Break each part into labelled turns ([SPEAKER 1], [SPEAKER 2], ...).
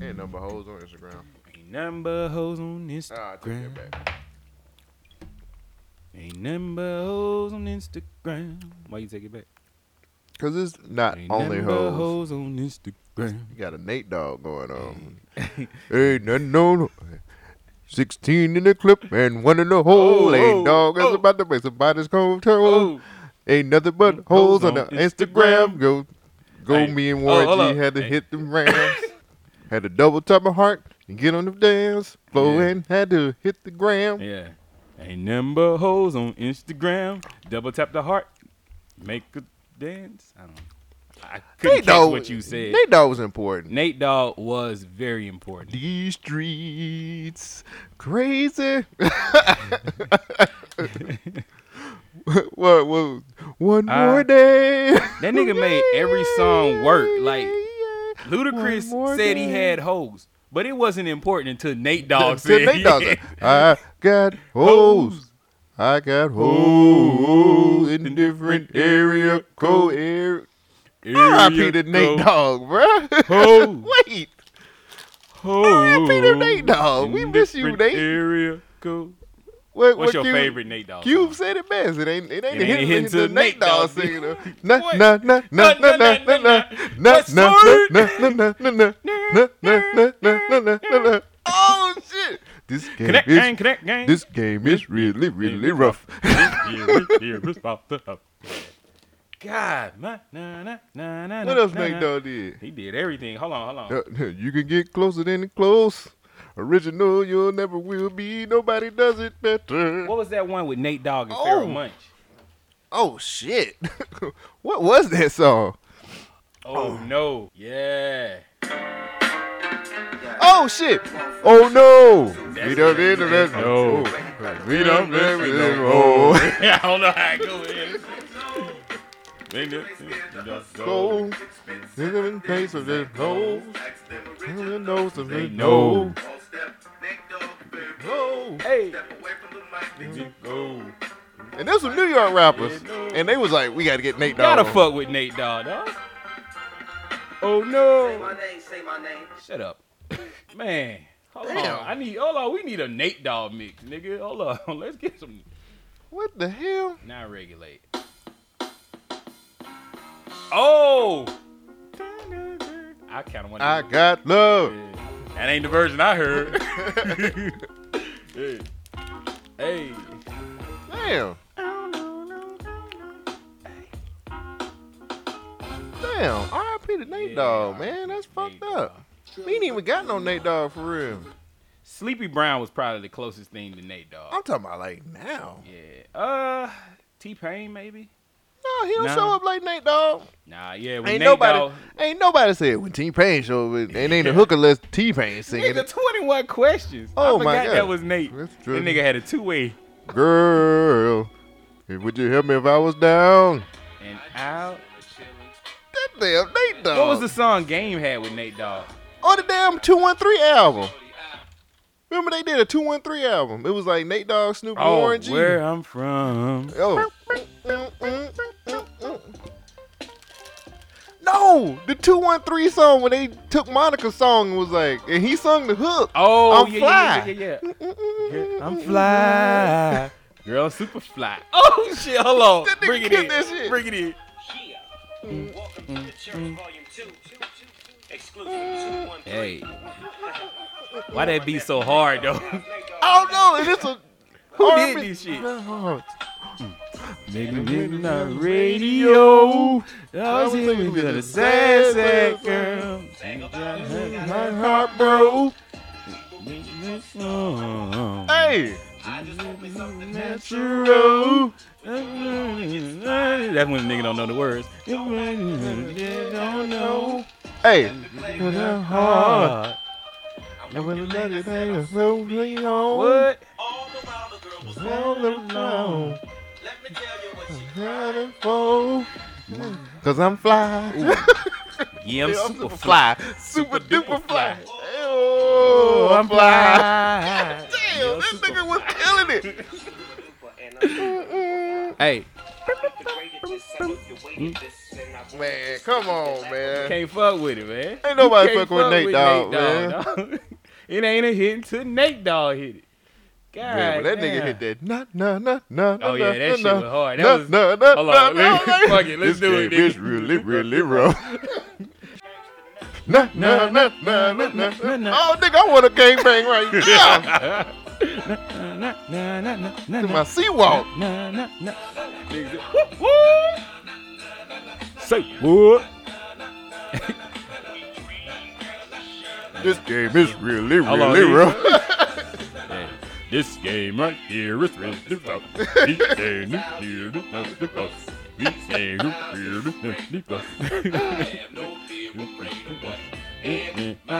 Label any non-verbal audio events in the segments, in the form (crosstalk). [SPEAKER 1] Ain't number hoes on Instagram.
[SPEAKER 2] Ain't nothing but hoes on
[SPEAKER 1] Ah, I take
[SPEAKER 2] Instagram.
[SPEAKER 1] that back.
[SPEAKER 2] Ain't nothing but hoes on Instagram. Why you take it back?
[SPEAKER 1] Cause it's not
[SPEAKER 2] Ain't
[SPEAKER 1] only
[SPEAKER 2] nothing but
[SPEAKER 1] hoes.
[SPEAKER 2] hoes on Instagram.
[SPEAKER 1] You got a Nate dog
[SPEAKER 2] (laughs)
[SPEAKER 1] going on. Ain't nothing on. Sixteen in the clip and one in the hole.
[SPEAKER 2] Oh,
[SPEAKER 1] Ain't
[SPEAKER 2] oh,
[SPEAKER 1] dog that's
[SPEAKER 2] oh.
[SPEAKER 1] about to make somebody's control.
[SPEAKER 2] Oh,
[SPEAKER 1] Ain't nothing but holes on the Instagram. Go, go.
[SPEAKER 2] Hey.
[SPEAKER 1] Me and
[SPEAKER 2] Oh,
[SPEAKER 1] Warren
[SPEAKER 2] hold
[SPEAKER 1] G
[SPEAKER 2] up.
[SPEAKER 1] had to
[SPEAKER 2] Hey.
[SPEAKER 1] hit them rams. had to double tap my heart and get on the dance floor
[SPEAKER 2] Yeah.
[SPEAKER 1] and had to hit the gram.
[SPEAKER 2] yeah. Ain't nothing but hoes on Instagram. Double tap the heart. Make a dance. I don't. I couldn't catch what you said.
[SPEAKER 1] Nate dog was important.
[SPEAKER 2] Nate Dogg was very important.
[SPEAKER 1] These streets crazy. (laughs) what, what? One
[SPEAKER 2] Uh,
[SPEAKER 1] more day.
[SPEAKER 2] That nigga
[SPEAKER 1] Oh,
[SPEAKER 2] made every song work. Like
[SPEAKER 1] One
[SPEAKER 2] Ludacris
[SPEAKER 1] more
[SPEAKER 2] said he
[SPEAKER 1] day.
[SPEAKER 2] had hoes, but it wasn't important until
[SPEAKER 1] (laughs)
[SPEAKER 2] Nate Dogg
[SPEAKER 1] Till
[SPEAKER 2] said.
[SPEAKER 1] Nate
[SPEAKER 2] he
[SPEAKER 1] Dogg
[SPEAKER 2] had (laughs)
[SPEAKER 1] said, I got hoes. I got hoes in different area code. Area. R.I.P. to
[SPEAKER 2] Area
[SPEAKER 1] Nate
[SPEAKER 2] code.
[SPEAKER 1] Dog, bruh. (laughs)
[SPEAKER 2] Hoes.
[SPEAKER 1] Wait,
[SPEAKER 2] Hoes.
[SPEAKER 1] R.I.P. to Nate Dogg. We
[SPEAKER 2] in
[SPEAKER 1] miss you,
[SPEAKER 2] different
[SPEAKER 1] Nate.
[SPEAKER 2] Area code.
[SPEAKER 1] What,
[SPEAKER 2] What's
[SPEAKER 1] what
[SPEAKER 2] your
[SPEAKER 1] Cube-
[SPEAKER 2] favorite Nate Dogg?
[SPEAKER 1] Cube
[SPEAKER 2] song?
[SPEAKER 1] said it best. It ain't Oh, it ain't,
[SPEAKER 2] It ain't
[SPEAKER 1] hitting,
[SPEAKER 2] hitting
[SPEAKER 1] hitting
[SPEAKER 2] till
[SPEAKER 1] the Nate
[SPEAKER 2] Nate Dogg
[SPEAKER 1] Dogg
[SPEAKER 2] sing
[SPEAKER 1] singing though.
[SPEAKER 2] it.
[SPEAKER 1] Na
[SPEAKER 2] What?
[SPEAKER 1] na na (laughs) na na na na na na
[SPEAKER 2] What's
[SPEAKER 1] na
[SPEAKER 2] word?
[SPEAKER 1] na na na na (laughs) na na na na na na na na. Oh shit! This game
[SPEAKER 2] Connect
[SPEAKER 1] is
[SPEAKER 2] gang, connect gang.
[SPEAKER 1] (laughs) this game is really really rough. (laughs)
[SPEAKER 2] God, man. Na, na, na, na,
[SPEAKER 1] What
[SPEAKER 2] na,
[SPEAKER 1] else
[SPEAKER 2] na,
[SPEAKER 1] Nate
[SPEAKER 2] na.
[SPEAKER 1] Dogg did?
[SPEAKER 2] He did everything. Hold on, hold on.
[SPEAKER 1] Uh, You can get closer than close. Original, you'll never will be. Nobody does it better.
[SPEAKER 2] What was that one with Nate Dogg and Pharaoh
[SPEAKER 1] Oh.
[SPEAKER 2] Munch?
[SPEAKER 1] Oh shit! (laughs) What was that song?
[SPEAKER 2] Oh, no. Yeah. (laughs)
[SPEAKER 1] Oh shit! Oh no! We don't need to let
[SPEAKER 2] No.
[SPEAKER 1] We don't let it go.
[SPEAKER 2] I don't know how I go
[SPEAKER 1] (laughs)
[SPEAKER 2] in. They just- they just go.
[SPEAKER 1] Go. Living place of the hoes. Living nose of
[SPEAKER 2] They
[SPEAKER 1] the
[SPEAKER 2] know.
[SPEAKER 1] No.
[SPEAKER 2] Hey. They just go.
[SPEAKER 1] And there's some New York rappers, and they was like, "We gotta get Nate Dogg."
[SPEAKER 2] Gotta
[SPEAKER 1] on."
[SPEAKER 2] fuck with Nate Dogg, dog. Oh no. Shut up. (laughs) Man. Hold
[SPEAKER 1] Damn.
[SPEAKER 2] on. I need hold on, we need a Nate Dogg mix, nigga. Hold on. (laughs) Let's get some
[SPEAKER 1] What the hell?
[SPEAKER 2] now regulate. Oh I kinda want
[SPEAKER 1] I got love. (laughs)
[SPEAKER 2] That ain't the version I heard. (laughs) hey. Hey.
[SPEAKER 1] Damn. Damn. R.I.P. to Nate Dogg, man. That's fucked up. We ain't even got no Nate Dogg for real.
[SPEAKER 2] Sleepy Brown was probably the closest thing to Nate Dogg.
[SPEAKER 1] I'm talking about like now.
[SPEAKER 2] Yeah. Uh, T Pain maybe.
[SPEAKER 1] No, he don't
[SPEAKER 2] Nah.
[SPEAKER 1] show up like Nate Dogg.
[SPEAKER 2] Nah, yeah. When
[SPEAKER 1] Ain't
[SPEAKER 2] Nate
[SPEAKER 1] nobody,
[SPEAKER 2] Dogg,
[SPEAKER 1] ain't nobody said when T Pain show up. It ain't a hook unless T Pain singing (laughs)
[SPEAKER 2] nigga,
[SPEAKER 1] it.
[SPEAKER 2] twenty one questions.
[SPEAKER 1] Oh,
[SPEAKER 2] I
[SPEAKER 1] my
[SPEAKER 2] forgot
[SPEAKER 1] God.
[SPEAKER 2] That was Nate.
[SPEAKER 1] That's
[SPEAKER 2] That
[SPEAKER 1] true.
[SPEAKER 2] nigga had a two way
[SPEAKER 1] Girl, would you help me if I was down?
[SPEAKER 2] and out.
[SPEAKER 1] That damn Nate Dogg.
[SPEAKER 2] What was the song Game had with Nate Dogg?
[SPEAKER 1] on Oh, the damn two one three album? Remember they did a two one three album. It was like Nate Dogg, Snoop, and
[SPEAKER 2] Oh,
[SPEAKER 1] Warren G.
[SPEAKER 2] where I'm from.
[SPEAKER 1] Oh. No, the two one three song when they took Monica's song and was like, and he sung the hook.
[SPEAKER 2] Oh,
[SPEAKER 1] I'm
[SPEAKER 2] yeah,
[SPEAKER 1] fly.
[SPEAKER 2] yeah, yeah, yeah,
[SPEAKER 1] (laughs)
[SPEAKER 2] yeah. Girl, I'm fly. Girl, I'm super fly. Oh shit, hold on.
[SPEAKER 1] That nigga
[SPEAKER 2] Bring it
[SPEAKER 1] killed
[SPEAKER 2] in.
[SPEAKER 1] that shit.
[SPEAKER 2] Bring it in.
[SPEAKER 1] Mm.
[SPEAKER 2] Hey. Why that be so hard though?
[SPEAKER 1] I don't know, and it's (laughs) a
[SPEAKER 2] Who did
[SPEAKER 1] R&B
[SPEAKER 2] this shit?
[SPEAKER 1] No.
[SPEAKER 2] Nigga, nigga, the radio. I was here with a sad, sad girl.
[SPEAKER 1] My heart broke. Hey,
[SPEAKER 2] Natural. That's when the nigga don't know the words. Don't know.
[SPEAKER 1] hey.
[SPEAKER 2] Hard.
[SPEAKER 1] What?
[SPEAKER 2] What?
[SPEAKER 1] Uh-huh. Cause I'm fly.
[SPEAKER 2] Yeah, I'm
[SPEAKER 1] Yeah, I'm
[SPEAKER 2] super
[SPEAKER 1] super
[SPEAKER 2] fly.
[SPEAKER 1] Super duper fly.
[SPEAKER 2] Oh,
[SPEAKER 1] Oh,
[SPEAKER 2] I'm (laughs) fly.
[SPEAKER 1] Damn, this nigga was killing it.
[SPEAKER 2] Hey,
[SPEAKER 1] Mm. Man, come on, man.
[SPEAKER 2] Can't fuck with it, man.
[SPEAKER 1] Ain't nobody
[SPEAKER 2] Can't
[SPEAKER 1] fuck with Nate Dogg, man.
[SPEAKER 2] dog. it ain't a hit until Nate Dog hit it. God,
[SPEAKER 1] Man, when that nigga
[SPEAKER 2] damn.
[SPEAKER 1] hit that nah nah nah nah.
[SPEAKER 2] Oh,
[SPEAKER 1] nah,
[SPEAKER 2] yeah,
[SPEAKER 1] nah,
[SPEAKER 2] that shit
[SPEAKER 1] nah,
[SPEAKER 2] was hard. That
[SPEAKER 1] nah,
[SPEAKER 2] was-
[SPEAKER 1] nah, nah,
[SPEAKER 2] Hold on,
[SPEAKER 1] nah, nah,
[SPEAKER 2] let
[SPEAKER 1] nah.
[SPEAKER 2] me- fuck it, let's do
[SPEAKER 1] This
[SPEAKER 2] it,
[SPEAKER 1] game
[SPEAKER 2] nigga.
[SPEAKER 1] is really
[SPEAKER 2] (laughs)
[SPEAKER 1] really rough. (laughs) Nah nah nah nah nah nah.
[SPEAKER 2] nah, nah.
[SPEAKER 1] Oh, nigga, I want a gang
[SPEAKER 2] (laughs)
[SPEAKER 1] bang right now.
[SPEAKER 2] Nah, nah, nah, nah, nah,
[SPEAKER 1] to
[SPEAKER 2] nah.
[SPEAKER 1] my seawalk.
[SPEAKER 2] Nah, nah, nah. Niggas, whoop, whoop. Say what?
[SPEAKER 1] This game is really
[SPEAKER 2] Hold on,
[SPEAKER 1] really
[SPEAKER 2] nigga.
[SPEAKER 1] rough.
[SPEAKER 2] Hey, This game right here is really rough. This game is really rough. This game is really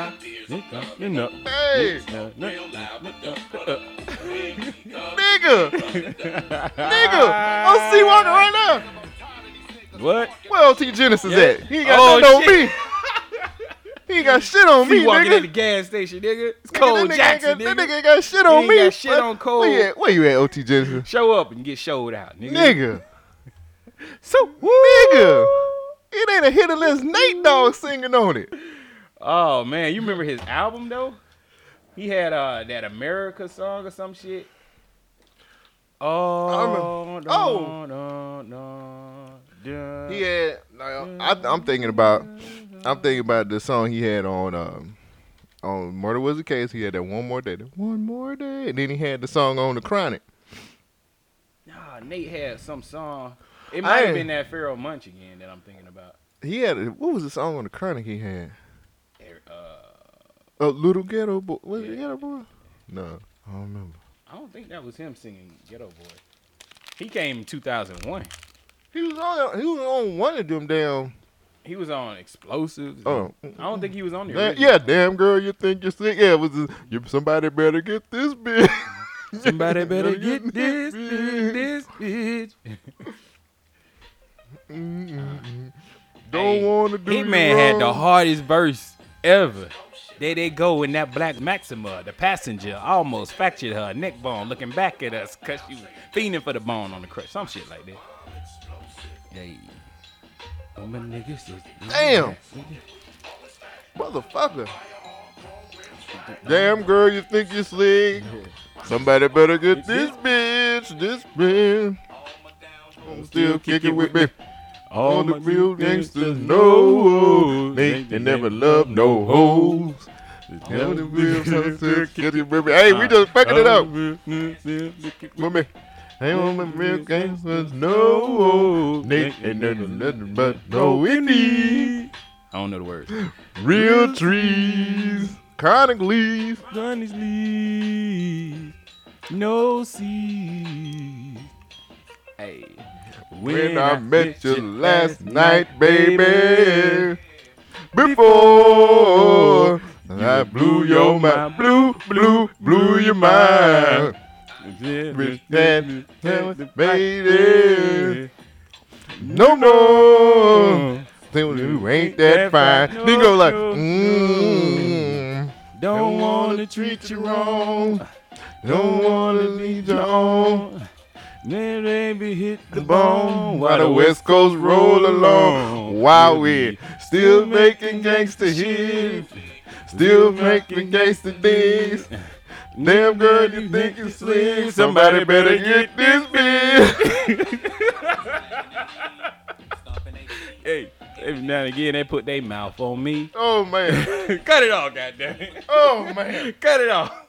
[SPEAKER 2] rough.
[SPEAKER 1] Hey, nigga, nigga, I'm seawalking right now.
[SPEAKER 2] What?
[SPEAKER 1] Where LT Genesis
[SPEAKER 2] Yeah.
[SPEAKER 1] at? He ain't got
[SPEAKER 2] Oh,
[SPEAKER 1] nothing
[SPEAKER 2] shit.
[SPEAKER 1] on me. he ain't got shit on me,
[SPEAKER 2] He walking
[SPEAKER 1] nigga.
[SPEAKER 2] at the gas station, nigga. It's
[SPEAKER 1] Nigga,
[SPEAKER 2] Cole
[SPEAKER 1] that nigga
[SPEAKER 2] Jackson,
[SPEAKER 1] ain't got,
[SPEAKER 2] nigga.
[SPEAKER 1] That nigga ain't got shit on
[SPEAKER 2] ain't
[SPEAKER 1] me.
[SPEAKER 2] got shit
[SPEAKER 1] What-
[SPEAKER 2] on Cole.
[SPEAKER 1] Where you at, where you at OT Genesis?
[SPEAKER 2] Show up and get showed out, nigga.
[SPEAKER 1] nigga.
[SPEAKER 2] So,
[SPEAKER 1] Nigga. It ain't a hit unless Nate Dogg singing on it.
[SPEAKER 2] oh man, you remember his album though? He had uh that America song or some shit. Oh,
[SPEAKER 1] remember- oh.
[SPEAKER 2] no, no, no.
[SPEAKER 1] He had no, I, I'm thinking about I'm thinking about the song he had on um on Murder Was the Case. He had that one more day, that one more day, and then he had the song on the Chronic.
[SPEAKER 2] Nah, Nate had some song. It
[SPEAKER 1] I
[SPEAKER 2] might have
[SPEAKER 1] ain't-
[SPEAKER 2] been that Pharaoh Munch again that I'm thinking about.
[SPEAKER 1] He had a, what was the song on the Chronic he had?
[SPEAKER 2] Uh,
[SPEAKER 1] A little ghetto boy. Was it
[SPEAKER 2] Yeah.
[SPEAKER 1] ghetto boy? No, I don't remember.
[SPEAKER 2] I don't think that was him singing Ghetto Boy. He came in 2001.
[SPEAKER 1] He was on. He was on one of them damn.
[SPEAKER 2] He was on Explosives.
[SPEAKER 1] Oh.
[SPEAKER 2] I don't think he was on the
[SPEAKER 1] That,
[SPEAKER 2] original.
[SPEAKER 1] yeah, damn girl, you think you're sick? Yeah, it was just, you, somebody better get this bitch. (laughs)
[SPEAKER 2] Somebody better
[SPEAKER 1] Better get
[SPEAKER 2] get this,
[SPEAKER 1] this
[SPEAKER 2] bitch, this bitch. Hey,
[SPEAKER 1] Mm-mm-mm. Don't want to do you
[SPEAKER 2] Hitman had the
[SPEAKER 1] wrong.
[SPEAKER 2] hardest verse ever. There they go in that black Maxima. The passenger almost fractured her neck bone looking back at us because she was fiending for the bone on the crutch. Some shit like that. Hey. Oh, my niggas is-
[SPEAKER 1] Damn. Motherfucker. Damn girl, you think you're slick? Somebody better get this bitch, this bitch. I'm still kicking with me. All the
[SPEAKER 2] my
[SPEAKER 1] real
[SPEAKER 2] niggas
[SPEAKER 1] gangsters
[SPEAKER 2] is-
[SPEAKER 1] know they, they never love no hoes. All the real (laughs) gangsters kicking with me. Hey, we just fucking it up.
[SPEAKER 2] Mm,
[SPEAKER 1] Mommy. Hey, all the real gangsters know they ain't nothing but no weenies.
[SPEAKER 2] I don't know the
[SPEAKER 1] (gasps)
[SPEAKER 2] words.
[SPEAKER 1] Real trees, conic leaves.
[SPEAKER 2] Johnny's leaves, no seeds. Hey,
[SPEAKER 1] When, I met you last night, baby. Before I blew your mind, blew, blew, blew your mind.
[SPEAKER 2] baby,
[SPEAKER 1] that- that- baby. Oh, No more. Think you ain't that fine. Then go like, mmm.
[SPEAKER 2] Don't wanna treat you wrong.
[SPEAKER 1] Don't wanna lead you on.
[SPEAKER 2] Then baby hit the
[SPEAKER 1] the bone while the West
[SPEAKER 2] Coast
[SPEAKER 1] Coast roll along. While we still making gangster hits, still making gangster things. Damn girl, you think you slick? Somebody better get this bitch.
[SPEAKER 2] Hey, every now and again they put their mouth on me.
[SPEAKER 1] (laughs) Oh man,
[SPEAKER 2] (laughs) Cut it off, goddamn it. (laughs)
[SPEAKER 1] oh man.
[SPEAKER 2] Cut it off.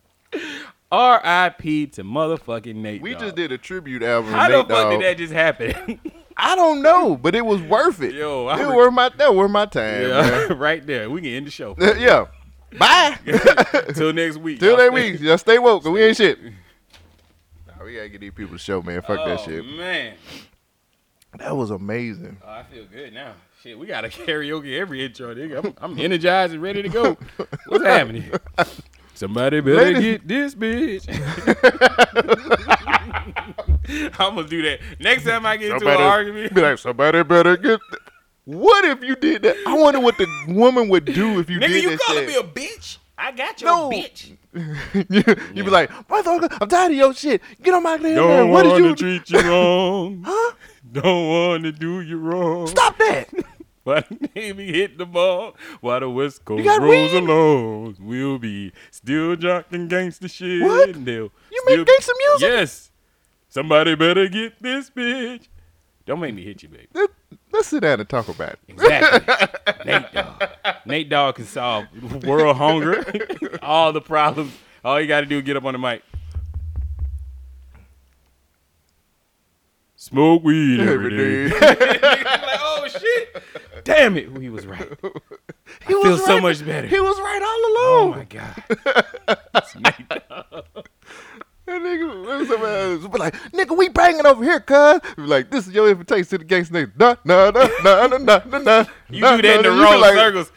[SPEAKER 2] (laughs) R.I.P. to motherfucking Nate.
[SPEAKER 1] We
[SPEAKER 2] dog.
[SPEAKER 1] just did a tribute album.
[SPEAKER 2] How the fuck
[SPEAKER 1] Nate Dogg.
[SPEAKER 2] did that just happen? (laughs)
[SPEAKER 1] I don't know, but it was worth it.
[SPEAKER 2] Yo, I
[SPEAKER 1] it
[SPEAKER 2] re-
[SPEAKER 1] worth my that worth my time.
[SPEAKER 2] yeah, (laughs) right there. We can end the show.
[SPEAKER 1] Man. (laughs) yeah. Bye.
[SPEAKER 2] (laughs) Till next week.
[SPEAKER 1] Till
[SPEAKER 2] y'all. (laughs)
[SPEAKER 1] that week. Just stay woke, 'cause we ain't (laughs) shit. Nah, we gotta get these people to show, man. Fuck that
[SPEAKER 2] Oh,
[SPEAKER 1] shit.
[SPEAKER 2] Man,
[SPEAKER 1] That was amazing.
[SPEAKER 2] oh, I feel good now. Shit, we got to (laughs) karaoke every intro, nigga. I'm, I'm energized and ready to go. (laughs) What's happening? Somebody better
[SPEAKER 1] Ladies-
[SPEAKER 2] get this bitch. (laughs) I'm gonna do that next time I get into an argument.
[SPEAKER 1] Be like, somebody better get. th- what if you did that? I wonder what the woman would do if you
[SPEAKER 2] Nigga,
[SPEAKER 1] did
[SPEAKER 2] (laughs) you
[SPEAKER 1] that
[SPEAKER 2] calling
[SPEAKER 1] shit.
[SPEAKER 2] me a bitch? I got your
[SPEAKER 1] No.
[SPEAKER 2] bitch.
[SPEAKER 1] (laughs) you be like, motherfucker, I'm tired of your shit. Get on my goddamn nerve.
[SPEAKER 2] Don't
[SPEAKER 1] What
[SPEAKER 2] want
[SPEAKER 1] did
[SPEAKER 2] to
[SPEAKER 1] you
[SPEAKER 2] treat
[SPEAKER 1] (laughs)
[SPEAKER 2] you wrong.
[SPEAKER 1] Huh?
[SPEAKER 2] Don't want to do you wrong.
[SPEAKER 1] Stop that. (laughs)
[SPEAKER 2] (laughs) Why the Navy hit the ball? Why the West Coast
[SPEAKER 1] got
[SPEAKER 2] rolls
[SPEAKER 1] weed?
[SPEAKER 2] alone? We'll be still jocking gangsta shit.
[SPEAKER 1] What?
[SPEAKER 2] and they'll
[SPEAKER 1] You make gangsta music?
[SPEAKER 2] Yes. Somebody better get this bitch. Don't make me hit you,
[SPEAKER 1] (laughs)
[SPEAKER 2] baby.
[SPEAKER 1] Let- Let's sit down and talk about it.
[SPEAKER 2] Exactly. Nate Dogg. Nate Dogg can solve (laughs) world hunger, all the problems. All you got to do is get up on the mic. Smoke weed every day.
[SPEAKER 1] Every day.
[SPEAKER 2] like, oh shit! Damn it, he was right.
[SPEAKER 1] (laughs) (laughs) He
[SPEAKER 2] I feel so much better.
[SPEAKER 1] He was right all
[SPEAKER 2] Oh
[SPEAKER 1] along.
[SPEAKER 2] my god.
[SPEAKER 1] that nigga when somebody else be like, nigga, we banging over here, cuz. Be Like, this is your invitation to the gangsta nigga. Nah, nah, nah, nah, nah, nah, nah, nah.
[SPEAKER 2] (laughs)
[SPEAKER 1] (laughs)
[SPEAKER 2] You
[SPEAKER 1] nah,
[SPEAKER 2] do that in the
[SPEAKER 1] nah, nah. You be
[SPEAKER 2] wrong
[SPEAKER 1] like,
[SPEAKER 2] circles.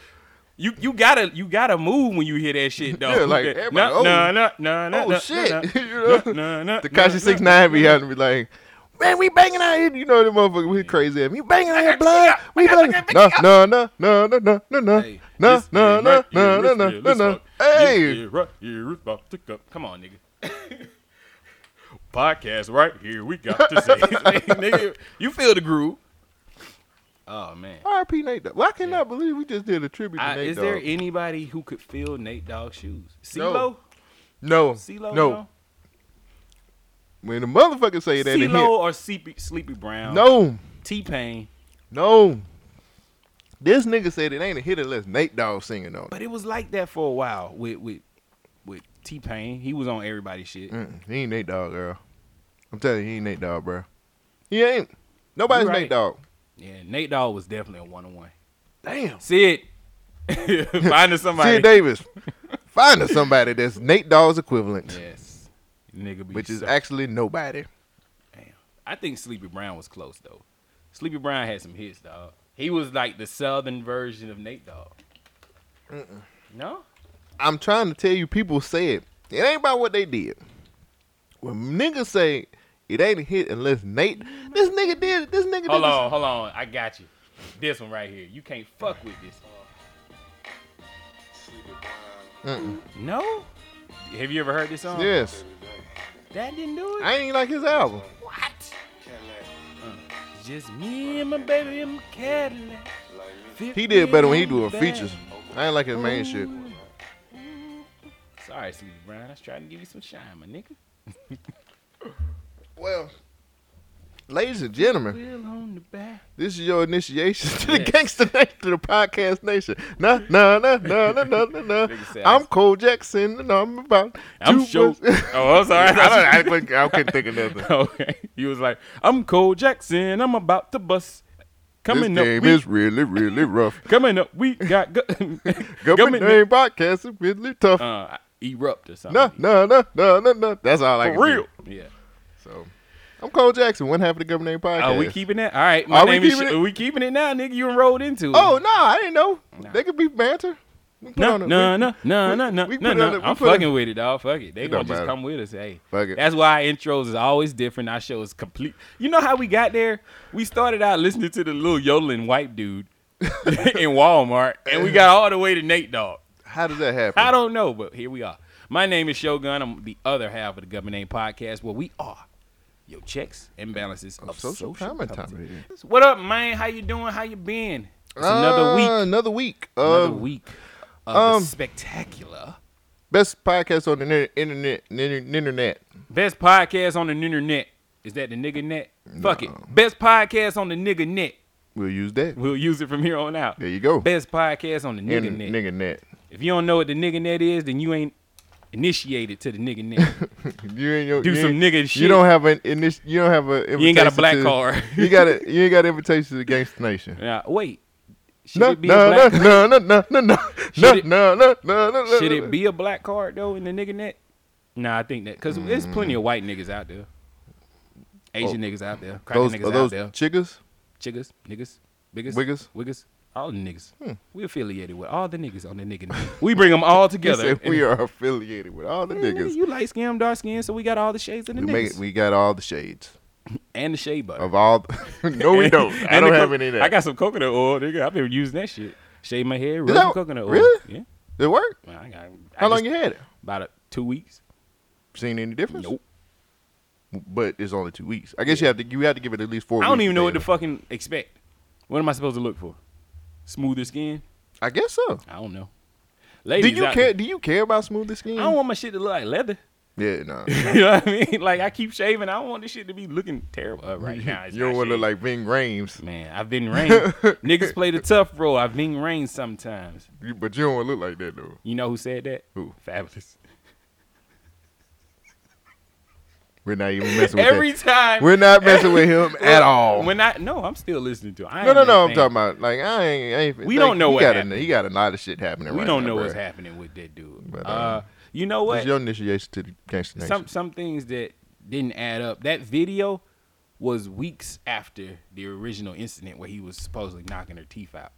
[SPEAKER 2] You you gotta you gotta move when you hear that shit though.
[SPEAKER 1] Yeah, like,
[SPEAKER 2] no
[SPEAKER 1] everybody, oh,
[SPEAKER 2] no no no no.
[SPEAKER 1] Oh
[SPEAKER 2] no,
[SPEAKER 1] shit.
[SPEAKER 2] No,
[SPEAKER 1] (laughs) you know?
[SPEAKER 2] no, no, no,
[SPEAKER 1] The Kashi Six Nine be out and be like, man, we banging out here. You know the motherfucker, we crazy at me. banging out here, blood. We banging. No, no, no, no, no, no, no, no,
[SPEAKER 2] Hey,
[SPEAKER 1] no,
[SPEAKER 2] this
[SPEAKER 1] no,
[SPEAKER 2] is
[SPEAKER 1] no,
[SPEAKER 2] right,
[SPEAKER 1] no,
[SPEAKER 2] yeah, this
[SPEAKER 1] no, no,
[SPEAKER 2] is
[SPEAKER 1] no,
[SPEAKER 2] right,
[SPEAKER 1] no.
[SPEAKER 2] this is
[SPEAKER 1] Hey,
[SPEAKER 2] right, yeah, right about to go. Come on, nigga. (laughs) Podcast right here. We got to
[SPEAKER 1] (laughs)
[SPEAKER 2] say, (laughs) nigga, you feel the groove. Oh man.
[SPEAKER 1] R.P. Nate. Dogg. Well, I cannot believe we just did a tribute to
[SPEAKER 2] I,
[SPEAKER 1] Nate
[SPEAKER 2] is there
[SPEAKER 1] Dogg.
[SPEAKER 2] anybody who could fill Nate Dogg's shoes? CeeLo?
[SPEAKER 1] No. No,
[SPEAKER 2] CeeLo?
[SPEAKER 1] no.
[SPEAKER 2] no?
[SPEAKER 1] When the motherfucker say that, it
[SPEAKER 2] CeeLo
[SPEAKER 1] hit.
[SPEAKER 2] or Sleepy, Sleepy Brown?
[SPEAKER 1] No,
[SPEAKER 2] T Pain.
[SPEAKER 1] no. This nigga said it ain't a hit unless Nate Dogg singing on it.
[SPEAKER 2] But it was like that for a while with with with T Pain. He was on everybody's shit.
[SPEAKER 1] Mm-mm, he ain't Nate Dogg, girl. I'm telling you, he ain't Nate Dogg, bro. He ain't. Nobody's
[SPEAKER 2] You right.
[SPEAKER 1] Nate Dogg.
[SPEAKER 2] Yeah, Nate Dogg was definitely a one on one.
[SPEAKER 1] Damn.
[SPEAKER 2] Sid, (laughs) find us somebody.
[SPEAKER 1] Sid Davis. Find us somebody that's Nate Dogg's equivalent,
[SPEAKER 2] Yes, nigga. Be
[SPEAKER 1] which is
[SPEAKER 2] so-
[SPEAKER 1] actually nobody.
[SPEAKER 2] Damn. I think Sleepy Brown was close though. Sleepy Brown had some hits, dog. He was like the southern version of Nate Dogg. No,
[SPEAKER 1] I'm trying to tell you, people say it. It ain't about what they did. When niggas say it ain't a hit unless Nate, this nigga did it. This nigga
[SPEAKER 2] hold
[SPEAKER 1] did
[SPEAKER 2] on, hold on. I got you. This one right here. You can't fuck with this. No. Have you ever heard this song?
[SPEAKER 1] this. Yes.
[SPEAKER 2] That didn't do it.
[SPEAKER 1] I ain't even like his album.
[SPEAKER 2] What? Just me and my baby and my Cadillac.
[SPEAKER 1] He did better when he doing features. I ain't like his main shit.
[SPEAKER 2] Sorry, Sleepy Brown. I was trying to give you some shine, my nigga.
[SPEAKER 1] Well, ladies and gentlemen,
[SPEAKER 2] Wheel on the back.
[SPEAKER 1] This is your initiation to the
[SPEAKER 2] Yes.
[SPEAKER 1] gangster nation, to the podcast nation. Nah, nah, nah, nah, nah, nah, nah, nah.
[SPEAKER 2] Nigga said
[SPEAKER 1] I'm
[SPEAKER 2] I-
[SPEAKER 1] Cole Jackson, and I'm about.
[SPEAKER 2] I'm
[SPEAKER 1] to-
[SPEAKER 2] sure.
[SPEAKER 1] (laughs)
[SPEAKER 2] Oh, I'm (laughs) sorry.
[SPEAKER 1] I, don't, I, couldn't, I couldn't think of (laughs) nothing.
[SPEAKER 2] (laughs) okay. He was like, I'm Cole Jackson. I'm about to bust. Coming
[SPEAKER 1] this
[SPEAKER 2] up,
[SPEAKER 1] game
[SPEAKER 2] we,
[SPEAKER 1] is really, really rough.
[SPEAKER 2] (laughs) coming up, we got go-
[SPEAKER 1] (laughs) Government
[SPEAKER 2] (laughs) coming
[SPEAKER 1] name podcast is really tough.
[SPEAKER 2] uh, erupt or something.
[SPEAKER 1] Nah, nah, nah, nah, nah, nah. That's all I
[SPEAKER 2] for
[SPEAKER 1] can
[SPEAKER 2] real.
[SPEAKER 1] do.
[SPEAKER 2] Yeah.
[SPEAKER 1] So, I'm Cole Jackson. One half of the government name podcast.
[SPEAKER 2] Are Oh, we keeping it? All right. My
[SPEAKER 1] Are we
[SPEAKER 2] name is.
[SPEAKER 1] keeping
[SPEAKER 2] Sh-
[SPEAKER 1] it?
[SPEAKER 2] we keeping it now, nigga? You enrolled into it.
[SPEAKER 1] oh no, I didn't know.
[SPEAKER 2] Nah.
[SPEAKER 1] They could be banter. We can put
[SPEAKER 2] No,
[SPEAKER 1] on
[SPEAKER 2] no,
[SPEAKER 1] a- we-
[SPEAKER 2] no, no,
[SPEAKER 1] we-
[SPEAKER 2] no, no,
[SPEAKER 1] we
[SPEAKER 2] no,
[SPEAKER 1] put on
[SPEAKER 2] no.
[SPEAKER 1] a- we
[SPEAKER 2] I'm
[SPEAKER 1] put on-
[SPEAKER 2] fucking with it, dog. Fuck it. They
[SPEAKER 1] It
[SPEAKER 2] gonna
[SPEAKER 1] don't
[SPEAKER 2] just
[SPEAKER 1] matter.
[SPEAKER 2] come with us. Hey,
[SPEAKER 1] Fuck it.
[SPEAKER 2] that's why our intros is always different. Our show is complete. You know how we got there? We started out listening to the little yodeling white dude (laughs) in Walmart, and we got all the way to Nate Dog.
[SPEAKER 1] How does that happen?
[SPEAKER 2] I don't know, but here we are. My name is Shogun. I'm the other half of the Government Name Podcast, where we are your checks and balances of, social,
[SPEAKER 1] social
[SPEAKER 2] commentary.
[SPEAKER 1] commentary.
[SPEAKER 2] What up, man? How you doing? How you been? It's another
[SPEAKER 1] Uh,
[SPEAKER 2] week.
[SPEAKER 1] Another week.
[SPEAKER 2] Another
[SPEAKER 1] of
[SPEAKER 2] week of
[SPEAKER 1] um,
[SPEAKER 2] the spectacular.
[SPEAKER 1] Best podcast on the nin- internet. nin- Internet.
[SPEAKER 2] Best podcast on the internet. Is that the nigga net? Fuck it. Best podcast on the nigga net.
[SPEAKER 1] We'll use that.
[SPEAKER 2] We'll use it from here on out.
[SPEAKER 1] There you go.
[SPEAKER 2] Best podcast on the nigga
[SPEAKER 1] In-
[SPEAKER 2] net.
[SPEAKER 1] Nigga net. (laughs)
[SPEAKER 2] If you don't know what the nigga net is, then you ain't initiated to the nigga net.
[SPEAKER 1] (laughs) You ain't your,
[SPEAKER 2] Do
[SPEAKER 1] you
[SPEAKER 2] some
[SPEAKER 1] ain't-
[SPEAKER 2] nigga
[SPEAKER 1] You
[SPEAKER 2] shit.
[SPEAKER 1] don't have an in this. You don't have a. Invitation
[SPEAKER 2] You ain't got a black
[SPEAKER 1] to-
[SPEAKER 2] card.
[SPEAKER 1] (laughs) You got a. You ain't got an invitation to the Gangsta Nation.
[SPEAKER 2] Now, wait. Should
[SPEAKER 1] No,
[SPEAKER 2] it be a
[SPEAKER 1] no,
[SPEAKER 2] black
[SPEAKER 1] no, no, no, no, no, no, no,
[SPEAKER 2] it-
[SPEAKER 1] no, no, no, no.
[SPEAKER 2] Should it be a black card though in the nigga net? Nah, I think that because there's plenty
[SPEAKER 1] Mm.
[SPEAKER 2] of white niggas out there. Asian niggas out there, cracker
[SPEAKER 1] Oh. those?
[SPEAKER 2] niggas
[SPEAKER 1] Are
[SPEAKER 2] out
[SPEAKER 1] those
[SPEAKER 2] there,
[SPEAKER 1] chickas?
[SPEAKER 2] chiggas, niggas, biggest,
[SPEAKER 1] Wiggers? Hmm.
[SPEAKER 2] wiggers, all the niggas. We affiliated with all the niggas on the nigga net. We bring them
[SPEAKER 1] (laughs)
[SPEAKER 2] all
[SPEAKER 1] He
[SPEAKER 2] together.
[SPEAKER 1] said
[SPEAKER 2] and-
[SPEAKER 1] we are affiliated with all the
[SPEAKER 2] Yeah, nigga,
[SPEAKER 1] niggas.
[SPEAKER 2] You light skin, dark skin, so we got all the shades of the
[SPEAKER 1] We
[SPEAKER 2] niggas
[SPEAKER 1] make. We got all the shades
[SPEAKER 2] and the shade butter.
[SPEAKER 1] of all. The, (laughs) no,
[SPEAKER 2] (laughs)
[SPEAKER 1] Oh, we don't. I
[SPEAKER 2] And the
[SPEAKER 1] don't
[SPEAKER 2] co-
[SPEAKER 1] have any of that.
[SPEAKER 2] I got some coconut oil, nigga. I've been using that shit. Shave my hair, rub
[SPEAKER 1] that-
[SPEAKER 2] some coconut oil.
[SPEAKER 1] really?
[SPEAKER 2] Yeah.
[SPEAKER 1] Did it work?
[SPEAKER 2] Well, I got, I
[SPEAKER 1] How
[SPEAKER 2] just-
[SPEAKER 1] long you had it?
[SPEAKER 2] About a, two weeks.
[SPEAKER 1] Seen any difference?
[SPEAKER 2] Nope.
[SPEAKER 1] But it's only two weeks. I guess you have to you have to give it at least four.
[SPEAKER 2] I don't
[SPEAKER 1] weeks
[SPEAKER 2] even know what to
[SPEAKER 1] daily.
[SPEAKER 2] fucking expect. What am I supposed to look for? Smoother skin?
[SPEAKER 1] I guess so.
[SPEAKER 2] I don't know.
[SPEAKER 1] Do
[SPEAKER 2] Ladies,
[SPEAKER 1] you
[SPEAKER 2] out
[SPEAKER 1] care?
[SPEAKER 2] there,
[SPEAKER 1] Do you care about smoother skin?
[SPEAKER 2] I don't want my shit to look like leather.
[SPEAKER 1] yeah, (laughs) no.
[SPEAKER 2] you know what I mean? Like I keep shaving. I don't want this shit to be looking terrible Uh, (laughs)
[SPEAKER 1] (laughs)
[SPEAKER 2] right now. it's
[SPEAKER 1] you don't
[SPEAKER 2] not
[SPEAKER 1] want to look
[SPEAKER 2] shaved.
[SPEAKER 1] like Ben Grames,
[SPEAKER 2] man. I've
[SPEAKER 1] (laughs)
[SPEAKER 2] been rain. Niggas play the tough role. I've been rain sometimes.
[SPEAKER 1] You- but you don't want to look like that though.
[SPEAKER 2] You know who said that?
[SPEAKER 1] Who? (laughs)
[SPEAKER 2] Fabulous.
[SPEAKER 1] We're not even messing with
[SPEAKER 2] Every
[SPEAKER 1] that.
[SPEAKER 2] time
[SPEAKER 1] We're not messing
[SPEAKER 2] (laughs)
[SPEAKER 1] with him at all.
[SPEAKER 2] When I no, I'm still listening to. It. I
[SPEAKER 1] no,
[SPEAKER 2] ain't
[SPEAKER 1] no, no. I'm
[SPEAKER 2] anything.
[SPEAKER 1] talking about like I ain't. I ain't
[SPEAKER 2] We
[SPEAKER 1] like,
[SPEAKER 2] don't know
[SPEAKER 1] he
[SPEAKER 2] what
[SPEAKER 1] got
[SPEAKER 2] happened.
[SPEAKER 1] A, he got a lot of shit happening.
[SPEAKER 2] We
[SPEAKER 1] right
[SPEAKER 2] don't
[SPEAKER 1] now,
[SPEAKER 2] know
[SPEAKER 1] bruh.
[SPEAKER 2] what's happening with that dude.
[SPEAKER 1] But, uh,
[SPEAKER 2] uh, you know
[SPEAKER 1] This
[SPEAKER 2] what?
[SPEAKER 1] is your initiation to the gangster nation.
[SPEAKER 2] some some things that didn't add up. That video was weeks after the original incident where he was supposedly knocking her teeth out,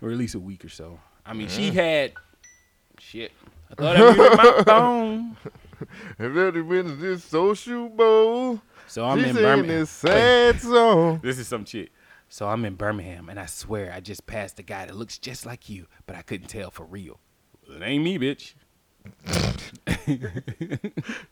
[SPEAKER 2] or at least a week or so. I mean, she had shit. I thought I muted my phone,
[SPEAKER 1] (laughs) Have you ever been to this social bowl?
[SPEAKER 2] so I'm
[SPEAKER 1] She's
[SPEAKER 2] in
[SPEAKER 1] singing
[SPEAKER 2] Birmingham.
[SPEAKER 1] this sad song.
[SPEAKER 2] This is some shit. So I'm in Birmingham, and I swear I just passed a guy that looks just like you, but I couldn't tell for real. Well, it ain't me, bitch. (laughs)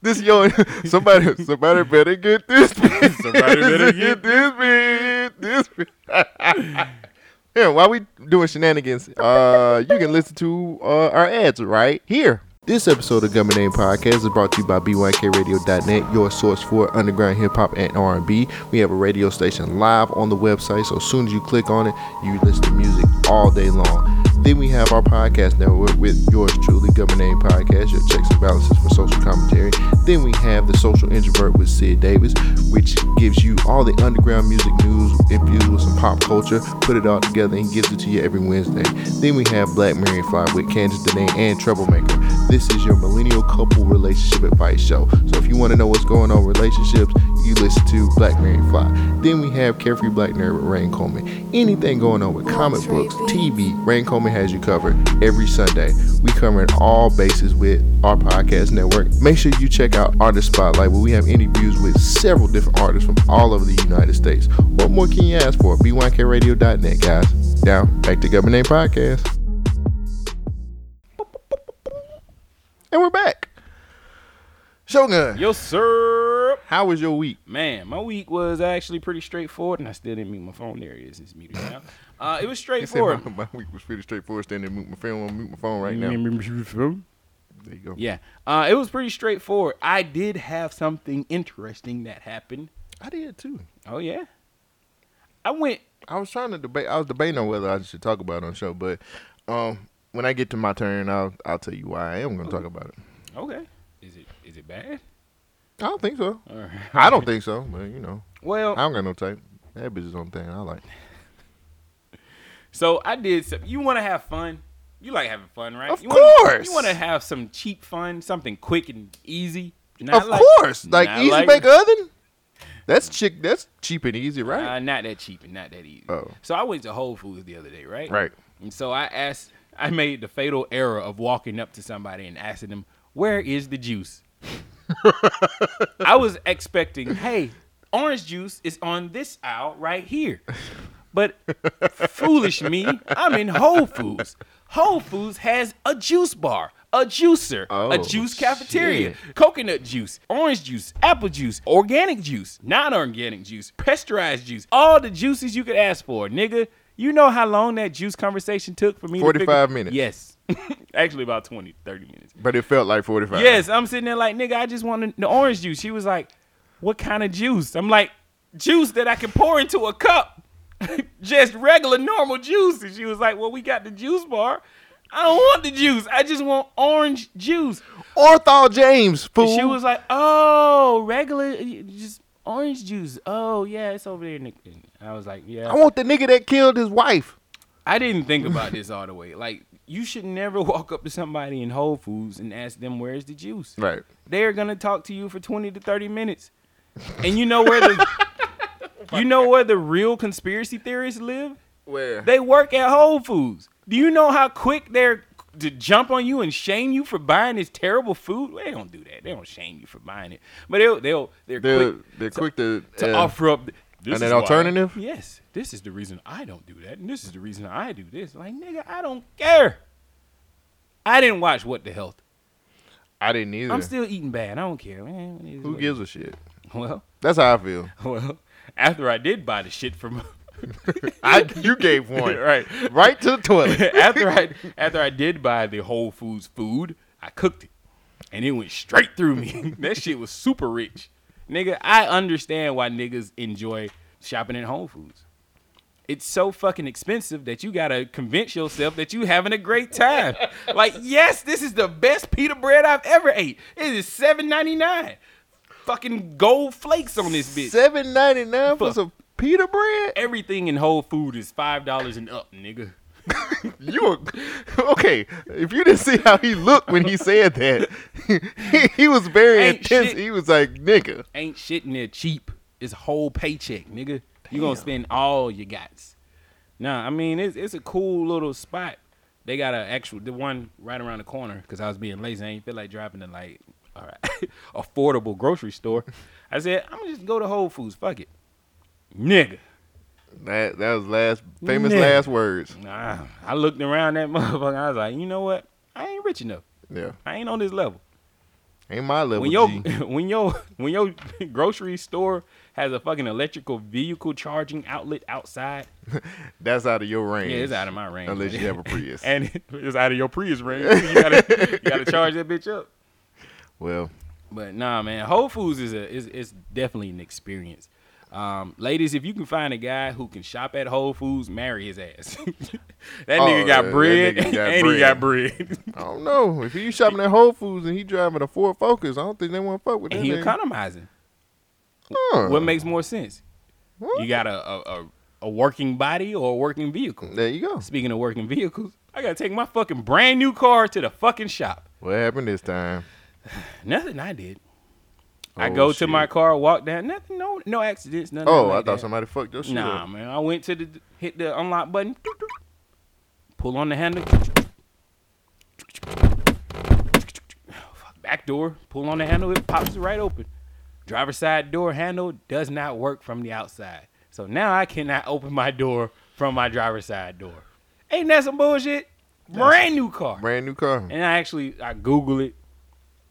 [SPEAKER 1] This yo, (laughs) somebody, somebody better get this. bitch.
[SPEAKER 2] (laughs) Somebody better get
[SPEAKER 1] (laughs) this. bitch, This. bitch. (laughs) yeah, while we doing shenanigans, uh, you can listen to uh, our ads right here. This episode of Gummy Name Podcast is brought to you by B1KRadio.net, your source for underground hip hop and R&B. We have a radio station live on the website, so as soon as you click on it, you listen to music all day long. Then we have our podcast network with yours truly, Government Name Podcast, your checks and balances for social commentary. Then we have the Social Introvert with Sid Davis, which gives you all the underground music news infused with some pop culture, put it all together and gives it to you every Wednesday. Then we have Black Mary Fly with Candace Dene and Troublemaker. This is your millennial couple relationship advice show. So if you want to know what's going on with relationships, you listen to Black Mary Fly. Then we have Carefree Black Nerd with Rain Coleman. Anything going on with comic books, TV, Rain Coleman has you covered every Sunday. We covering all bases with our podcast network. Make sure you check out Artist Spotlight where we have interviews with several different artists from all over the United States. What more can you ask for? BYKRadio.net, guys. Now, back to Government Name Podcast. And we're back. Shogun,
[SPEAKER 2] Yo, sir.
[SPEAKER 1] how was your week?
[SPEAKER 2] Man, my week was actually pretty straightforward, and I still didn't mute my phone. There it is. It's muted
[SPEAKER 1] (laughs)
[SPEAKER 2] now. Uh, it was straightforward.
[SPEAKER 1] my, my week was pretty straightforward. Standing mute my phone, mute my phone right now.
[SPEAKER 2] Yeah,
[SPEAKER 1] There you go.
[SPEAKER 2] uh, it was pretty straightforward. I did have something interesting that happened.
[SPEAKER 1] I did too.
[SPEAKER 2] Oh yeah, I went.
[SPEAKER 1] I was trying to debate. I was debating on whether I should talk about it on the show, but um, when I get to my turn, I'll I'll tell you why I am going to talk about it.
[SPEAKER 2] Okay, is it is it bad?
[SPEAKER 1] I don't think so.
[SPEAKER 2] All right.
[SPEAKER 1] I don't think so. But you know,
[SPEAKER 2] (laughs) Well,
[SPEAKER 1] I don't got no type. That bitch is on thing I like.
[SPEAKER 2] so I did. Some, you want to have fun? You like having fun, right?
[SPEAKER 1] Of
[SPEAKER 2] you wanna-
[SPEAKER 1] course.
[SPEAKER 2] you want to have some cheap fun, something quick and easy. Not
[SPEAKER 1] of
[SPEAKER 2] like-
[SPEAKER 1] course, like
[SPEAKER 2] not
[SPEAKER 1] easy
[SPEAKER 2] like-
[SPEAKER 1] bake oven. That's chick. That's cheap and easy, right?
[SPEAKER 2] Uh, not that cheap and not that easy.
[SPEAKER 1] Oh.
[SPEAKER 2] So I went to Whole Foods the other day, right?
[SPEAKER 1] Right.
[SPEAKER 2] And so I asked, I made the fatal error of walking up to somebody and asking them, "Where is the
[SPEAKER 1] (laughs)
[SPEAKER 2] juice?" I was expecting, "Hey, orange juice is on this aisle right here," but foolish me, I'm in Whole Foods. Whole Foods has a juice bar. A juicer,
[SPEAKER 1] Oh,
[SPEAKER 2] a juice cafeteria,
[SPEAKER 1] shit.
[SPEAKER 2] coconut juice, orange juice, apple juice, organic juice, non-organic juice, pasteurized juice, all the juices you could ask for, nigga. You know how long that juice conversation took for me? to
[SPEAKER 1] 45
[SPEAKER 2] figure-
[SPEAKER 1] minutes.
[SPEAKER 2] Yes. (laughs) Actually about 20, 30 minutes.
[SPEAKER 1] But it felt like forty five.
[SPEAKER 2] Yes, I'm sitting there like, nigga, I just want the orange juice. She was like, what kind of juice? I'm like, juice that I can pour into a cup. (laughs) just regular, normal juice. And she was like, well, we got the juice bar. I don't want the juice. I just want orange juice.
[SPEAKER 1] Orthol James fool.
[SPEAKER 2] She was like, "Oh, regular, y- just orange juice. Oh yeah, it's over there." in the-" And I was like,
[SPEAKER 1] I
[SPEAKER 2] "Yeah."
[SPEAKER 1] want the nigga that killed his wife.
[SPEAKER 2] I didn't think about this all the way. Like, you should never (laughs) walk up to somebody in Whole Foods and ask them where's the juice.
[SPEAKER 1] Right.
[SPEAKER 2] They are gonna talk to you for twenty to thirty minutes, and you know where the
[SPEAKER 1] (laughs)
[SPEAKER 2] you know where the real conspiracy theorists live.
[SPEAKER 1] Where?
[SPEAKER 2] They work at Whole Foods. Do you know how quick they're to jump on you and shame you for buying this terrible food? They don't do that. They don't shame you for buying it, but they'll they'll they're,
[SPEAKER 1] they're
[SPEAKER 2] quick
[SPEAKER 1] they're
[SPEAKER 2] to-
[SPEAKER 1] quick to,
[SPEAKER 2] to
[SPEAKER 1] uh,
[SPEAKER 2] offer up. This
[SPEAKER 1] and
[SPEAKER 2] is
[SPEAKER 1] an
[SPEAKER 2] why-
[SPEAKER 1] alternative?
[SPEAKER 2] Yes, this is the reason I don't do that, and this is the reason I do this. Like nigga, I don't care. I didn't watch What the Health.
[SPEAKER 1] I didn't either.
[SPEAKER 2] I'm still eating bad. I don't care. Man, it is
[SPEAKER 1] Who
[SPEAKER 2] what-
[SPEAKER 1] gives a shit?
[SPEAKER 2] (laughs) Well,
[SPEAKER 1] That's how
[SPEAKER 2] (laughs)
[SPEAKER 1] I feel.
[SPEAKER 2] well. After I did buy the shit from, (laughs)
[SPEAKER 1] I you gave one
[SPEAKER 2] right.
[SPEAKER 1] right to the toilet.
[SPEAKER 2] (laughs) after I after I did buy the Whole Foods food, I cooked it, and it went straight through me. (laughs) that shit was super rich, nigga. I understand why niggas enjoy shopping at Whole Foods. It's so fucking expensive that you gotta convince yourself that you having a great time. like, yes, this is the best pita bread I've ever ate. It is seven ninety nine. Fucking gold flakes on this bitch.
[SPEAKER 1] Seven ninety nine for
[SPEAKER 2] Fuck.
[SPEAKER 1] some pita bread.
[SPEAKER 2] Everything in Whole Food is five dollars and up, nigga.
[SPEAKER 1] You a- okay? If you didn't see how he looked when he said that, (laughs) he, he was very
[SPEAKER 2] Ain't
[SPEAKER 1] intense.
[SPEAKER 2] shit.
[SPEAKER 1] He was like, "Nigga,
[SPEAKER 2] ain't shit in there cheap. It's whole paycheck, nigga. You gonna spend all you got. Nah, I mean it's it's a cool little spot. They got an actual the one right around the corner because I was being lazy. I ain't feel like dropping the like all right (laughs) affordable grocery store. I said I'm gonna just go to Whole Foods. Fuck it, nigga.
[SPEAKER 1] that that was last famous
[SPEAKER 2] Nigga.
[SPEAKER 1] last words."
[SPEAKER 2] Nah, I looked around that (laughs) motherfucker. I was like, you know what? I ain't rich enough.
[SPEAKER 1] Yeah,
[SPEAKER 2] I ain't on this level.
[SPEAKER 1] ain't my level.
[SPEAKER 2] when your
[SPEAKER 1] G.
[SPEAKER 2] (laughs) when your when your (laughs) grocery store has a fucking electrical vehicle charging outlet outside,
[SPEAKER 1] That's out of your range.
[SPEAKER 2] yeah, it's out of my range.
[SPEAKER 1] Unless you have a Prius.
[SPEAKER 2] (laughs) and it's out of your Prius range. You gotta you gotta charge that bitch up.
[SPEAKER 1] well,
[SPEAKER 2] But nah, man, Whole Foods is a is is definitely an experience. Um, ladies, if you can find a guy who can shop at Whole Foods, marry his ass. (laughs) that
[SPEAKER 1] Oh,
[SPEAKER 2] nigga
[SPEAKER 1] yeah,
[SPEAKER 2] got
[SPEAKER 1] that
[SPEAKER 2] bread, (laughs)
[SPEAKER 1] nigga got
[SPEAKER 2] and he got bread. (laughs)
[SPEAKER 1] I don't know. If he's shopping at Whole Foods and he driving a Ford Focus, I don't think they want to fuck with that.
[SPEAKER 2] and he
[SPEAKER 1] nigga.
[SPEAKER 2] economizing.
[SPEAKER 1] Huh.
[SPEAKER 2] What makes more sense?
[SPEAKER 1] Huh?
[SPEAKER 2] You got a a, a, a working body or a working vehicle.
[SPEAKER 1] There you go.
[SPEAKER 2] Speaking of working vehicles, I gotta take my fucking brand new car to the fucking shop.
[SPEAKER 1] What happened this time?
[SPEAKER 2] Nothing I did. I
[SPEAKER 1] Oh,
[SPEAKER 2] go to
[SPEAKER 1] shit.
[SPEAKER 2] my car, walk down, nothing, no, no accidents, nothing.
[SPEAKER 1] Oh,
[SPEAKER 2] like
[SPEAKER 1] I thought
[SPEAKER 2] that.
[SPEAKER 1] somebody fucked your shit
[SPEAKER 2] Nah,
[SPEAKER 1] up.
[SPEAKER 2] man, I went to the hit the unlock button, doot, doot, pull on the handle, Fuck, back door, pull on the handle, it pops right open. Driver's side door handle does not work from the outside, so now I cannot open my door from my driver's side door. Ain't that some bullshit? Brand new car.
[SPEAKER 1] Brand new car.
[SPEAKER 2] And I actually I Google it.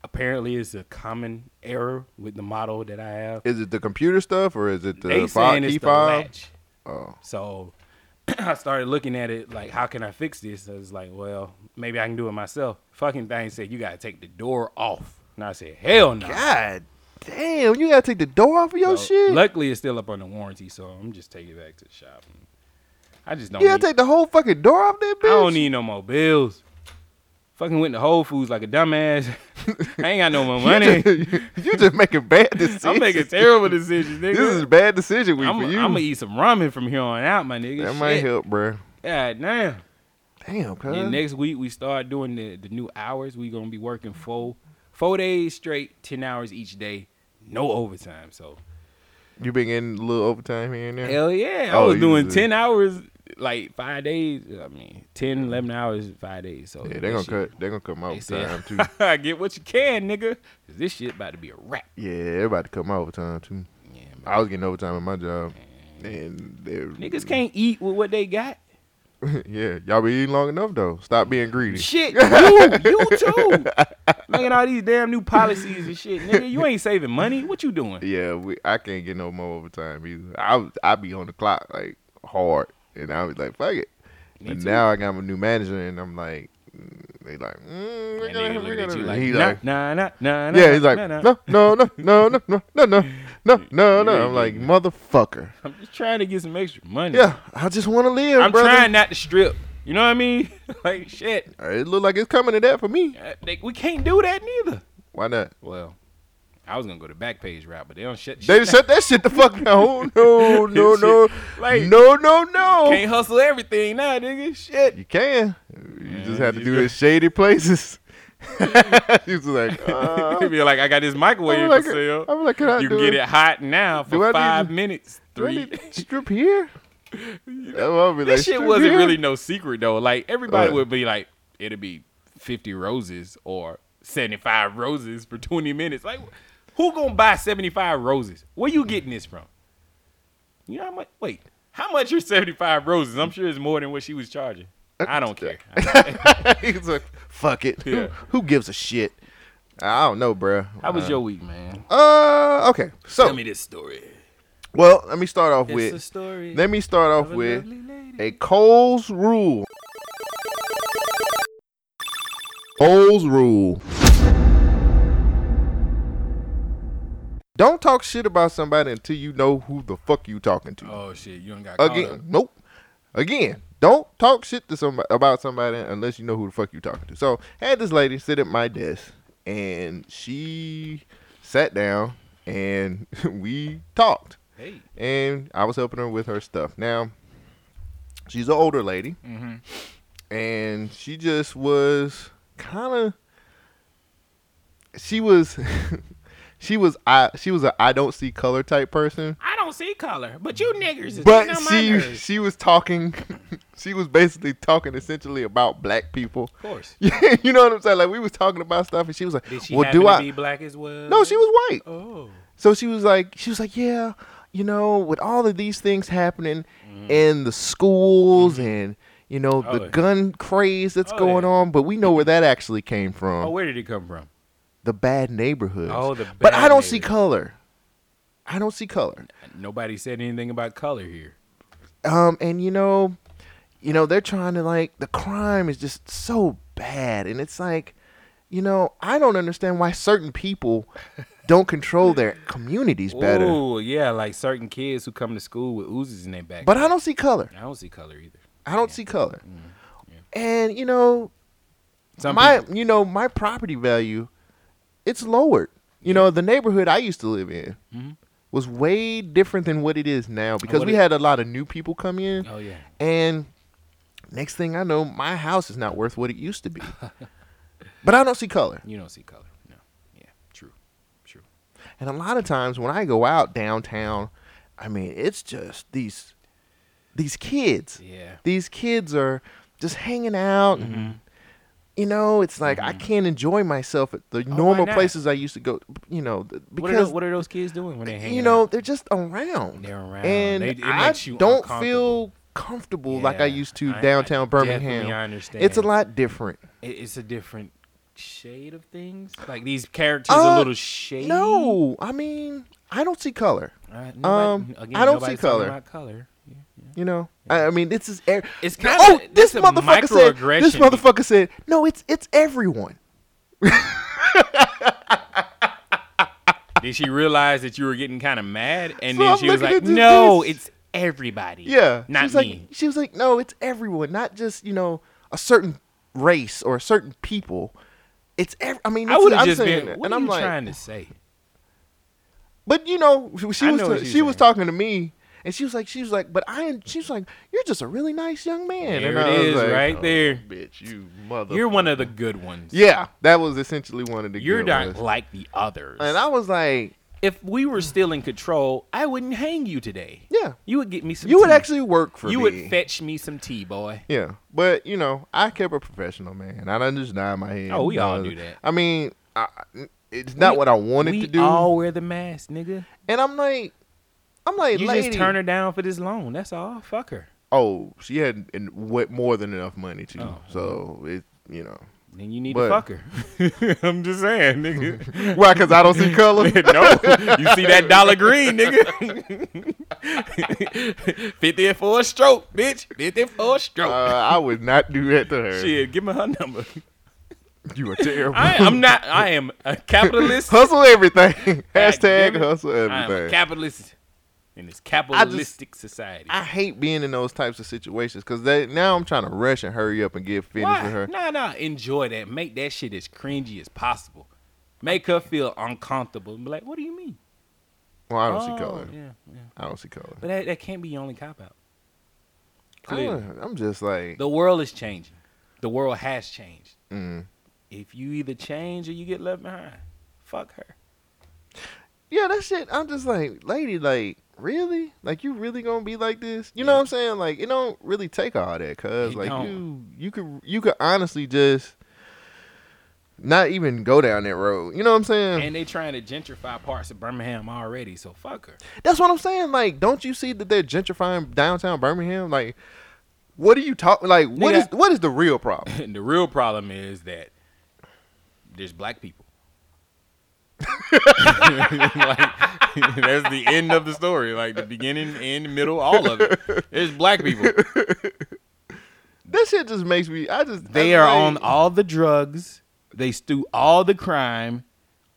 [SPEAKER 2] Apparently, it's a common error with the model that I have.
[SPEAKER 1] Is it the computer stuff or is it the E
[SPEAKER 2] they
[SPEAKER 1] file-
[SPEAKER 2] saying
[SPEAKER 1] key
[SPEAKER 2] it's the
[SPEAKER 1] file?
[SPEAKER 2] latch.
[SPEAKER 1] Oh.
[SPEAKER 2] So (clears throat) I started looking at it like, how can I fix this? I was like, well, maybe I can do it myself. Fucking thing said you gotta take the door off, and I said, hell no.
[SPEAKER 1] God damn! You gotta take the door off of your
[SPEAKER 2] So,
[SPEAKER 1] shit.
[SPEAKER 2] Luckily, it's still up under warranty, so I'm just taking it back to the shop. I just don't.
[SPEAKER 1] you gotta
[SPEAKER 2] need-
[SPEAKER 1] take the whole fucking door off that bitch.
[SPEAKER 2] I don't need no more bills. Fucking went to Whole Foods like a dumbass. (laughs) I ain't got no more
[SPEAKER 1] (laughs) (laughs) You
[SPEAKER 2] money.
[SPEAKER 1] just, (laughs) you just making bad
[SPEAKER 2] (laughs)
[SPEAKER 1] decisions.
[SPEAKER 2] I'm making
[SPEAKER 1] (laughs)
[SPEAKER 2] terrible decisions, nigga.
[SPEAKER 1] This is a bad decision week
[SPEAKER 2] I'm,
[SPEAKER 1] for you.
[SPEAKER 2] I'm gonna eat some ramen from here on out, my nigga.
[SPEAKER 1] that might
[SPEAKER 2] Shit.
[SPEAKER 1] help, bruh.
[SPEAKER 2] God damn.
[SPEAKER 1] Damn,
[SPEAKER 2] And
[SPEAKER 1] cuz.
[SPEAKER 2] next week we start doing the, the new hours. We gonna be working four four days straight, ten hours each day, no overtime. So
[SPEAKER 1] You been getting a little overtime here and there.
[SPEAKER 2] hell yeah, I
[SPEAKER 1] Oh,
[SPEAKER 2] was doing
[SPEAKER 1] easy.
[SPEAKER 2] ten hours like five days. I mean, 10, 11 hours five days. So
[SPEAKER 1] Yeah, they're gonna
[SPEAKER 2] that shit-
[SPEAKER 1] cut. They're gonna cut my
[SPEAKER 2] They said,
[SPEAKER 1] overtime too.
[SPEAKER 2] (laughs) get what you can, nigga. 'cause this shit about to be a wrap.
[SPEAKER 1] Yeah, everybody cut my overtime too.
[SPEAKER 2] Yeah, man.
[SPEAKER 1] I was getting overtime at my job, and they
[SPEAKER 2] Niggas can't eat with what they got.
[SPEAKER 1] yeah, y'all be eating long enough though. Stop being greedy. (laughs)
[SPEAKER 2] Shit, you, you too. Making all these damn new policies and shit, nigga. You ain't saving money. What you doing?
[SPEAKER 1] Yeah, we, I can't get no more overtime either. I was- I be on the clock like hard, and I was like, fuck it.
[SPEAKER 2] Me
[SPEAKER 1] And
[SPEAKER 2] too.
[SPEAKER 1] now I got my new manager, and I'm like, mm, they like, mm, we're
[SPEAKER 2] That
[SPEAKER 1] gonna,
[SPEAKER 2] nigga
[SPEAKER 1] we're
[SPEAKER 2] looking at
[SPEAKER 1] gonna.
[SPEAKER 2] you
[SPEAKER 1] Like, he
[SPEAKER 2] like, nah,
[SPEAKER 1] like,
[SPEAKER 2] nah, nah, nah, nah.
[SPEAKER 1] yeah, he's like,
[SPEAKER 2] nah, nah.
[SPEAKER 1] no, no, no, no, no, no, no, no, no,
[SPEAKER 2] (laughs)
[SPEAKER 1] no,
[SPEAKER 2] You
[SPEAKER 1] no.
[SPEAKER 2] ain't
[SPEAKER 1] I'm like,
[SPEAKER 2] getting
[SPEAKER 1] motherfucker.
[SPEAKER 2] I'm just trying to get some extra money.
[SPEAKER 1] Yeah, I just want to live,
[SPEAKER 2] I'm
[SPEAKER 1] brother.
[SPEAKER 2] trying not to strip. You know what I mean? (laughs) like, shit.
[SPEAKER 1] Uh, It look like it's coming to that for me.
[SPEAKER 2] uh, They, we can't do that neither.
[SPEAKER 1] Why not?
[SPEAKER 2] Well, I was gonna go the back page route, but they don't shut.
[SPEAKER 1] They
[SPEAKER 2] shit down.
[SPEAKER 1] shut that shit the fuck down. (laughs)
[SPEAKER 2] (laughs)
[SPEAKER 1] Oh, no, no, no,
[SPEAKER 2] Like-
[SPEAKER 1] no, no, (laughs) no.
[SPEAKER 2] can't hustle everything now, nigga. Shit.
[SPEAKER 1] You can. You just
[SPEAKER 2] Yeah,
[SPEAKER 1] have to
[SPEAKER 2] you
[SPEAKER 1] do
[SPEAKER 2] got-
[SPEAKER 1] it in shady places. (laughs) you
[SPEAKER 2] (laughs)
[SPEAKER 1] was like, uh,
[SPEAKER 2] be like, I got this microwave
[SPEAKER 1] I'm like,
[SPEAKER 2] for sale.
[SPEAKER 1] I'm like, can I
[SPEAKER 2] uh, you
[SPEAKER 1] do
[SPEAKER 2] can get
[SPEAKER 1] it-
[SPEAKER 2] it hot now
[SPEAKER 1] Do I
[SPEAKER 2] for
[SPEAKER 1] need
[SPEAKER 2] five
[SPEAKER 1] to-
[SPEAKER 2] minutes.
[SPEAKER 1] do I
[SPEAKER 2] Three.
[SPEAKER 1] need to
[SPEAKER 2] (laughs)
[SPEAKER 1] strip here? That's what I'll be like,
[SPEAKER 2] This shit
[SPEAKER 1] strip
[SPEAKER 2] wasn't
[SPEAKER 1] here?
[SPEAKER 2] really
[SPEAKER 1] (laughs)
[SPEAKER 2] no secret though. Like everybody
[SPEAKER 1] What?
[SPEAKER 2] would be like, it'll be fifty roses or seventy five roses for twenty minutes. Like, who gonna buy seventy five roses? Where you getting this from? You know how much? Wait, how much are seventy five roses? I'm sure it's more than what she was charging. I don't care.
[SPEAKER 1] He's like, fuck it.
[SPEAKER 2] Yeah.
[SPEAKER 1] Who, who gives a shit? I don't know, bruh.
[SPEAKER 2] How was your week, man?
[SPEAKER 1] Uh, okay.
[SPEAKER 2] Tell
[SPEAKER 1] So,
[SPEAKER 2] me this story.
[SPEAKER 1] well, let me start off
[SPEAKER 2] It's a
[SPEAKER 1] with.
[SPEAKER 2] story.
[SPEAKER 1] Let me start
[SPEAKER 2] of
[SPEAKER 1] off
[SPEAKER 2] a
[SPEAKER 1] with
[SPEAKER 2] lovely lady.
[SPEAKER 1] a Cole's rule. Cole's rule. Don't talk shit about somebody until you know who the fuck you talking to.
[SPEAKER 2] Oh shit, you ain't got caught
[SPEAKER 1] Again, nope. Again, don't talk shit to somebody about somebody unless you know who the fuck you talking to. So, had this lady sit at my desk, and she sat down, and (laughs) we talked,
[SPEAKER 2] up. Hey.
[SPEAKER 1] and I was helping her with her stuff. Now, she's an older lady,
[SPEAKER 2] Mm-hmm.
[SPEAKER 1] and she just was kind of. She was, (laughs) she was I she was a I don't see color type person.
[SPEAKER 2] I don't see color, but you niggers is getting
[SPEAKER 1] But
[SPEAKER 2] on my
[SPEAKER 1] she
[SPEAKER 2] nerves.
[SPEAKER 1] she was talking, (laughs) she was basically talking essentially about black people. (laughs)
[SPEAKER 2] Of course.
[SPEAKER 1] you know what I'm saying? Like we was talking about stuff, and she was like,
[SPEAKER 2] Did she
[SPEAKER 1] "Well,
[SPEAKER 2] happen
[SPEAKER 1] do
[SPEAKER 2] to
[SPEAKER 1] I?"
[SPEAKER 2] be black as well?
[SPEAKER 1] No, she was white.
[SPEAKER 2] Oh.
[SPEAKER 1] So she was like, she was like, "Yeah, you know, with all of these things happening
[SPEAKER 2] Mm-hmm.
[SPEAKER 1] in the schools and you know
[SPEAKER 2] Oh,
[SPEAKER 1] the
[SPEAKER 2] yeah.
[SPEAKER 1] gun craze that's
[SPEAKER 2] Mm-hmm. Oh,
[SPEAKER 1] going
[SPEAKER 2] yeah.
[SPEAKER 1] on, but we know where that actually came from.
[SPEAKER 2] Oh, where did it come from?
[SPEAKER 1] the bad neighborhoods.
[SPEAKER 2] Oh, the bad
[SPEAKER 1] but I don't see
[SPEAKER 2] neighborhood.
[SPEAKER 1] color. I don't see color.
[SPEAKER 2] Nobody said anything about color here.
[SPEAKER 1] um and you know you know they're trying to like the crime is just so bad and it's like you know i don't understand why certain
[SPEAKER 2] (laughs)
[SPEAKER 1] people don't control their communities better
[SPEAKER 2] Oh, yeah, like certain kids who come to school with oozes in their back.
[SPEAKER 1] but i don't see color
[SPEAKER 2] I don't see color either.
[SPEAKER 1] i don't see color and you know
[SPEAKER 2] Mm. Some
[SPEAKER 1] my
[SPEAKER 2] people-
[SPEAKER 1] you know my property value it's lowered you know the neighborhood i used to live in
[SPEAKER 2] Mhm.
[SPEAKER 1] was way different than what it is now because
[SPEAKER 2] what
[SPEAKER 1] we
[SPEAKER 2] it-
[SPEAKER 1] had a lot of new people come in
[SPEAKER 2] oh yeah.
[SPEAKER 1] And next thing I know, my house is not worth what it used
[SPEAKER 2] (laughs)
[SPEAKER 1] to be. but I don't see color.
[SPEAKER 2] You don't see color. No. Yeah. True. True.
[SPEAKER 1] And a lot of times when I go out downtown, I mean, it's just these these kids.
[SPEAKER 2] Yeah.
[SPEAKER 1] These kids are just hanging out
[SPEAKER 2] Mm-hmm.
[SPEAKER 1] and you know, it's like I can't enjoy myself at the normal
[SPEAKER 2] Oh, not?
[SPEAKER 1] places I used to go, you know, th-
[SPEAKER 2] What are,
[SPEAKER 1] because
[SPEAKER 2] those, what are those kids doing when they hang
[SPEAKER 1] you know, they're just around.
[SPEAKER 2] They're around.
[SPEAKER 1] And
[SPEAKER 2] They- it
[SPEAKER 1] I
[SPEAKER 2] makes you
[SPEAKER 1] don't
[SPEAKER 2] uncomfortable.
[SPEAKER 1] feel comfortable like I
[SPEAKER 2] Yeah.
[SPEAKER 1] used to
[SPEAKER 2] I- I
[SPEAKER 1] downtown Birmingham.
[SPEAKER 2] definitely understand.
[SPEAKER 1] It's a lot different.
[SPEAKER 2] it's a different shade of things. Like these characters are
[SPEAKER 1] Uh,
[SPEAKER 2] a little shady.
[SPEAKER 1] No, I mean I don't see color.
[SPEAKER 2] Uh, nobody,
[SPEAKER 1] Um,
[SPEAKER 2] again,
[SPEAKER 1] I don't see
[SPEAKER 2] nobody's
[SPEAKER 1] color.
[SPEAKER 2] talking About color. Yeah.
[SPEAKER 1] You know, I, I mean this is. Er-
[SPEAKER 2] It's
[SPEAKER 1] No,
[SPEAKER 2] kinda-
[SPEAKER 1] oh, this
[SPEAKER 2] that's a
[SPEAKER 1] motherfucker said. This
[SPEAKER 2] microaggression.
[SPEAKER 1] motherfucker said no. It's it's everyone.
[SPEAKER 2] Did she realize that you were getting kind of mad, and
[SPEAKER 1] So
[SPEAKER 2] then
[SPEAKER 1] I'm
[SPEAKER 2] she was
[SPEAKER 1] looking
[SPEAKER 2] like,
[SPEAKER 1] at this-
[SPEAKER 2] "No,
[SPEAKER 1] this-
[SPEAKER 2] it's everybody.
[SPEAKER 1] Yeah, she
[SPEAKER 2] not
[SPEAKER 1] was
[SPEAKER 2] me."
[SPEAKER 1] Like, she was like, no, it's everyone, not just you know a certain race or a certain people. It's ev- I mean,
[SPEAKER 2] I
[SPEAKER 1] this is-
[SPEAKER 2] would have
[SPEAKER 1] I'm
[SPEAKER 2] just
[SPEAKER 1] saying
[SPEAKER 2] been.
[SPEAKER 1] that,
[SPEAKER 2] What
[SPEAKER 1] and
[SPEAKER 2] are
[SPEAKER 1] I'm
[SPEAKER 2] you
[SPEAKER 1] like,
[SPEAKER 2] trying to say?
[SPEAKER 1] But you know, she was
[SPEAKER 2] I know what
[SPEAKER 1] she
[SPEAKER 2] she's
[SPEAKER 1] was
[SPEAKER 2] saying.
[SPEAKER 1] talking to me, and she was like, she was like, but I, she was like, you're just a really nice young man.
[SPEAKER 2] There
[SPEAKER 1] and
[SPEAKER 2] it
[SPEAKER 1] I was
[SPEAKER 2] is,
[SPEAKER 1] like,
[SPEAKER 2] right
[SPEAKER 1] "Oh,
[SPEAKER 2] there.
[SPEAKER 1] bitch, you mother.
[SPEAKER 2] You're one of the good ones.
[SPEAKER 1] yeah, that was essentially one of the.
[SPEAKER 2] You're
[SPEAKER 1] good
[SPEAKER 2] not
[SPEAKER 1] ones.
[SPEAKER 2] like the others.
[SPEAKER 1] And I was like,
[SPEAKER 2] if we were still in control, I wouldn't hang you today.
[SPEAKER 1] yeah,
[SPEAKER 2] You would get me some.
[SPEAKER 1] you would
[SPEAKER 2] tea.
[SPEAKER 1] actually work for
[SPEAKER 2] You
[SPEAKER 1] me.
[SPEAKER 2] would fetch me some tea, boy.
[SPEAKER 1] yeah, but you know, I kept a professional man. I done just nod my head.
[SPEAKER 2] Oh, we
[SPEAKER 1] You
[SPEAKER 2] all
[SPEAKER 1] know,
[SPEAKER 2] do that.
[SPEAKER 1] I mean, I, it's not
[SPEAKER 2] We-
[SPEAKER 1] what I wanted
[SPEAKER 2] we
[SPEAKER 1] to do,
[SPEAKER 2] all wear the mask, nigga.
[SPEAKER 1] and I'm like, I'm like,
[SPEAKER 2] You
[SPEAKER 1] lady,
[SPEAKER 2] just turn her down for this loan. That's all. Fuck her.
[SPEAKER 1] oh, she had and went more than enough money too,
[SPEAKER 2] Oh.
[SPEAKER 1] so it, you know.
[SPEAKER 2] Then you need to
[SPEAKER 1] But-
[SPEAKER 2] fuck her. (laughs) I'm just saying, nigga.
[SPEAKER 1] (laughs) Why? Because I don't see
[SPEAKER 2] (laughs)
[SPEAKER 1] color.
[SPEAKER 2] no, you see that dollar green,
[SPEAKER 1] (laughs)
[SPEAKER 2] nigga. (laughs) Fifty for a stroke, bitch. Fifty for a
[SPEAKER 1] Uh,
[SPEAKER 2] stroke.
[SPEAKER 1] I would not do that to her.
[SPEAKER 2] Shit, give me her number.
[SPEAKER 1] You are
[SPEAKER 2] (laughs)
[SPEAKER 1] terrible.
[SPEAKER 2] I, I'm not. I am a capitalist.
[SPEAKER 1] (laughs) hustle everything.
[SPEAKER 2] God
[SPEAKER 1] (laughs) Hashtag
[SPEAKER 2] damn it.
[SPEAKER 1] hustle
[SPEAKER 2] I am a
[SPEAKER 1] everything.
[SPEAKER 2] capitalist in this capitalistic society.
[SPEAKER 1] I hate being in those types of situations because now I'm trying to rush and hurry up and get finished
[SPEAKER 2] Why?
[SPEAKER 1] with her.
[SPEAKER 2] Nah, nah. Enjoy that. Make that shit as cringy as possible. Make her feel uncomfortable. And be like, what do you mean?
[SPEAKER 1] Well, I don't see
[SPEAKER 2] Oh,
[SPEAKER 1] color.
[SPEAKER 2] Yeah, yeah.
[SPEAKER 1] I don't see color.
[SPEAKER 2] But that, that can't be your only cop out.
[SPEAKER 1] I
[SPEAKER 2] Clearly.
[SPEAKER 1] don't- I'm just like,
[SPEAKER 2] The world is changing. The world has changed.
[SPEAKER 1] mm.
[SPEAKER 2] If you either change or you get left behind, fuck her.
[SPEAKER 1] yeah, that shit. I'm just like, lady, like, really? Like, you really gonna be like this? You know what I'm saying? Like, it don't really take all that, cause
[SPEAKER 2] It
[SPEAKER 1] like
[SPEAKER 2] don't.
[SPEAKER 1] you, you could, you could honestly just not even go down that road. You know what I'm saying?
[SPEAKER 2] And they trying to gentrify parts of Birmingham already, so fuck her.
[SPEAKER 1] That's what I'm saying. Like, don't you see that they're gentrifying downtown Birmingham? Like, What are you talking? Like, what
[SPEAKER 2] Nigga,
[SPEAKER 1] is what is the real
[SPEAKER 2] (laughs)
[SPEAKER 1] problem?
[SPEAKER 2] And the real problem is that there's black people. (laughs) like, (laughs) that's the end of the story. Like the beginning, end, middle, all of it. There's black people.
[SPEAKER 1] That shit just makes me. I just
[SPEAKER 2] They
[SPEAKER 1] I
[SPEAKER 2] are
[SPEAKER 1] just-
[SPEAKER 2] on all the drugs. They do all the crime.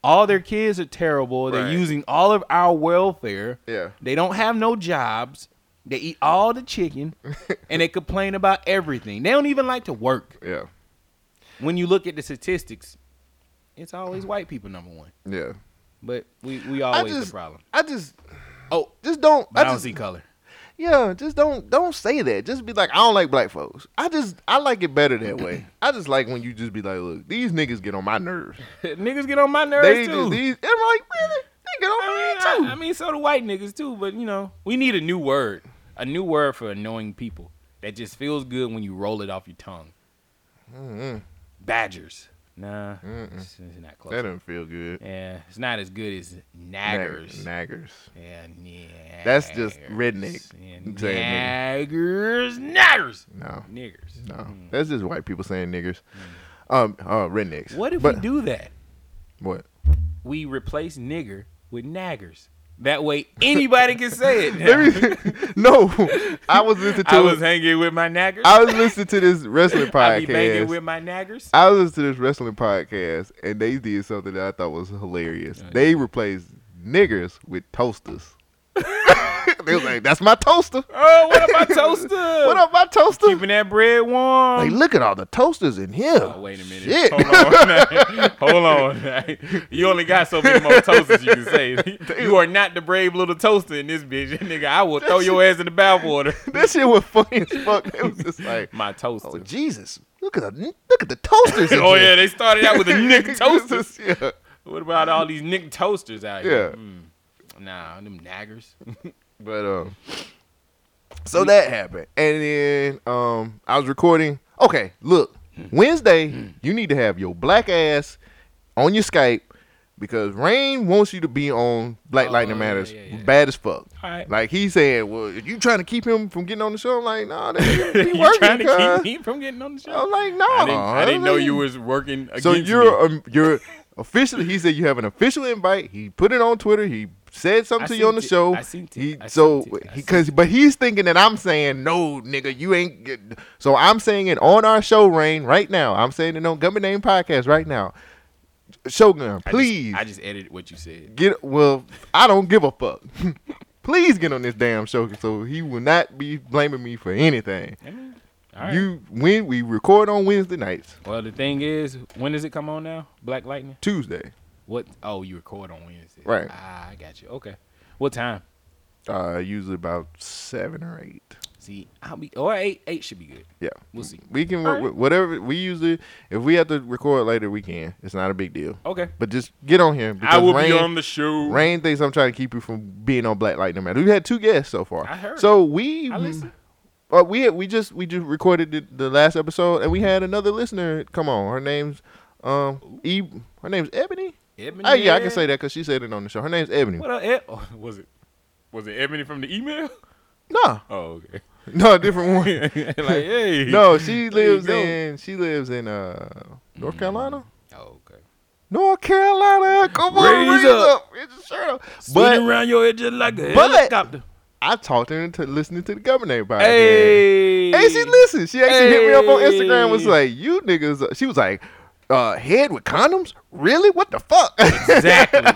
[SPEAKER 2] All their kids are terrible. They're
[SPEAKER 1] Right.
[SPEAKER 2] using all of our welfare.
[SPEAKER 1] Yeah.
[SPEAKER 2] They don't have no jobs. They eat all the
[SPEAKER 1] (laughs)
[SPEAKER 2] chicken and they complain about everything. They don't even like to work.
[SPEAKER 1] Yeah,
[SPEAKER 2] When you look at the statistics, it's always white people number one.
[SPEAKER 1] yeah.
[SPEAKER 2] But we, we
[SPEAKER 1] I
[SPEAKER 2] always
[SPEAKER 1] just,
[SPEAKER 2] the problem.
[SPEAKER 1] I just,
[SPEAKER 2] Oh,
[SPEAKER 1] just don't.
[SPEAKER 2] but I, don't
[SPEAKER 1] just,
[SPEAKER 2] see color. (laughs)
[SPEAKER 1] Yeah, just don't don't say that. Just be like, I don't like black folks. I just I like it better that
[SPEAKER 2] (clears throat)
[SPEAKER 1] way. I just like when you just be like, look, these niggas get on my nerves.
[SPEAKER 2] niggas get on my nerves
[SPEAKER 1] They
[SPEAKER 2] too.
[SPEAKER 1] just, these, I'm like, really? They
[SPEAKER 2] I
[SPEAKER 1] get on
[SPEAKER 2] mean,
[SPEAKER 1] me
[SPEAKER 2] I, I
[SPEAKER 1] too.
[SPEAKER 2] mean, so do white niggas too. But you know, we need a new word, a new word for annoying people that just feels good when you roll it off your tongue. Badgers. Nah, it's, it's not close.
[SPEAKER 1] That doesn't feel good.
[SPEAKER 2] yeah, it's not as good as naggers.
[SPEAKER 1] Naggers.
[SPEAKER 2] yeah, yeah.
[SPEAKER 1] That's just redneck
[SPEAKER 2] Yeah,
[SPEAKER 1] saying
[SPEAKER 2] naggers, naggers,
[SPEAKER 1] No,
[SPEAKER 2] niggers.
[SPEAKER 1] no. That's just white people saying niggers. Um, uh, rednecks.
[SPEAKER 2] Mm. What if
[SPEAKER 1] but,
[SPEAKER 2] we do that? (laughs)
[SPEAKER 1] What?
[SPEAKER 2] We replace nigger with naggers. That way, anybody can say
[SPEAKER 1] (laughs)
[SPEAKER 2] it. now. (laughs)
[SPEAKER 1] no, I was listening to.
[SPEAKER 2] I was hanging with my naggers.
[SPEAKER 1] I was listening to this
[SPEAKER 2] (laughs)
[SPEAKER 1] wrestling
[SPEAKER 2] I be banging
[SPEAKER 1] podcast.
[SPEAKER 2] with my naggers.
[SPEAKER 1] I listened to this wrestling podcast and they did something that I thought was hilarious. They replaced niggers with
[SPEAKER 2] (laughs)
[SPEAKER 1] toasters. they was like, "That's my toaster.
[SPEAKER 2] Oh, what
[SPEAKER 1] (laughs)
[SPEAKER 2] up, my toaster?
[SPEAKER 1] What up, my toaster?
[SPEAKER 2] Keeping that bread warm.
[SPEAKER 1] like, look at all the toasters in here.
[SPEAKER 2] oh, wait a minute.
[SPEAKER 1] Shit.
[SPEAKER 2] Hold on. (laughs) Hold on. you only got so many more toasters you can
[SPEAKER 1] (laughs)
[SPEAKER 2] say. You are not the brave little toaster in this bitch. Nigga, I will throw your ass in the bathwater.
[SPEAKER 1] (laughs) that shit was funny as fuck. It was just (laughs) like,
[SPEAKER 2] My toaster. (laughs)
[SPEAKER 1] oh Jesus, look at the look at the toasters. In
[SPEAKER 2] Oh,
[SPEAKER 1] here.
[SPEAKER 2] yeah, they started out with the
[SPEAKER 1] (laughs)
[SPEAKER 2] Nick toasters.
[SPEAKER 1] yeah.
[SPEAKER 2] What about all these Nick toasters out
[SPEAKER 1] Yeah.
[SPEAKER 2] here? Hmm. Nah, them naggers.
[SPEAKER 1] But um, so that happened, and then um, I was recording. Okay, look, Wednesday, you need to have your black ass on your Skype because Rain wants you to be on Black
[SPEAKER 2] Oh,
[SPEAKER 1] Lightning
[SPEAKER 2] yeah,
[SPEAKER 1] Matters,
[SPEAKER 2] yeah, yeah.
[SPEAKER 1] bad as fuck.
[SPEAKER 2] Alright.
[SPEAKER 1] (laughs) Like he said, well, if you trying to keep him from getting on the show, I'm like,
[SPEAKER 2] (laughs)
[SPEAKER 1] nah, that nigga be
[SPEAKER 2] you trying to
[SPEAKER 1] working.
[SPEAKER 2] keep
[SPEAKER 1] cuz.
[SPEAKER 2] me from getting on the show?
[SPEAKER 1] I'm like, nah.
[SPEAKER 2] I didn't, I didn't know
[SPEAKER 1] like-
[SPEAKER 2] you was working against
[SPEAKER 1] so
[SPEAKER 2] me.
[SPEAKER 1] you're um,
[SPEAKER 2] (laughs)
[SPEAKER 1] you're officially. He said you have an official invite. He put it on Twitter. He said something
[SPEAKER 2] I
[SPEAKER 1] to you on
[SPEAKER 2] seen
[SPEAKER 1] the
[SPEAKER 2] it.
[SPEAKER 1] show.
[SPEAKER 2] I seen it.
[SPEAKER 1] He,
[SPEAKER 2] I
[SPEAKER 1] so
[SPEAKER 2] seen it. I
[SPEAKER 1] because but he's thinking that I'm saying no, nigga, you ain't. Get, so I'm saying it on our show, Rain, right now. I'm saying it on Gummy Name Podcast right now. Shogun,
[SPEAKER 2] I just-
[SPEAKER 1] please
[SPEAKER 2] I just, edited what you said.
[SPEAKER 1] get. Well, I don't give a fuck. (laughs) please get on this damn show, so he will not be blaming me for anything.
[SPEAKER 2] I mean, all right.
[SPEAKER 1] You when we record on Wednesday nights,
[SPEAKER 2] well, the thing is, when does it come on now? Black Lightning?
[SPEAKER 1] Tuesday.
[SPEAKER 2] What? Oh, you record on Wednesday.
[SPEAKER 1] Right.
[SPEAKER 2] Ah, I got you. Okay. What time?
[SPEAKER 1] Uh, usually about seven or eight.
[SPEAKER 2] See, I'll be or eight. Eight should be good.
[SPEAKER 1] Yeah,
[SPEAKER 2] We'll see.
[SPEAKER 1] We can
[SPEAKER 2] All
[SPEAKER 1] work
[SPEAKER 2] right.
[SPEAKER 1] with whatever we usually. If we have to record later, we can. It's not a big deal.
[SPEAKER 2] Okay.
[SPEAKER 1] But just get on here.
[SPEAKER 2] I
[SPEAKER 1] because
[SPEAKER 2] will
[SPEAKER 1] Rain,
[SPEAKER 2] be on the show.
[SPEAKER 1] Rain thinks I'm trying to keep you from being on Black Lightning Matter. We've had two guests so far.
[SPEAKER 2] I heard.
[SPEAKER 1] So we,
[SPEAKER 2] I listen.
[SPEAKER 1] uh, we we just we just recorded the, the last episode, and we had another listener. Come on, her name's um e. Her name's Ebony.
[SPEAKER 2] Ebony
[SPEAKER 1] Oh yeah, I can
[SPEAKER 2] Ed?
[SPEAKER 1] say that because she said it on the show. Her name's Ebony.
[SPEAKER 2] What up, Eb? Oh, was it? Was it Ebony from the email?
[SPEAKER 1] No,
[SPEAKER 2] Oh, okay.
[SPEAKER 1] (laughs) no, a different one.
[SPEAKER 2] (laughs) like, hey. (laughs)
[SPEAKER 1] No, she
[SPEAKER 2] There you
[SPEAKER 1] lives
[SPEAKER 2] go.
[SPEAKER 1] in she lives in uh North Carolina.
[SPEAKER 2] Oh, okay.
[SPEAKER 1] North Carolina, come on,
[SPEAKER 2] Raise
[SPEAKER 1] raise up. It's a shirt up.
[SPEAKER 2] Spinning
[SPEAKER 1] But
[SPEAKER 2] around your head just like a
[SPEAKER 1] but-
[SPEAKER 2] helicopter.
[SPEAKER 1] I talked her into listening to the governor podcast.
[SPEAKER 2] Hey.
[SPEAKER 1] And she listened. She actually hit me up on Instagram. Was
[SPEAKER 2] Hey.
[SPEAKER 1] like, "You niggas." She was like, uh, "Head with condoms? Really? What the fuck?" (laughs)
[SPEAKER 2] Exactly.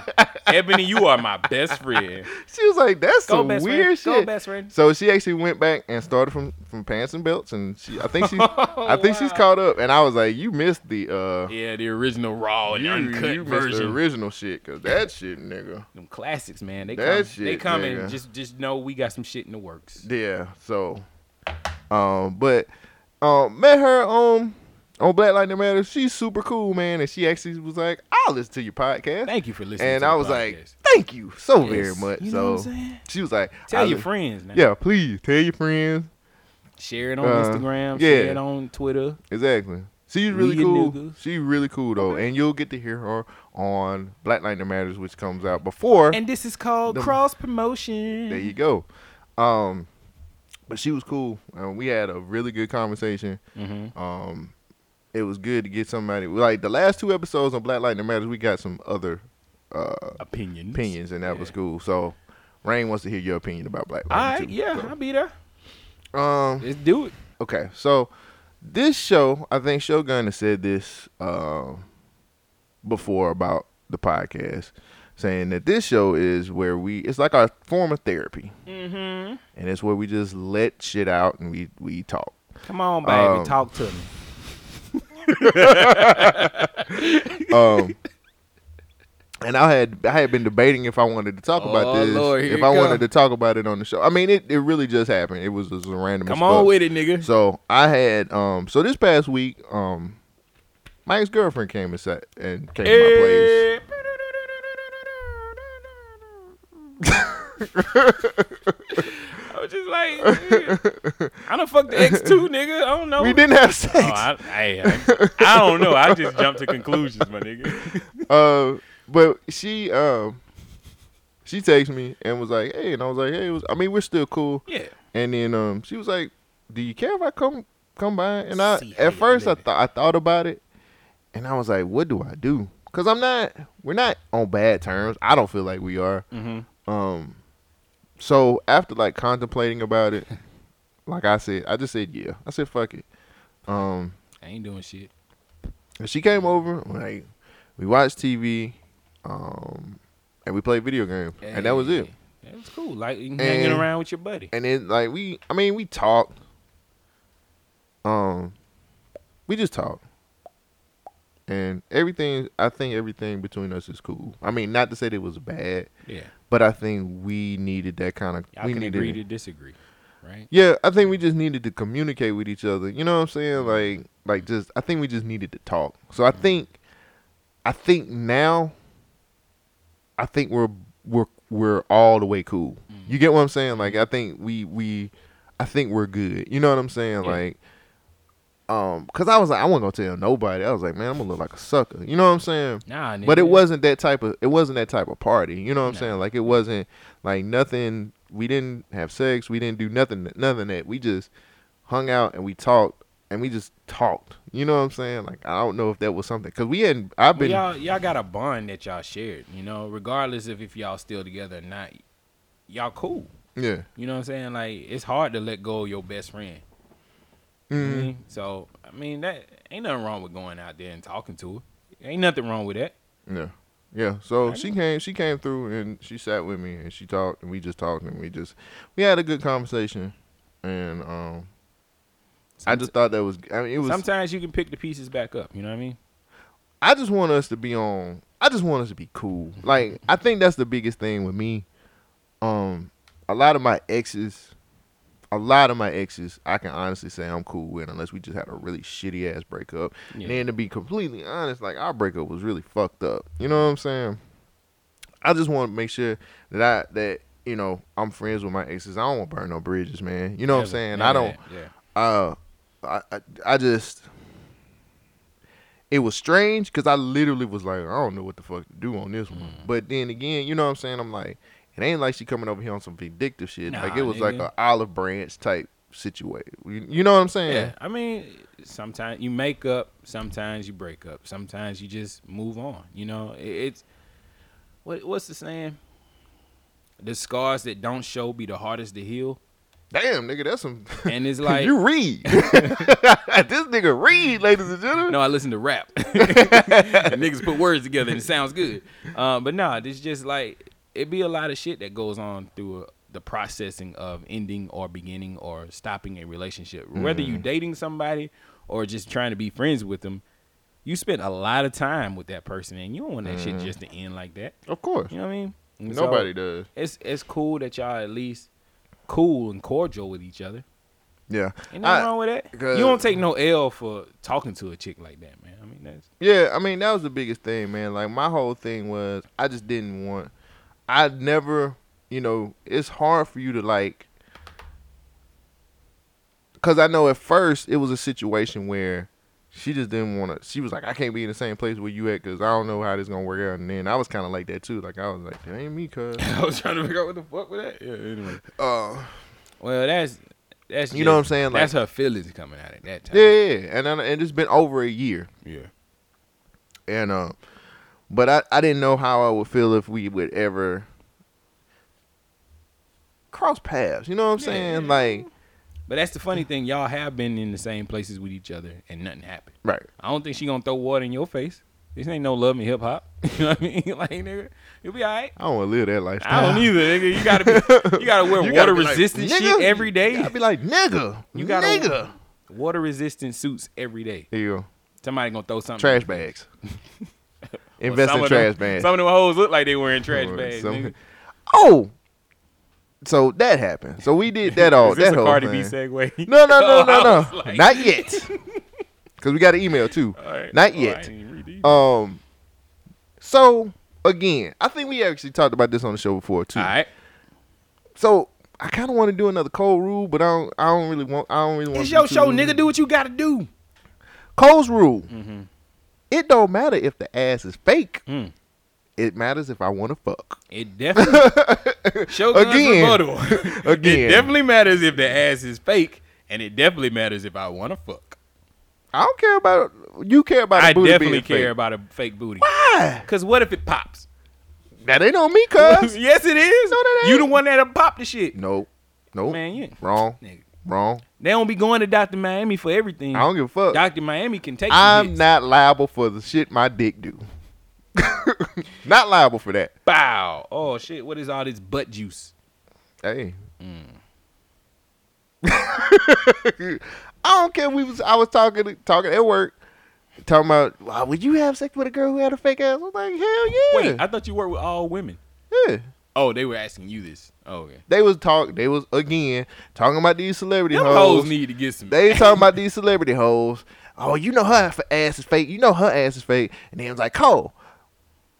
[SPEAKER 2] Ebony, you are my best friend.
[SPEAKER 1] she was like, "That's
[SPEAKER 2] (laughs) Go,
[SPEAKER 1] some
[SPEAKER 2] best friend.
[SPEAKER 1] weird
[SPEAKER 2] Go,
[SPEAKER 1] shit."
[SPEAKER 2] best friend.
[SPEAKER 1] So she actually went back and started from from pants and belts, and she I think she
[SPEAKER 2] (laughs)
[SPEAKER 1] I think she's
[SPEAKER 2] wow.
[SPEAKER 1] caught up. And I was like, "You missed the uh."
[SPEAKER 2] Yeah, the original raw and
[SPEAKER 1] You,
[SPEAKER 2] uncut
[SPEAKER 1] you missed the
[SPEAKER 2] version.
[SPEAKER 1] original shit, cause that shit, nigga.
[SPEAKER 2] Them classics, man. They
[SPEAKER 1] That
[SPEAKER 2] come. they
[SPEAKER 1] shit,
[SPEAKER 2] come
[SPEAKER 1] nigga.
[SPEAKER 2] and just just know we got some shit in the works.
[SPEAKER 1] Yeah. So, um, but um, met her um on Black Lightning Matter. She's super cool, man, and she actually was like, "I'll listen to your podcast."
[SPEAKER 2] Thank you for listening.
[SPEAKER 1] and
[SPEAKER 2] to
[SPEAKER 1] I
[SPEAKER 2] the
[SPEAKER 1] was like,
[SPEAKER 2] podcast.
[SPEAKER 1] "Thank you so
[SPEAKER 2] Yes.
[SPEAKER 1] very much."
[SPEAKER 2] You
[SPEAKER 1] so
[SPEAKER 2] know what I'm saying?
[SPEAKER 1] she was like,
[SPEAKER 2] tell
[SPEAKER 1] I
[SPEAKER 2] your
[SPEAKER 1] li-
[SPEAKER 2] friends. Now.
[SPEAKER 1] Yeah, please tell your friends.
[SPEAKER 2] Share it on
[SPEAKER 1] Uh,
[SPEAKER 2] Instagram.
[SPEAKER 1] yeah.
[SPEAKER 2] Share it on Twitter.
[SPEAKER 1] Exactly. She's really
[SPEAKER 2] We your
[SPEAKER 1] cool.
[SPEAKER 2] niggas.
[SPEAKER 1] She's really cool though, and you'll get to hear her on Black Lightning Matters, which comes out before
[SPEAKER 2] And this is called
[SPEAKER 1] Them-
[SPEAKER 2] cross promotion.
[SPEAKER 1] There you go. Um, but she was cool. And we had a really good conversation.
[SPEAKER 2] Mm-hmm.
[SPEAKER 1] Um, it was good to get somebody like the last two episodes on Black Lightning Matters. We got some other uh,
[SPEAKER 2] Opinions.
[SPEAKER 1] opinions, and that was
[SPEAKER 2] Yeah.
[SPEAKER 1] cool. So, Rain wants to hear your opinion about Black
[SPEAKER 2] All
[SPEAKER 1] Lightning.
[SPEAKER 2] right, yeah, I'll be there.
[SPEAKER 1] So, um,
[SPEAKER 2] Let's do it.
[SPEAKER 1] Okay, so this show, I think Shogun has said this uh, before about the podcast, saying that this show is where we it's like our form of therapy,
[SPEAKER 2] Mm-hmm.
[SPEAKER 1] and it's where we just let shit out and we we talk.
[SPEAKER 2] Come on, baby,
[SPEAKER 1] Um,
[SPEAKER 2] talk to me.
[SPEAKER 1] Um, and I had I had been debating if I wanted to talk about
[SPEAKER 2] Oh,
[SPEAKER 1] this,
[SPEAKER 2] Lord, here
[SPEAKER 1] if
[SPEAKER 2] it
[SPEAKER 1] I
[SPEAKER 2] come.
[SPEAKER 1] wanted to talk about it on the show. I mean, it, it really just happened. It was just a random. as
[SPEAKER 2] Come on
[SPEAKER 1] fuck.
[SPEAKER 2] with it, nigga.
[SPEAKER 1] So I had um so this past week um Mike's girlfriend came and sat and came to
[SPEAKER 2] Eh.
[SPEAKER 1] (laughs)
[SPEAKER 2] I was just like, nigga, I done fucked the X two, nigga. I don't know.
[SPEAKER 1] my place. We didn't have sex.
[SPEAKER 2] Oh, I, hey, I, I don't know. I just jumped to conclusions, my nigga.
[SPEAKER 1] (laughs) uh but she um she texted me and was like, "Hey," and I was like, "Hey," it was, I mean, we're still cool.
[SPEAKER 2] Yeah.
[SPEAKER 1] And then um she was like, "Do you care if I come come by?" And I
[SPEAKER 2] See how
[SPEAKER 1] at
[SPEAKER 2] you
[SPEAKER 1] first I
[SPEAKER 2] living.
[SPEAKER 1] thought I thought about it and I was like, "What do I do?" Cuz I'm not we're not on bad terms. I don't feel like we are.
[SPEAKER 2] Mm-hmm.
[SPEAKER 1] Um, so after like contemplating about it, (laughs) like I said, I just said yeah. I said fuck it. Um,
[SPEAKER 2] I ain't doing shit.
[SPEAKER 1] and she came over. Like we watched TV, um, and we played video games, and that was it.
[SPEAKER 2] That was cool. Like you hanging
[SPEAKER 1] And-
[SPEAKER 2] around with your buddy.
[SPEAKER 1] And then like we, I mean, we talked. Um, we just talked. And everything, I think everything between us is cool. I mean, not to say that it was bad,
[SPEAKER 2] Yeah.
[SPEAKER 1] but I think we needed that kind of.
[SPEAKER 2] Y'all
[SPEAKER 1] we
[SPEAKER 2] can
[SPEAKER 1] needed
[SPEAKER 2] agree
[SPEAKER 1] it.
[SPEAKER 2] to disagree, right?
[SPEAKER 1] Yeah, I think we just needed to communicate with each other. You know what I'm saying?
[SPEAKER 2] Mm-hmm.
[SPEAKER 1] Like like just I think we just needed to talk. So I think I think now I think we're we're we're all the way cool.
[SPEAKER 2] Mm-hmm.
[SPEAKER 1] You get what I'm saying? Like I think we we I think we're good. You know what I'm saying?
[SPEAKER 2] Yeah.
[SPEAKER 1] Like um cuz I was like I wasn't going to tell nobody. I was like, man, I'm going to look like a sucker. You know what I'm saying?
[SPEAKER 2] Nah, nigga.
[SPEAKER 1] But it wasn't that type of it wasn't that type of party. You know what I'm
[SPEAKER 2] No.
[SPEAKER 1] saying? Like it wasn't like nothing. We didn't have sex. We didn't do nothing. Nothing that we just hung out and we talked and we just talked. You know what I'm saying? Like I don't know if that was something because we hadn't. I've
[SPEAKER 2] Well,
[SPEAKER 1] been
[SPEAKER 2] y'all y'all got a bond that y'all shared, you know, regardless of if y'all still together or not, y'all cool.
[SPEAKER 1] yeah.
[SPEAKER 2] You know what I'm saying? Like it's hard to let go of your best friend.
[SPEAKER 1] Mm.
[SPEAKER 2] Mhm. So I mean that ain't nothing wrong with going out there and talking to her. Ain't nothing wrong with that.
[SPEAKER 1] Yeah. Yeah. So
[SPEAKER 2] I
[SPEAKER 1] she came she came through and she sat with me and she talked and we just talked and we just we had a good conversation and um I just thought that was I mean it was
[SPEAKER 2] Sometimes you can pick the pieces back up. You know what I mean?
[SPEAKER 1] I just want us to be on. I just want us to be cool. Like I think that's the biggest thing with me. Um, a lot of my exes, a lot of my exes, I can honestly say I'm cool with, unless we just had a really shitty ass breakup.
[SPEAKER 2] Yeah.
[SPEAKER 1] And then to be completely honest, like our breakup was really fucked up. You know what I'm saying? I just want to make sure that I that you know I'm friends with my exes. I don't want to burn no bridges, man. You know what I'm
[SPEAKER 2] Never-
[SPEAKER 1] saying? I
[SPEAKER 2] never
[SPEAKER 1] don't
[SPEAKER 2] that, Yeah.
[SPEAKER 1] uh, I, I I just it was strange because I literally was like, I don't know what the fuck to do on this one.
[SPEAKER 2] Mm.
[SPEAKER 1] But then again, you know what I'm saying? I'm like, it ain't like she coming over here on some vindictive shit. like
[SPEAKER 2] Nah,
[SPEAKER 1] it was like
[SPEAKER 2] nigga.
[SPEAKER 1] a olive branch type situation. You, you know what I'm saying?
[SPEAKER 2] Yeah, I mean, sometimes you make up, sometimes you break up, sometimes you just move on. You know, It- it's what what's the saying? The scars that don't show be the hardest to heal,
[SPEAKER 1] Damn, nigga, that's some.
[SPEAKER 2] and it's (laughs) like
[SPEAKER 1] (laughs) you read.
[SPEAKER 2] (laughs)
[SPEAKER 1] this nigga read, ladies and gentlemen.
[SPEAKER 2] no, I listen to
[SPEAKER 1] (laughs)
[SPEAKER 2] rap. Niggas put words together and it sounds good, um, but nah, it's just like it be a lot of shit that goes on through uh the processing of ending or beginning or stopping a relationship, whether
[SPEAKER 1] Mm.
[SPEAKER 2] you dating somebody or just trying to be friends with them. you spent a lot of time with that person and you don't want that shit just to end like that.
[SPEAKER 1] Of course,
[SPEAKER 2] You know what I mean? And so,
[SPEAKER 1] nobody does.
[SPEAKER 2] it's it's cool that y'all at least cool and cordial with each other.
[SPEAKER 1] Yeah,
[SPEAKER 2] Ain't nothing
[SPEAKER 1] I-
[SPEAKER 2] wrong with that.
[SPEAKER 1] because-
[SPEAKER 2] You don't take no L for talking to a chick like that, man. I mean that's
[SPEAKER 1] Yeah, I mean that was the biggest thing, man. Like my whole thing was I just didn't want I never, you know, it's hard for you to like cuz I know at first it was a situation where she just didn't want to she was like I can't be in the same place where you at cuz I don't know how this going to work out and then I was kind of like that too. Like I was like, (laughs) "That ain't me, cuz."
[SPEAKER 2] I was trying to figure out what the fuck with that. Yeah, anyway.
[SPEAKER 1] Uh
[SPEAKER 2] Well that's That's
[SPEAKER 1] You know
[SPEAKER 2] just-
[SPEAKER 1] what I'm saying? Like-
[SPEAKER 2] that's her feelings coming out at that time.
[SPEAKER 1] Yeah, yeah, yeah. and I, and it's been over a year,
[SPEAKER 2] yeah.
[SPEAKER 1] and uh, but I I didn't know how I would feel if we would ever cross paths. You know what I'm
[SPEAKER 2] Yeah,
[SPEAKER 1] saying?
[SPEAKER 2] yeah.
[SPEAKER 1] Like
[SPEAKER 2] But that's the funny thing. Y'all have been in the same places with each other, and nothing happened.
[SPEAKER 1] right.
[SPEAKER 2] I don't think she gonna throw water in your face. This ain't no love me hip hop. (laughs) You know what I mean? Like nigga, you'll be all right.
[SPEAKER 1] I don't want to live that lifestyle.
[SPEAKER 2] I don't either, nigga. You gotta be, you gotta wear
[SPEAKER 1] (laughs) You gotta
[SPEAKER 2] water
[SPEAKER 1] be like,
[SPEAKER 2] resistant shit
[SPEAKER 1] "Nigga,
[SPEAKER 2] every day.
[SPEAKER 1] I'd be like, nigga,
[SPEAKER 2] You
[SPEAKER 1] you
[SPEAKER 2] gotta-
[SPEAKER 1] gotta nigga.
[SPEAKER 2] water resistant suits every day.
[SPEAKER 1] Here you go.
[SPEAKER 2] Somebody gonna throw something. (laughs)
[SPEAKER 1] Trash bags.
[SPEAKER 2] Well,
[SPEAKER 1] Invest
[SPEAKER 2] some
[SPEAKER 1] in
[SPEAKER 2] of them-
[SPEAKER 1] trash bags.
[SPEAKER 2] Some of them hoes look like they wearing trash
[SPEAKER 1] Or
[SPEAKER 2] bags.
[SPEAKER 1] something.
[SPEAKER 2] nigga.
[SPEAKER 1] Oh, so that happened. So we did that all.
[SPEAKER 2] (laughs) Is this
[SPEAKER 1] Oh, that
[SPEAKER 2] a
[SPEAKER 1] whole
[SPEAKER 2] Cardi
[SPEAKER 1] thing.
[SPEAKER 2] B segue?
[SPEAKER 1] (laughs) No, no,
[SPEAKER 2] (laughs)
[SPEAKER 1] no,
[SPEAKER 2] Oh, I
[SPEAKER 1] no, no,
[SPEAKER 2] was like-
[SPEAKER 1] not yet. Because we got an email too.
[SPEAKER 2] (laughs) All right.
[SPEAKER 1] Not
[SPEAKER 2] Oh, I
[SPEAKER 1] yet.
[SPEAKER 2] ain't read these.
[SPEAKER 1] Um. So again, I think we actually talked about this on the show before too.
[SPEAKER 2] All right.
[SPEAKER 1] So I kind of want to do another cold rule, but I don't. I don't really want. I don't really want.
[SPEAKER 2] It's your show, nigga. Do what you gotta do.
[SPEAKER 1] Cole's rule.
[SPEAKER 2] Mm-hmm.
[SPEAKER 1] It don't matter if the ass is fake.
[SPEAKER 2] Mm.
[SPEAKER 1] It matters if I want to fuck.
[SPEAKER 2] It
[SPEAKER 1] (laughs)
[SPEAKER 2] definitely Shogun's
[SPEAKER 1] Again.
[SPEAKER 2] rebuttal. (laughs) It
[SPEAKER 1] Again.
[SPEAKER 2] definitely matters if the ass is fake, and it definitely matters if I want to fuck.
[SPEAKER 1] I don't care about you. Care about the
[SPEAKER 2] I
[SPEAKER 1] booty
[SPEAKER 2] definitely
[SPEAKER 1] being
[SPEAKER 2] care
[SPEAKER 1] Fake.
[SPEAKER 2] about a fake booty.
[SPEAKER 1] Ah,
[SPEAKER 2] Cause what if it pops?
[SPEAKER 1] that ain't on me,
[SPEAKER 2] (laughs)
[SPEAKER 1] cuz.
[SPEAKER 2] yes, it is.
[SPEAKER 1] No, that
[SPEAKER 2] you
[SPEAKER 1] ain't.
[SPEAKER 2] the one that'll pop the shit.
[SPEAKER 1] nope. Nope.
[SPEAKER 2] Man, you
[SPEAKER 1] Wrong.
[SPEAKER 2] nigga.
[SPEAKER 1] Wrong.
[SPEAKER 2] They don't be going to Doctor Miami for everything.
[SPEAKER 1] I don't give a fuck.
[SPEAKER 2] Doctor Miami can take.
[SPEAKER 1] I'm
[SPEAKER 2] I'm not.
[SPEAKER 1] not liable for the shit my dick do. (laughs) not liable for that.
[SPEAKER 2] Bow. Oh shit! What is all this butt juice?
[SPEAKER 1] Hey. Mm. (laughs) I don't care. We was I was talking talking at work, talking about wow, would you have sex with a girl who had a fake ass? I was like, hell yeah.
[SPEAKER 2] Wait, I thought you worked with all women.
[SPEAKER 1] yeah.
[SPEAKER 2] Oh, they were asking you this. Oh, okay.
[SPEAKER 1] They was talk. They was again talking about these celebrity
[SPEAKER 2] Them
[SPEAKER 1] hoes.
[SPEAKER 2] hoes need to get some.
[SPEAKER 1] They talking about these celebrity hoes. Oh, you know her f- ass is fake. You know her ass is fake. And then it was like, Cole,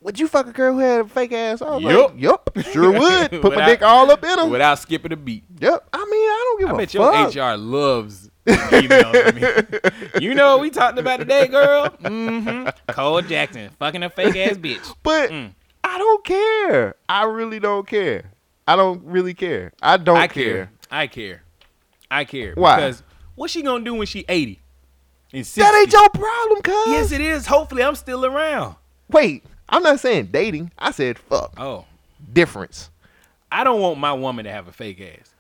[SPEAKER 1] would you fuck a girl who had a fake ass? I was
[SPEAKER 2] Yup.
[SPEAKER 1] like, Yup, sure
[SPEAKER 2] (laughs)
[SPEAKER 1] would. Put
[SPEAKER 2] Without-
[SPEAKER 1] my dick all up in him.
[SPEAKER 2] without skipping a beat.
[SPEAKER 1] Yep. I mean, I don't give
[SPEAKER 2] I
[SPEAKER 1] a
[SPEAKER 2] bet your
[SPEAKER 1] fuck.
[SPEAKER 2] HR
[SPEAKER 1] (laughs)
[SPEAKER 2] loves emails from me. You know what we talked about today, girl? Mm-hmm. Cole Jackson, fucking a fake
[SPEAKER 1] (laughs)
[SPEAKER 2] ass bitch.
[SPEAKER 1] But
[SPEAKER 2] Mm.
[SPEAKER 1] I don't care. I really don't care. I don't really care. I don't
[SPEAKER 2] I
[SPEAKER 1] care.
[SPEAKER 2] care. I care. I care.
[SPEAKER 1] Why?
[SPEAKER 2] Because what's she gonna do when she 80? And 60?
[SPEAKER 1] That ain't your problem, cuz.
[SPEAKER 2] Yes, it is. Hopefully I'm still around.
[SPEAKER 1] Wait, I'm not saying dating. I said fuck.
[SPEAKER 2] Oh.
[SPEAKER 1] Difference.
[SPEAKER 2] I don't want my woman to have a fake ass.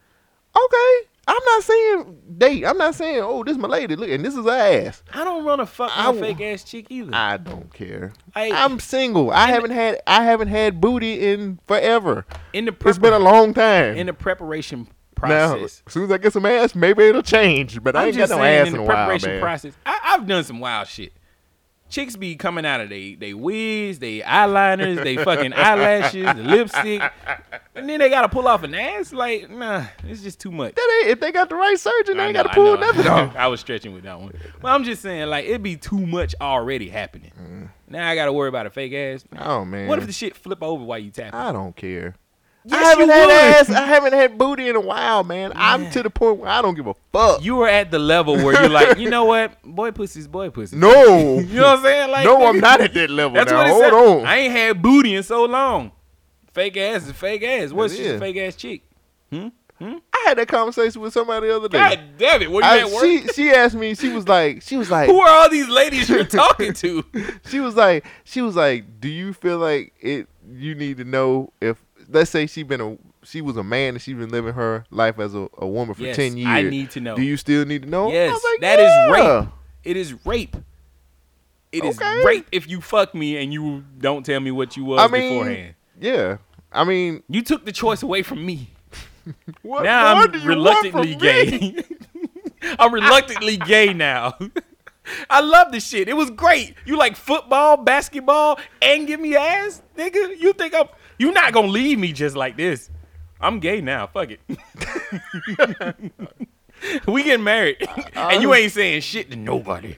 [SPEAKER 1] Okay. I'm not saying date. I'm not saying, oh, this my lady. Look, and this is her ass.
[SPEAKER 2] I don't want to fuck
[SPEAKER 1] I
[SPEAKER 2] with a
[SPEAKER 1] w-
[SPEAKER 2] fake ass chick either.
[SPEAKER 1] I don't care.
[SPEAKER 2] I-
[SPEAKER 1] I, am single. I haven't had I haven't had booty in forever.
[SPEAKER 2] in the
[SPEAKER 1] It's been a
[SPEAKER 2] prepar-
[SPEAKER 1] long time.
[SPEAKER 2] in the preparation
[SPEAKER 1] now,
[SPEAKER 2] process.
[SPEAKER 1] as soon as I get some ass, maybe it'll change. But I
[SPEAKER 2] I'm
[SPEAKER 1] ain't got
[SPEAKER 2] just
[SPEAKER 1] no
[SPEAKER 2] saying
[SPEAKER 1] ass
[SPEAKER 2] in
[SPEAKER 1] in
[SPEAKER 2] the
[SPEAKER 1] a while,
[SPEAKER 2] preparation
[SPEAKER 1] man.
[SPEAKER 2] process. I, I've done some wild shit. Chicks be coming out of they they wigs, they eyeliners, they fucking eyelashes, the lipstick, and then they gotta pull off an ass. Like, nah, it's just too much.
[SPEAKER 1] That ain't, if they got the right surgeon, they
[SPEAKER 2] I
[SPEAKER 1] ain't
[SPEAKER 2] know,
[SPEAKER 1] got to
[SPEAKER 2] I
[SPEAKER 1] pull
[SPEAKER 2] know.
[SPEAKER 1] nothing
[SPEAKER 2] (laughs)
[SPEAKER 1] off.
[SPEAKER 2] I was stretching with that one. But I'm just saying, like, it'd be too much already happening. Now I gotta worry about a fake ass.
[SPEAKER 1] (laughs) Oh Mm. man,
[SPEAKER 2] What if the shit flip over while you tap? it?
[SPEAKER 1] I don't care. I
[SPEAKER 2] Yes,
[SPEAKER 1] haven't
[SPEAKER 2] you
[SPEAKER 1] had
[SPEAKER 2] would.
[SPEAKER 1] ass. I haven't had booty in a while, man. I'm to the point where I don't give a fuck.
[SPEAKER 2] You were at the level where you're like, you know what, boy pussy's boy pussy. (laughs)
[SPEAKER 1] (laughs) no,
[SPEAKER 2] You know what I'm saying? Like,
[SPEAKER 1] no,
[SPEAKER 2] nigga-
[SPEAKER 1] I'm not at that level
[SPEAKER 2] That's
[SPEAKER 1] now.
[SPEAKER 2] what it
[SPEAKER 1] Hold
[SPEAKER 2] said.
[SPEAKER 1] on.
[SPEAKER 2] I ain't had booty in so long. Fake ass is fake ass. What's
[SPEAKER 1] It
[SPEAKER 2] just a
[SPEAKER 1] is.
[SPEAKER 2] fake ass chick?
[SPEAKER 1] I had that conversation with somebody the other day.
[SPEAKER 2] God damn it! What you
[SPEAKER 1] I,
[SPEAKER 2] at work?
[SPEAKER 1] she she asked me. She was like, she was like,
[SPEAKER 2] Who are all these ladies
[SPEAKER 1] (laughs)
[SPEAKER 2] you're talking to?
[SPEAKER 1] she was like, she was like, do you feel like it? You need to know if let's say she been a she was a man and she been living her life as a, a woman for
[SPEAKER 2] Yes,
[SPEAKER 1] ten years.
[SPEAKER 2] I need to know.
[SPEAKER 1] Do you still need to know? I
[SPEAKER 2] yes,
[SPEAKER 1] was like,
[SPEAKER 2] that is
[SPEAKER 1] yeah.
[SPEAKER 2] rape. It is rape. It is
[SPEAKER 1] Okay.
[SPEAKER 2] rape if you fuck me and you don't tell me what you was
[SPEAKER 1] I mean,
[SPEAKER 2] beforehand.
[SPEAKER 1] yeah. I mean,
[SPEAKER 2] You took the choice away from me.
[SPEAKER 1] what
[SPEAKER 2] Now
[SPEAKER 1] more
[SPEAKER 2] I'm
[SPEAKER 1] do you
[SPEAKER 2] reluctantly (laughs)
[SPEAKER 1] want from me?
[SPEAKER 2] gay. I'm reluctantly gay now. (laughs) I love this shit. It was great. You like football, basketball, and give me ass, nigga. You think I'm? You not gonna leave me just like this? I'm gay now. Fuck it. (laughs) we getting married, (laughs) and you ain't saying shit to nobody.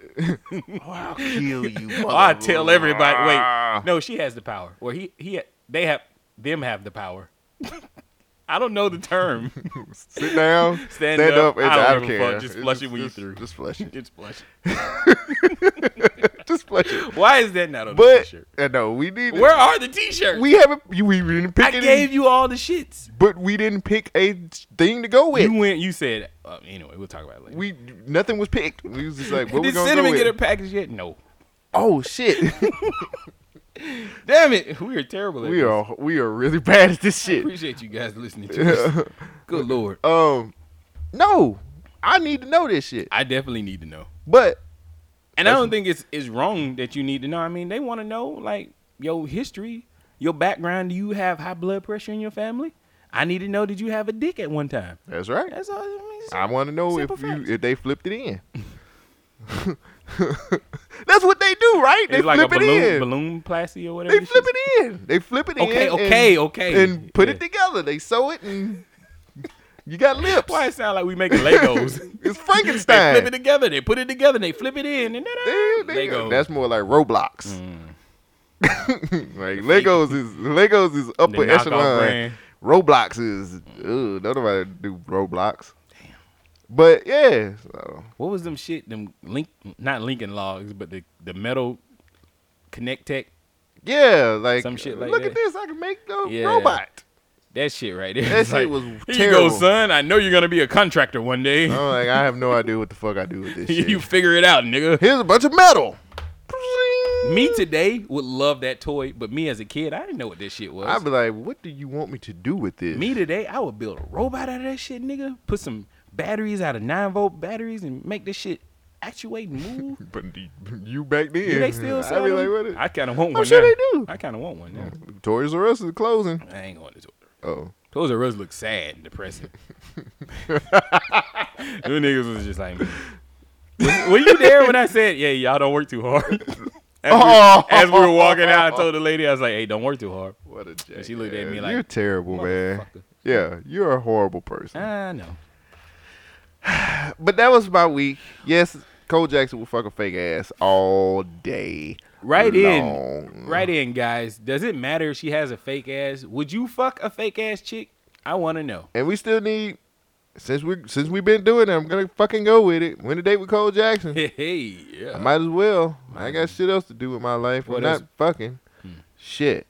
[SPEAKER 1] I'll kill you.
[SPEAKER 2] (laughs) Oh, I tell everybody.
[SPEAKER 1] ah.
[SPEAKER 2] Wait, no, she has the power. Or he, he, they have them have the
[SPEAKER 1] (laughs)
[SPEAKER 2] power. I don't know the term. (laughs)
[SPEAKER 1] Sit down. Stand, up. and I don't,
[SPEAKER 2] give a (laughs)
[SPEAKER 1] care.
[SPEAKER 2] fuck. Just flush it when you
[SPEAKER 1] Just-
[SPEAKER 2] through.
[SPEAKER 1] Just flush it.
[SPEAKER 2] It's blush.
[SPEAKER 1] (laughs) Just
[SPEAKER 2] (laughs)
[SPEAKER 1] sweatshirt.
[SPEAKER 2] Why is that not on the
[SPEAKER 1] But
[SPEAKER 2] t-shirt?
[SPEAKER 1] uh, no, we need.
[SPEAKER 2] Where are the t-shirts?
[SPEAKER 1] (laughs) we haven't. you- We didn't pick
[SPEAKER 2] I
[SPEAKER 1] any,
[SPEAKER 2] gave you all the shits.
[SPEAKER 1] but we didn't pick a thing to go with.
[SPEAKER 2] You went. You said. Uh, anyway, we'll talk about it later.
[SPEAKER 1] we nothing was picked. We was
[SPEAKER 2] (laughs)
[SPEAKER 1] just like, what we
[SPEAKER 2] Did
[SPEAKER 1] gonna go
[SPEAKER 2] cinnamon
[SPEAKER 1] with?
[SPEAKER 2] get a package yet? No.
[SPEAKER 1] oh shit,
[SPEAKER 2] (laughs)
[SPEAKER 1] (laughs)
[SPEAKER 2] Damn it, we are terrible. At
[SPEAKER 1] we
[SPEAKER 2] this.
[SPEAKER 1] are we are really (laughs) bad at this shit.
[SPEAKER 2] Appreciate you guys listening to
[SPEAKER 1] (laughs)
[SPEAKER 2] us. Good lord,
[SPEAKER 1] Um, no, I need to know this shit.
[SPEAKER 2] I definitely need to know.
[SPEAKER 1] But
[SPEAKER 2] And I don't think it's it's wrong that you need to know. I mean, they want to know like your history, your background. Do you have high blood pressure in your family? I need to know. Did you have a dick at one time?
[SPEAKER 1] that's right.
[SPEAKER 2] That's all. I mean, it's-
[SPEAKER 1] I want to know if
[SPEAKER 2] Simple
[SPEAKER 1] you
[SPEAKER 2] facts.
[SPEAKER 1] if they flipped it in. (laughs) that's what they do, right? They
[SPEAKER 2] it's like a
[SPEAKER 1] flip it
[SPEAKER 2] balloon,
[SPEAKER 1] in.
[SPEAKER 2] balloon plasty or whatever.
[SPEAKER 1] They
[SPEAKER 2] this
[SPEAKER 1] flip
[SPEAKER 2] shit's-
[SPEAKER 1] it in. They flip it
[SPEAKER 2] Okay,
[SPEAKER 1] in.
[SPEAKER 2] okay,
[SPEAKER 1] and,
[SPEAKER 2] okay.
[SPEAKER 1] And put it
[SPEAKER 2] Yeah.
[SPEAKER 1] together. They sew it, and (laughs) you got lips.
[SPEAKER 2] Why it sound like we making Legos?
[SPEAKER 1] (laughs) it's
[SPEAKER 2] they
[SPEAKER 1] Frankenstein.
[SPEAKER 2] flip it together. They put it together. They flip it in, and
[SPEAKER 1] They-
[SPEAKER 2] da-da,
[SPEAKER 1] they-
[SPEAKER 2] Lego.
[SPEAKER 1] That's more like Roblox.
[SPEAKER 2] Mm.
[SPEAKER 1] (laughs) like Legos is Legos is upper
[SPEAKER 2] knockoff
[SPEAKER 1] echelon.
[SPEAKER 2] brand.
[SPEAKER 1] Roblox is ugh, don't nobody do Roblox. But yeah, so,
[SPEAKER 2] what was them shit? Them link, not Lincoln logs, but the the metal connect tech.
[SPEAKER 1] yeah, like
[SPEAKER 2] Some shit like
[SPEAKER 1] look
[SPEAKER 2] that.
[SPEAKER 1] at this, I can make a
[SPEAKER 2] Yeah. (laughs)
[SPEAKER 1] robot.
[SPEAKER 2] That shit right there.
[SPEAKER 1] That
[SPEAKER 2] It's
[SPEAKER 1] shit was
[SPEAKER 2] Here you go,
[SPEAKER 1] terrible."
[SPEAKER 2] son. I know you're gonna be a contractor one day. (laughs)
[SPEAKER 1] I'm like, I have no idea what the fuck I do with this shit.
[SPEAKER 2] you figure it out, nigga.
[SPEAKER 1] Here's a bunch of metal.
[SPEAKER 2] Me today would love that toy, but me as a kid, I didn't know what this shit was.
[SPEAKER 1] I'd be like, what do you want me to do with this?
[SPEAKER 2] me today, I would build a robot out of that shit, nigga. Put some batteries out of nine volt batteries and make this shit actuate and
[SPEAKER 1] (laughs)
[SPEAKER 2] move.
[SPEAKER 1] but you back then.
[SPEAKER 2] Do they still sell
[SPEAKER 1] I'd be
[SPEAKER 2] them? Oh,
[SPEAKER 1] like, what? Is, Mm.
[SPEAKER 2] I kind of want
[SPEAKER 1] I'm
[SPEAKER 2] one.
[SPEAKER 1] sure
[SPEAKER 2] now.
[SPEAKER 1] they do.
[SPEAKER 2] I kind of want one now.
[SPEAKER 1] Toys R Us is closing.
[SPEAKER 2] I ain't going to Toys R Us.
[SPEAKER 1] Oh.
[SPEAKER 2] Toys R Us look sad and
[SPEAKER 1] (laughs)
[SPEAKER 2] depressing. Them niggas was just like, "Man." were you there when I said, yeah, y'all don't work too hard? (laughs) as,
[SPEAKER 1] Oh.
[SPEAKER 2] we, as we were walking out, I told the lady, I was like, hey, don't work too hard.
[SPEAKER 1] What a jackass.
[SPEAKER 2] she looked at me like,
[SPEAKER 1] You're terrible, man.
[SPEAKER 2] "Motherfucker."
[SPEAKER 1] Yeah, you're a horrible person.
[SPEAKER 2] I know.
[SPEAKER 1] But that was my week. Yes, Cole Jackson will fuck a fake ass all day.
[SPEAKER 2] Right
[SPEAKER 1] long.
[SPEAKER 2] in. Right in, guys. Does it matter if she has a fake ass? Would you fuck a fake ass chick? I want to know. (laughs)
[SPEAKER 1] And we still need since we since we've been doing it, I'm gonna fucking go with it. Win a date with Cole Jackson.
[SPEAKER 2] Hey, hey,
[SPEAKER 1] I
[SPEAKER 2] yeah.
[SPEAKER 1] might as well. I ain't got shit else to do with my life.
[SPEAKER 2] What
[SPEAKER 1] I'm
[SPEAKER 2] else? Hmm.
[SPEAKER 1] not fucking. Shit.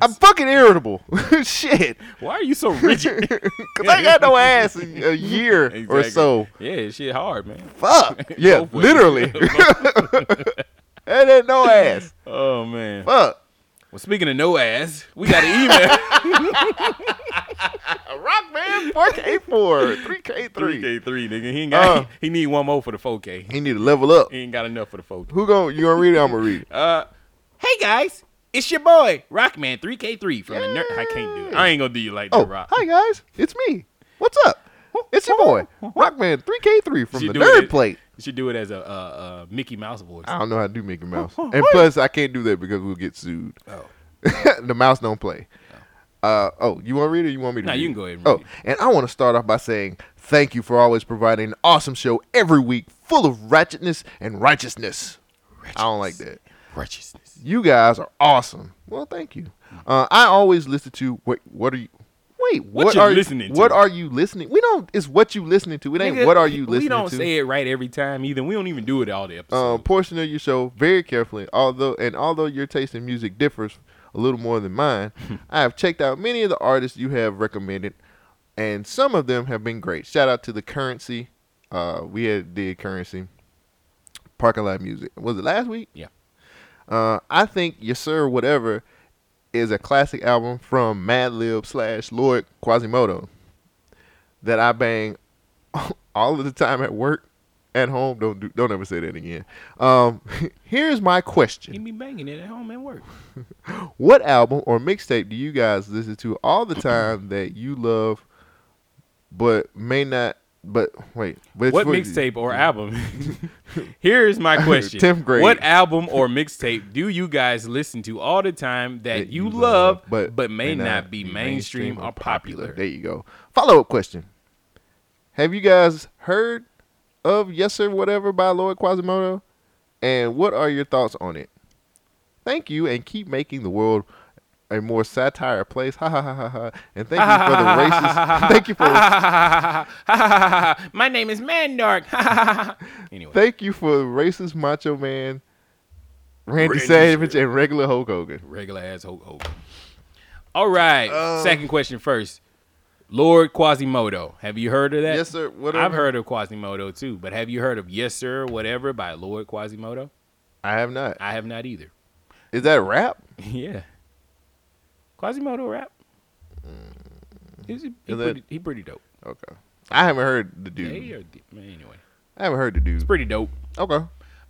[SPEAKER 1] I'm fucking irritable. (laughs)
[SPEAKER 2] (laughs)
[SPEAKER 1] Shit.
[SPEAKER 2] Why are you
[SPEAKER 1] (laughs)
[SPEAKER 2] so rigid?
[SPEAKER 1] Cause I ain't got no ass in a
[SPEAKER 2] (laughs)
[SPEAKER 1] year or
[SPEAKER 2] Exactly.
[SPEAKER 1] so.
[SPEAKER 2] Yeah, shit hard, man.
[SPEAKER 1] Fuck.
[SPEAKER 2] (laughs)
[SPEAKER 1] Yeah,
[SPEAKER 2] Both ways.
[SPEAKER 1] literally. that ain't no ass.
[SPEAKER 2] Oh man.
[SPEAKER 1] Fuck.
[SPEAKER 2] Well, speaking of no ass, we got an
[SPEAKER 1] (laughs)
[SPEAKER 2] email. (laughs)
[SPEAKER 1] A rock man, 4K4, 3K3.
[SPEAKER 2] Three K three, nigga. He ain't got.
[SPEAKER 1] Uh.
[SPEAKER 2] he need one more for the four K.
[SPEAKER 1] He need to level up.
[SPEAKER 2] He ain't got enough for the four K.
[SPEAKER 1] Who gon' you gonna read it? I'm gonna read it.
[SPEAKER 2] Uh, hey guys, it's your boy Rockman three K three from the nerd. I can't do it. I ain't gonna do you like that,
[SPEAKER 1] Oh,
[SPEAKER 2] Rock.
[SPEAKER 1] hi guys, it's me. What's up? It's your boy, Rockman 3K3 from
[SPEAKER 2] She
[SPEAKER 1] the
[SPEAKER 2] do
[SPEAKER 1] Nerd
[SPEAKER 2] it-
[SPEAKER 1] Plate. Oh.
[SPEAKER 2] You should do it as a uh, uh, Mickey Mouse voice.
[SPEAKER 1] I don't know how to do Mickey
[SPEAKER 2] (laughs)
[SPEAKER 1] Mouse, and plus I can't do that because we'll get sued.
[SPEAKER 2] Oh.
[SPEAKER 1] (laughs) the mouse don't play. Uh, oh, you want to read it? Or you want me to?
[SPEAKER 2] Nah,
[SPEAKER 1] read
[SPEAKER 2] you
[SPEAKER 1] it?
[SPEAKER 2] can go ahead and
[SPEAKER 1] oh,
[SPEAKER 2] read
[SPEAKER 1] and I want to start off by saying thank you for always providing an awesome show every week, full of ratchetness and righteousness. I don't like that.
[SPEAKER 2] Righteousness.
[SPEAKER 1] You guys are awesome. Well, thank you. Uh, I always listen to what what are you Wait, what,
[SPEAKER 2] you
[SPEAKER 1] are
[SPEAKER 2] listening to?
[SPEAKER 1] What are you listening? We don't it's what you listening to. It ain't
[SPEAKER 2] Nigga,
[SPEAKER 1] what are you listening
[SPEAKER 2] We don't
[SPEAKER 1] to.
[SPEAKER 2] say it right every time either. We don't even do it all the episodes.
[SPEAKER 1] um, portion of your show very carefully, although and although your taste in music differs a little more than mine, I have checked out many of the artists you have recommended, and some of them have been great. Shout out to the currency. Uh, we had did currency, parking lot music. Was it last week?
[SPEAKER 2] Yeah.
[SPEAKER 1] Uh, I think Yes Sir Whatever is a classic album from Madlib slash Lord Quasimodo that I bang (laughs) all of the time at work, at home. Don't do, don't ever say that again. Um, (laughs) here's my
[SPEAKER 2] he
[SPEAKER 1] question:
[SPEAKER 2] be banging it at home and work.
[SPEAKER 1] What album or mixtape do you guys listen to all the time that you love, but may not? But wait, but it's
[SPEAKER 2] What
[SPEAKER 1] for you?
[SPEAKER 2] mixtape or
[SPEAKER 1] (laughs)
[SPEAKER 2] album? (laughs) Here's my question.
[SPEAKER 1] Tenth grade.
[SPEAKER 2] What album or mixtape do you guys listen to all the time that, you, love, but, may, not, be mainstream or popular?
[SPEAKER 1] There you go. Follow up question: Have you guys heard of Yes Sir Whatever by Lord Quasimodo, and what are your thoughts on it? Thank you, and keep making the world a more satire place. (laughs) Ha ha ha ha ha. And thank you for
[SPEAKER 2] (laughs)
[SPEAKER 1] the racist. thank you for
[SPEAKER 2] My name is Mandark. (laughs) anyway,
[SPEAKER 1] thank you for racist Macho Man, Randy Savage, and regular Hulk Hogan.
[SPEAKER 2] regular ass Hulk Hogan. All right.
[SPEAKER 1] Um,
[SPEAKER 2] Second question first. Lord Quasimodo. Have you heard of that?
[SPEAKER 1] Yes, sir. Whatever.
[SPEAKER 2] I've heard of Quasimodo too, but have you heard of Yes Sir Whatever by Lord Quasimodo?
[SPEAKER 1] I have not.
[SPEAKER 2] I have not
[SPEAKER 1] (laughs)
[SPEAKER 2] either.
[SPEAKER 1] Is that rap?
[SPEAKER 2] yeah. Quasimodo rap. He's, he,
[SPEAKER 1] Mm. Is that-
[SPEAKER 2] pretty, he pretty dope.
[SPEAKER 1] Okay. I haven't heard the
[SPEAKER 2] Yeah,
[SPEAKER 1] dude.
[SPEAKER 2] he a d- man, anyway,
[SPEAKER 1] I haven't heard the dude.
[SPEAKER 2] pretty dope.
[SPEAKER 1] Okay.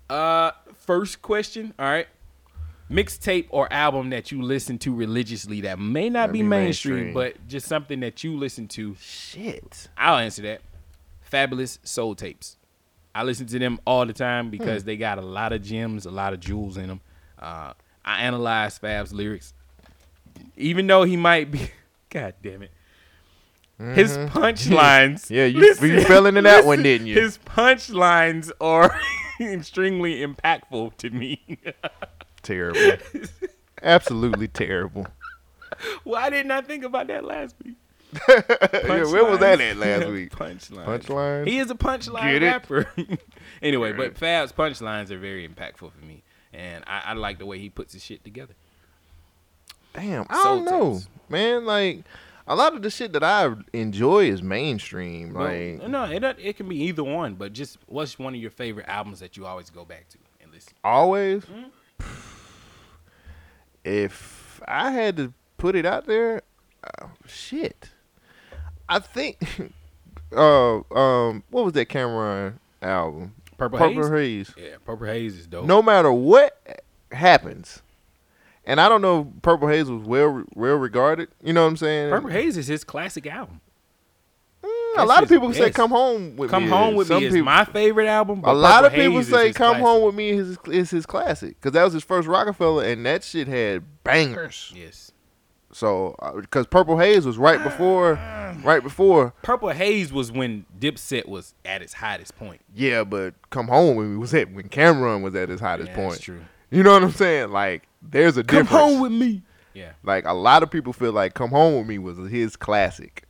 [SPEAKER 2] Uh, first question. All right. Mixtape or album that you listen to religiously that may not
[SPEAKER 1] That'd
[SPEAKER 2] be,
[SPEAKER 1] be
[SPEAKER 2] mainstream,
[SPEAKER 1] mainstream.
[SPEAKER 2] but just something that you listen to.
[SPEAKER 1] Shit.
[SPEAKER 2] I'll answer that. Fabulous Soul Tapes. I listen to them all the time
[SPEAKER 1] Hmm.
[SPEAKER 2] because they got a lot of gems, a lot of jewels in them. Uh, I analyze Fab's lyrics, even though he might be. (laughs) God damn it. His punchlines.
[SPEAKER 1] Mm-hmm. (laughs) Yeah, you- you fell into that one, didn't you?
[SPEAKER 2] His punchlines are (laughs) extremely impactful to me. (laughs)
[SPEAKER 1] Terrible. Absolutely terrible.
[SPEAKER 2] Why didn't I think about that last week?
[SPEAKER 1] yeah, where was that
[SPEAKER 2] Punchlines.
[SPEAKER 1] at last
[SPEAKER 2] (laughs)
[SPEAKER 1] week?
[SPEAKER 2] punchline.
[SPEAKER 1] Punchline?
[SPEAKER 2] He is a punchline
[SPEAKER 1] Get it?
[SPEAKER 2] rapper. (laughs) anyway, but Fab's punchlines are very impactful for me, and I, I like the way he puts his shit together.
[SPEAKER 1] (laughs) Damn, I don't
[SPEAKER 2] Soul
[SPEAKER 1] know,
[SPEAKER 2] tapes.
[SPEAKER 1] man. Like a lot of the shit that I enjoy is mainstream.
[SPEAKER 2] But-
[SPEAKER 1] Like
[SPEAKER 2] no, it don't- it can be either one, but just what's one of your favorite albums that you always go back to and listen?
[SPEAKER 1] always.
[SPEAKER 2] Hmm?
[SPEAKER 1] If I had to put it out there, uh, shit. I think. (laughs) uh, um, what was that Cameron album?
[SPEAKER 2] Purple, Haze.
[SPEAKER 1] Purple Haze.
[SPEAKER 2] Yeah, Purple Haze is dope.
[SPEAKER 1] Oh. No matter what happens, and I don't know, if Purple Haze was well well regarded. You know what I'm saying?
[SPEAKER 2] Purple Haze is his classic album.
[SPEAKER 1] Mm, a
[SPEAKER 2] that's
[SPEAKER 1] lot of
[SPEAKER 2] his
[SPEAKER 1] people say
[SPEAKER 2] best.
[SPEAKER 1] "Come Home with
[SPEAKER 2] Come
[SPEAKER 1] Me."
[SPEAKER 2] home with
[SPEAKER 1] Some
[SPEAKER 2] me is
[SPEAKER 1] people-
[SPEAKER 2] my favorite album.
[SPEAKER 1] A
[SPEAKER 2] but
[SPEAKER 1] lot of
[SPEAKER 2] Purple
[SPEAKER 1] people
[SPEAKER 2] Haze is
[SPEAKER 1] say
[SPEAKER 2] his
[SPEAKER 1] "Come
[SPEAKER 2] classic.
[SPEAKER 1] Home with Me" is his, is his classic because that was his first Rockefeller, and that shit had bangers.
[SPEAKER 2] Yes,
[SPEAKER 1] So, because Purple Haze was right
[SPEAKER 2] (sighs)
[SPEAKER 1] before, right before,
[SPEAKER 2] Purple Haze was when Dipset was at its hottest point.
[SPEAKER 1] yeah. But "Come Home with Me" was it when Cameron was at his hottest
[SPEAKER 2] Yeah,
[SPEAKER 1] point.
[SPEAKER 2] that's true.
[SPEAKER 1] You know what I'm saying? Like, there's a difference.
[SPEAKER 2] with me. Yeah,
[SPEAKER 1] like a lot of people feel like "Come Home with Me" was his classic.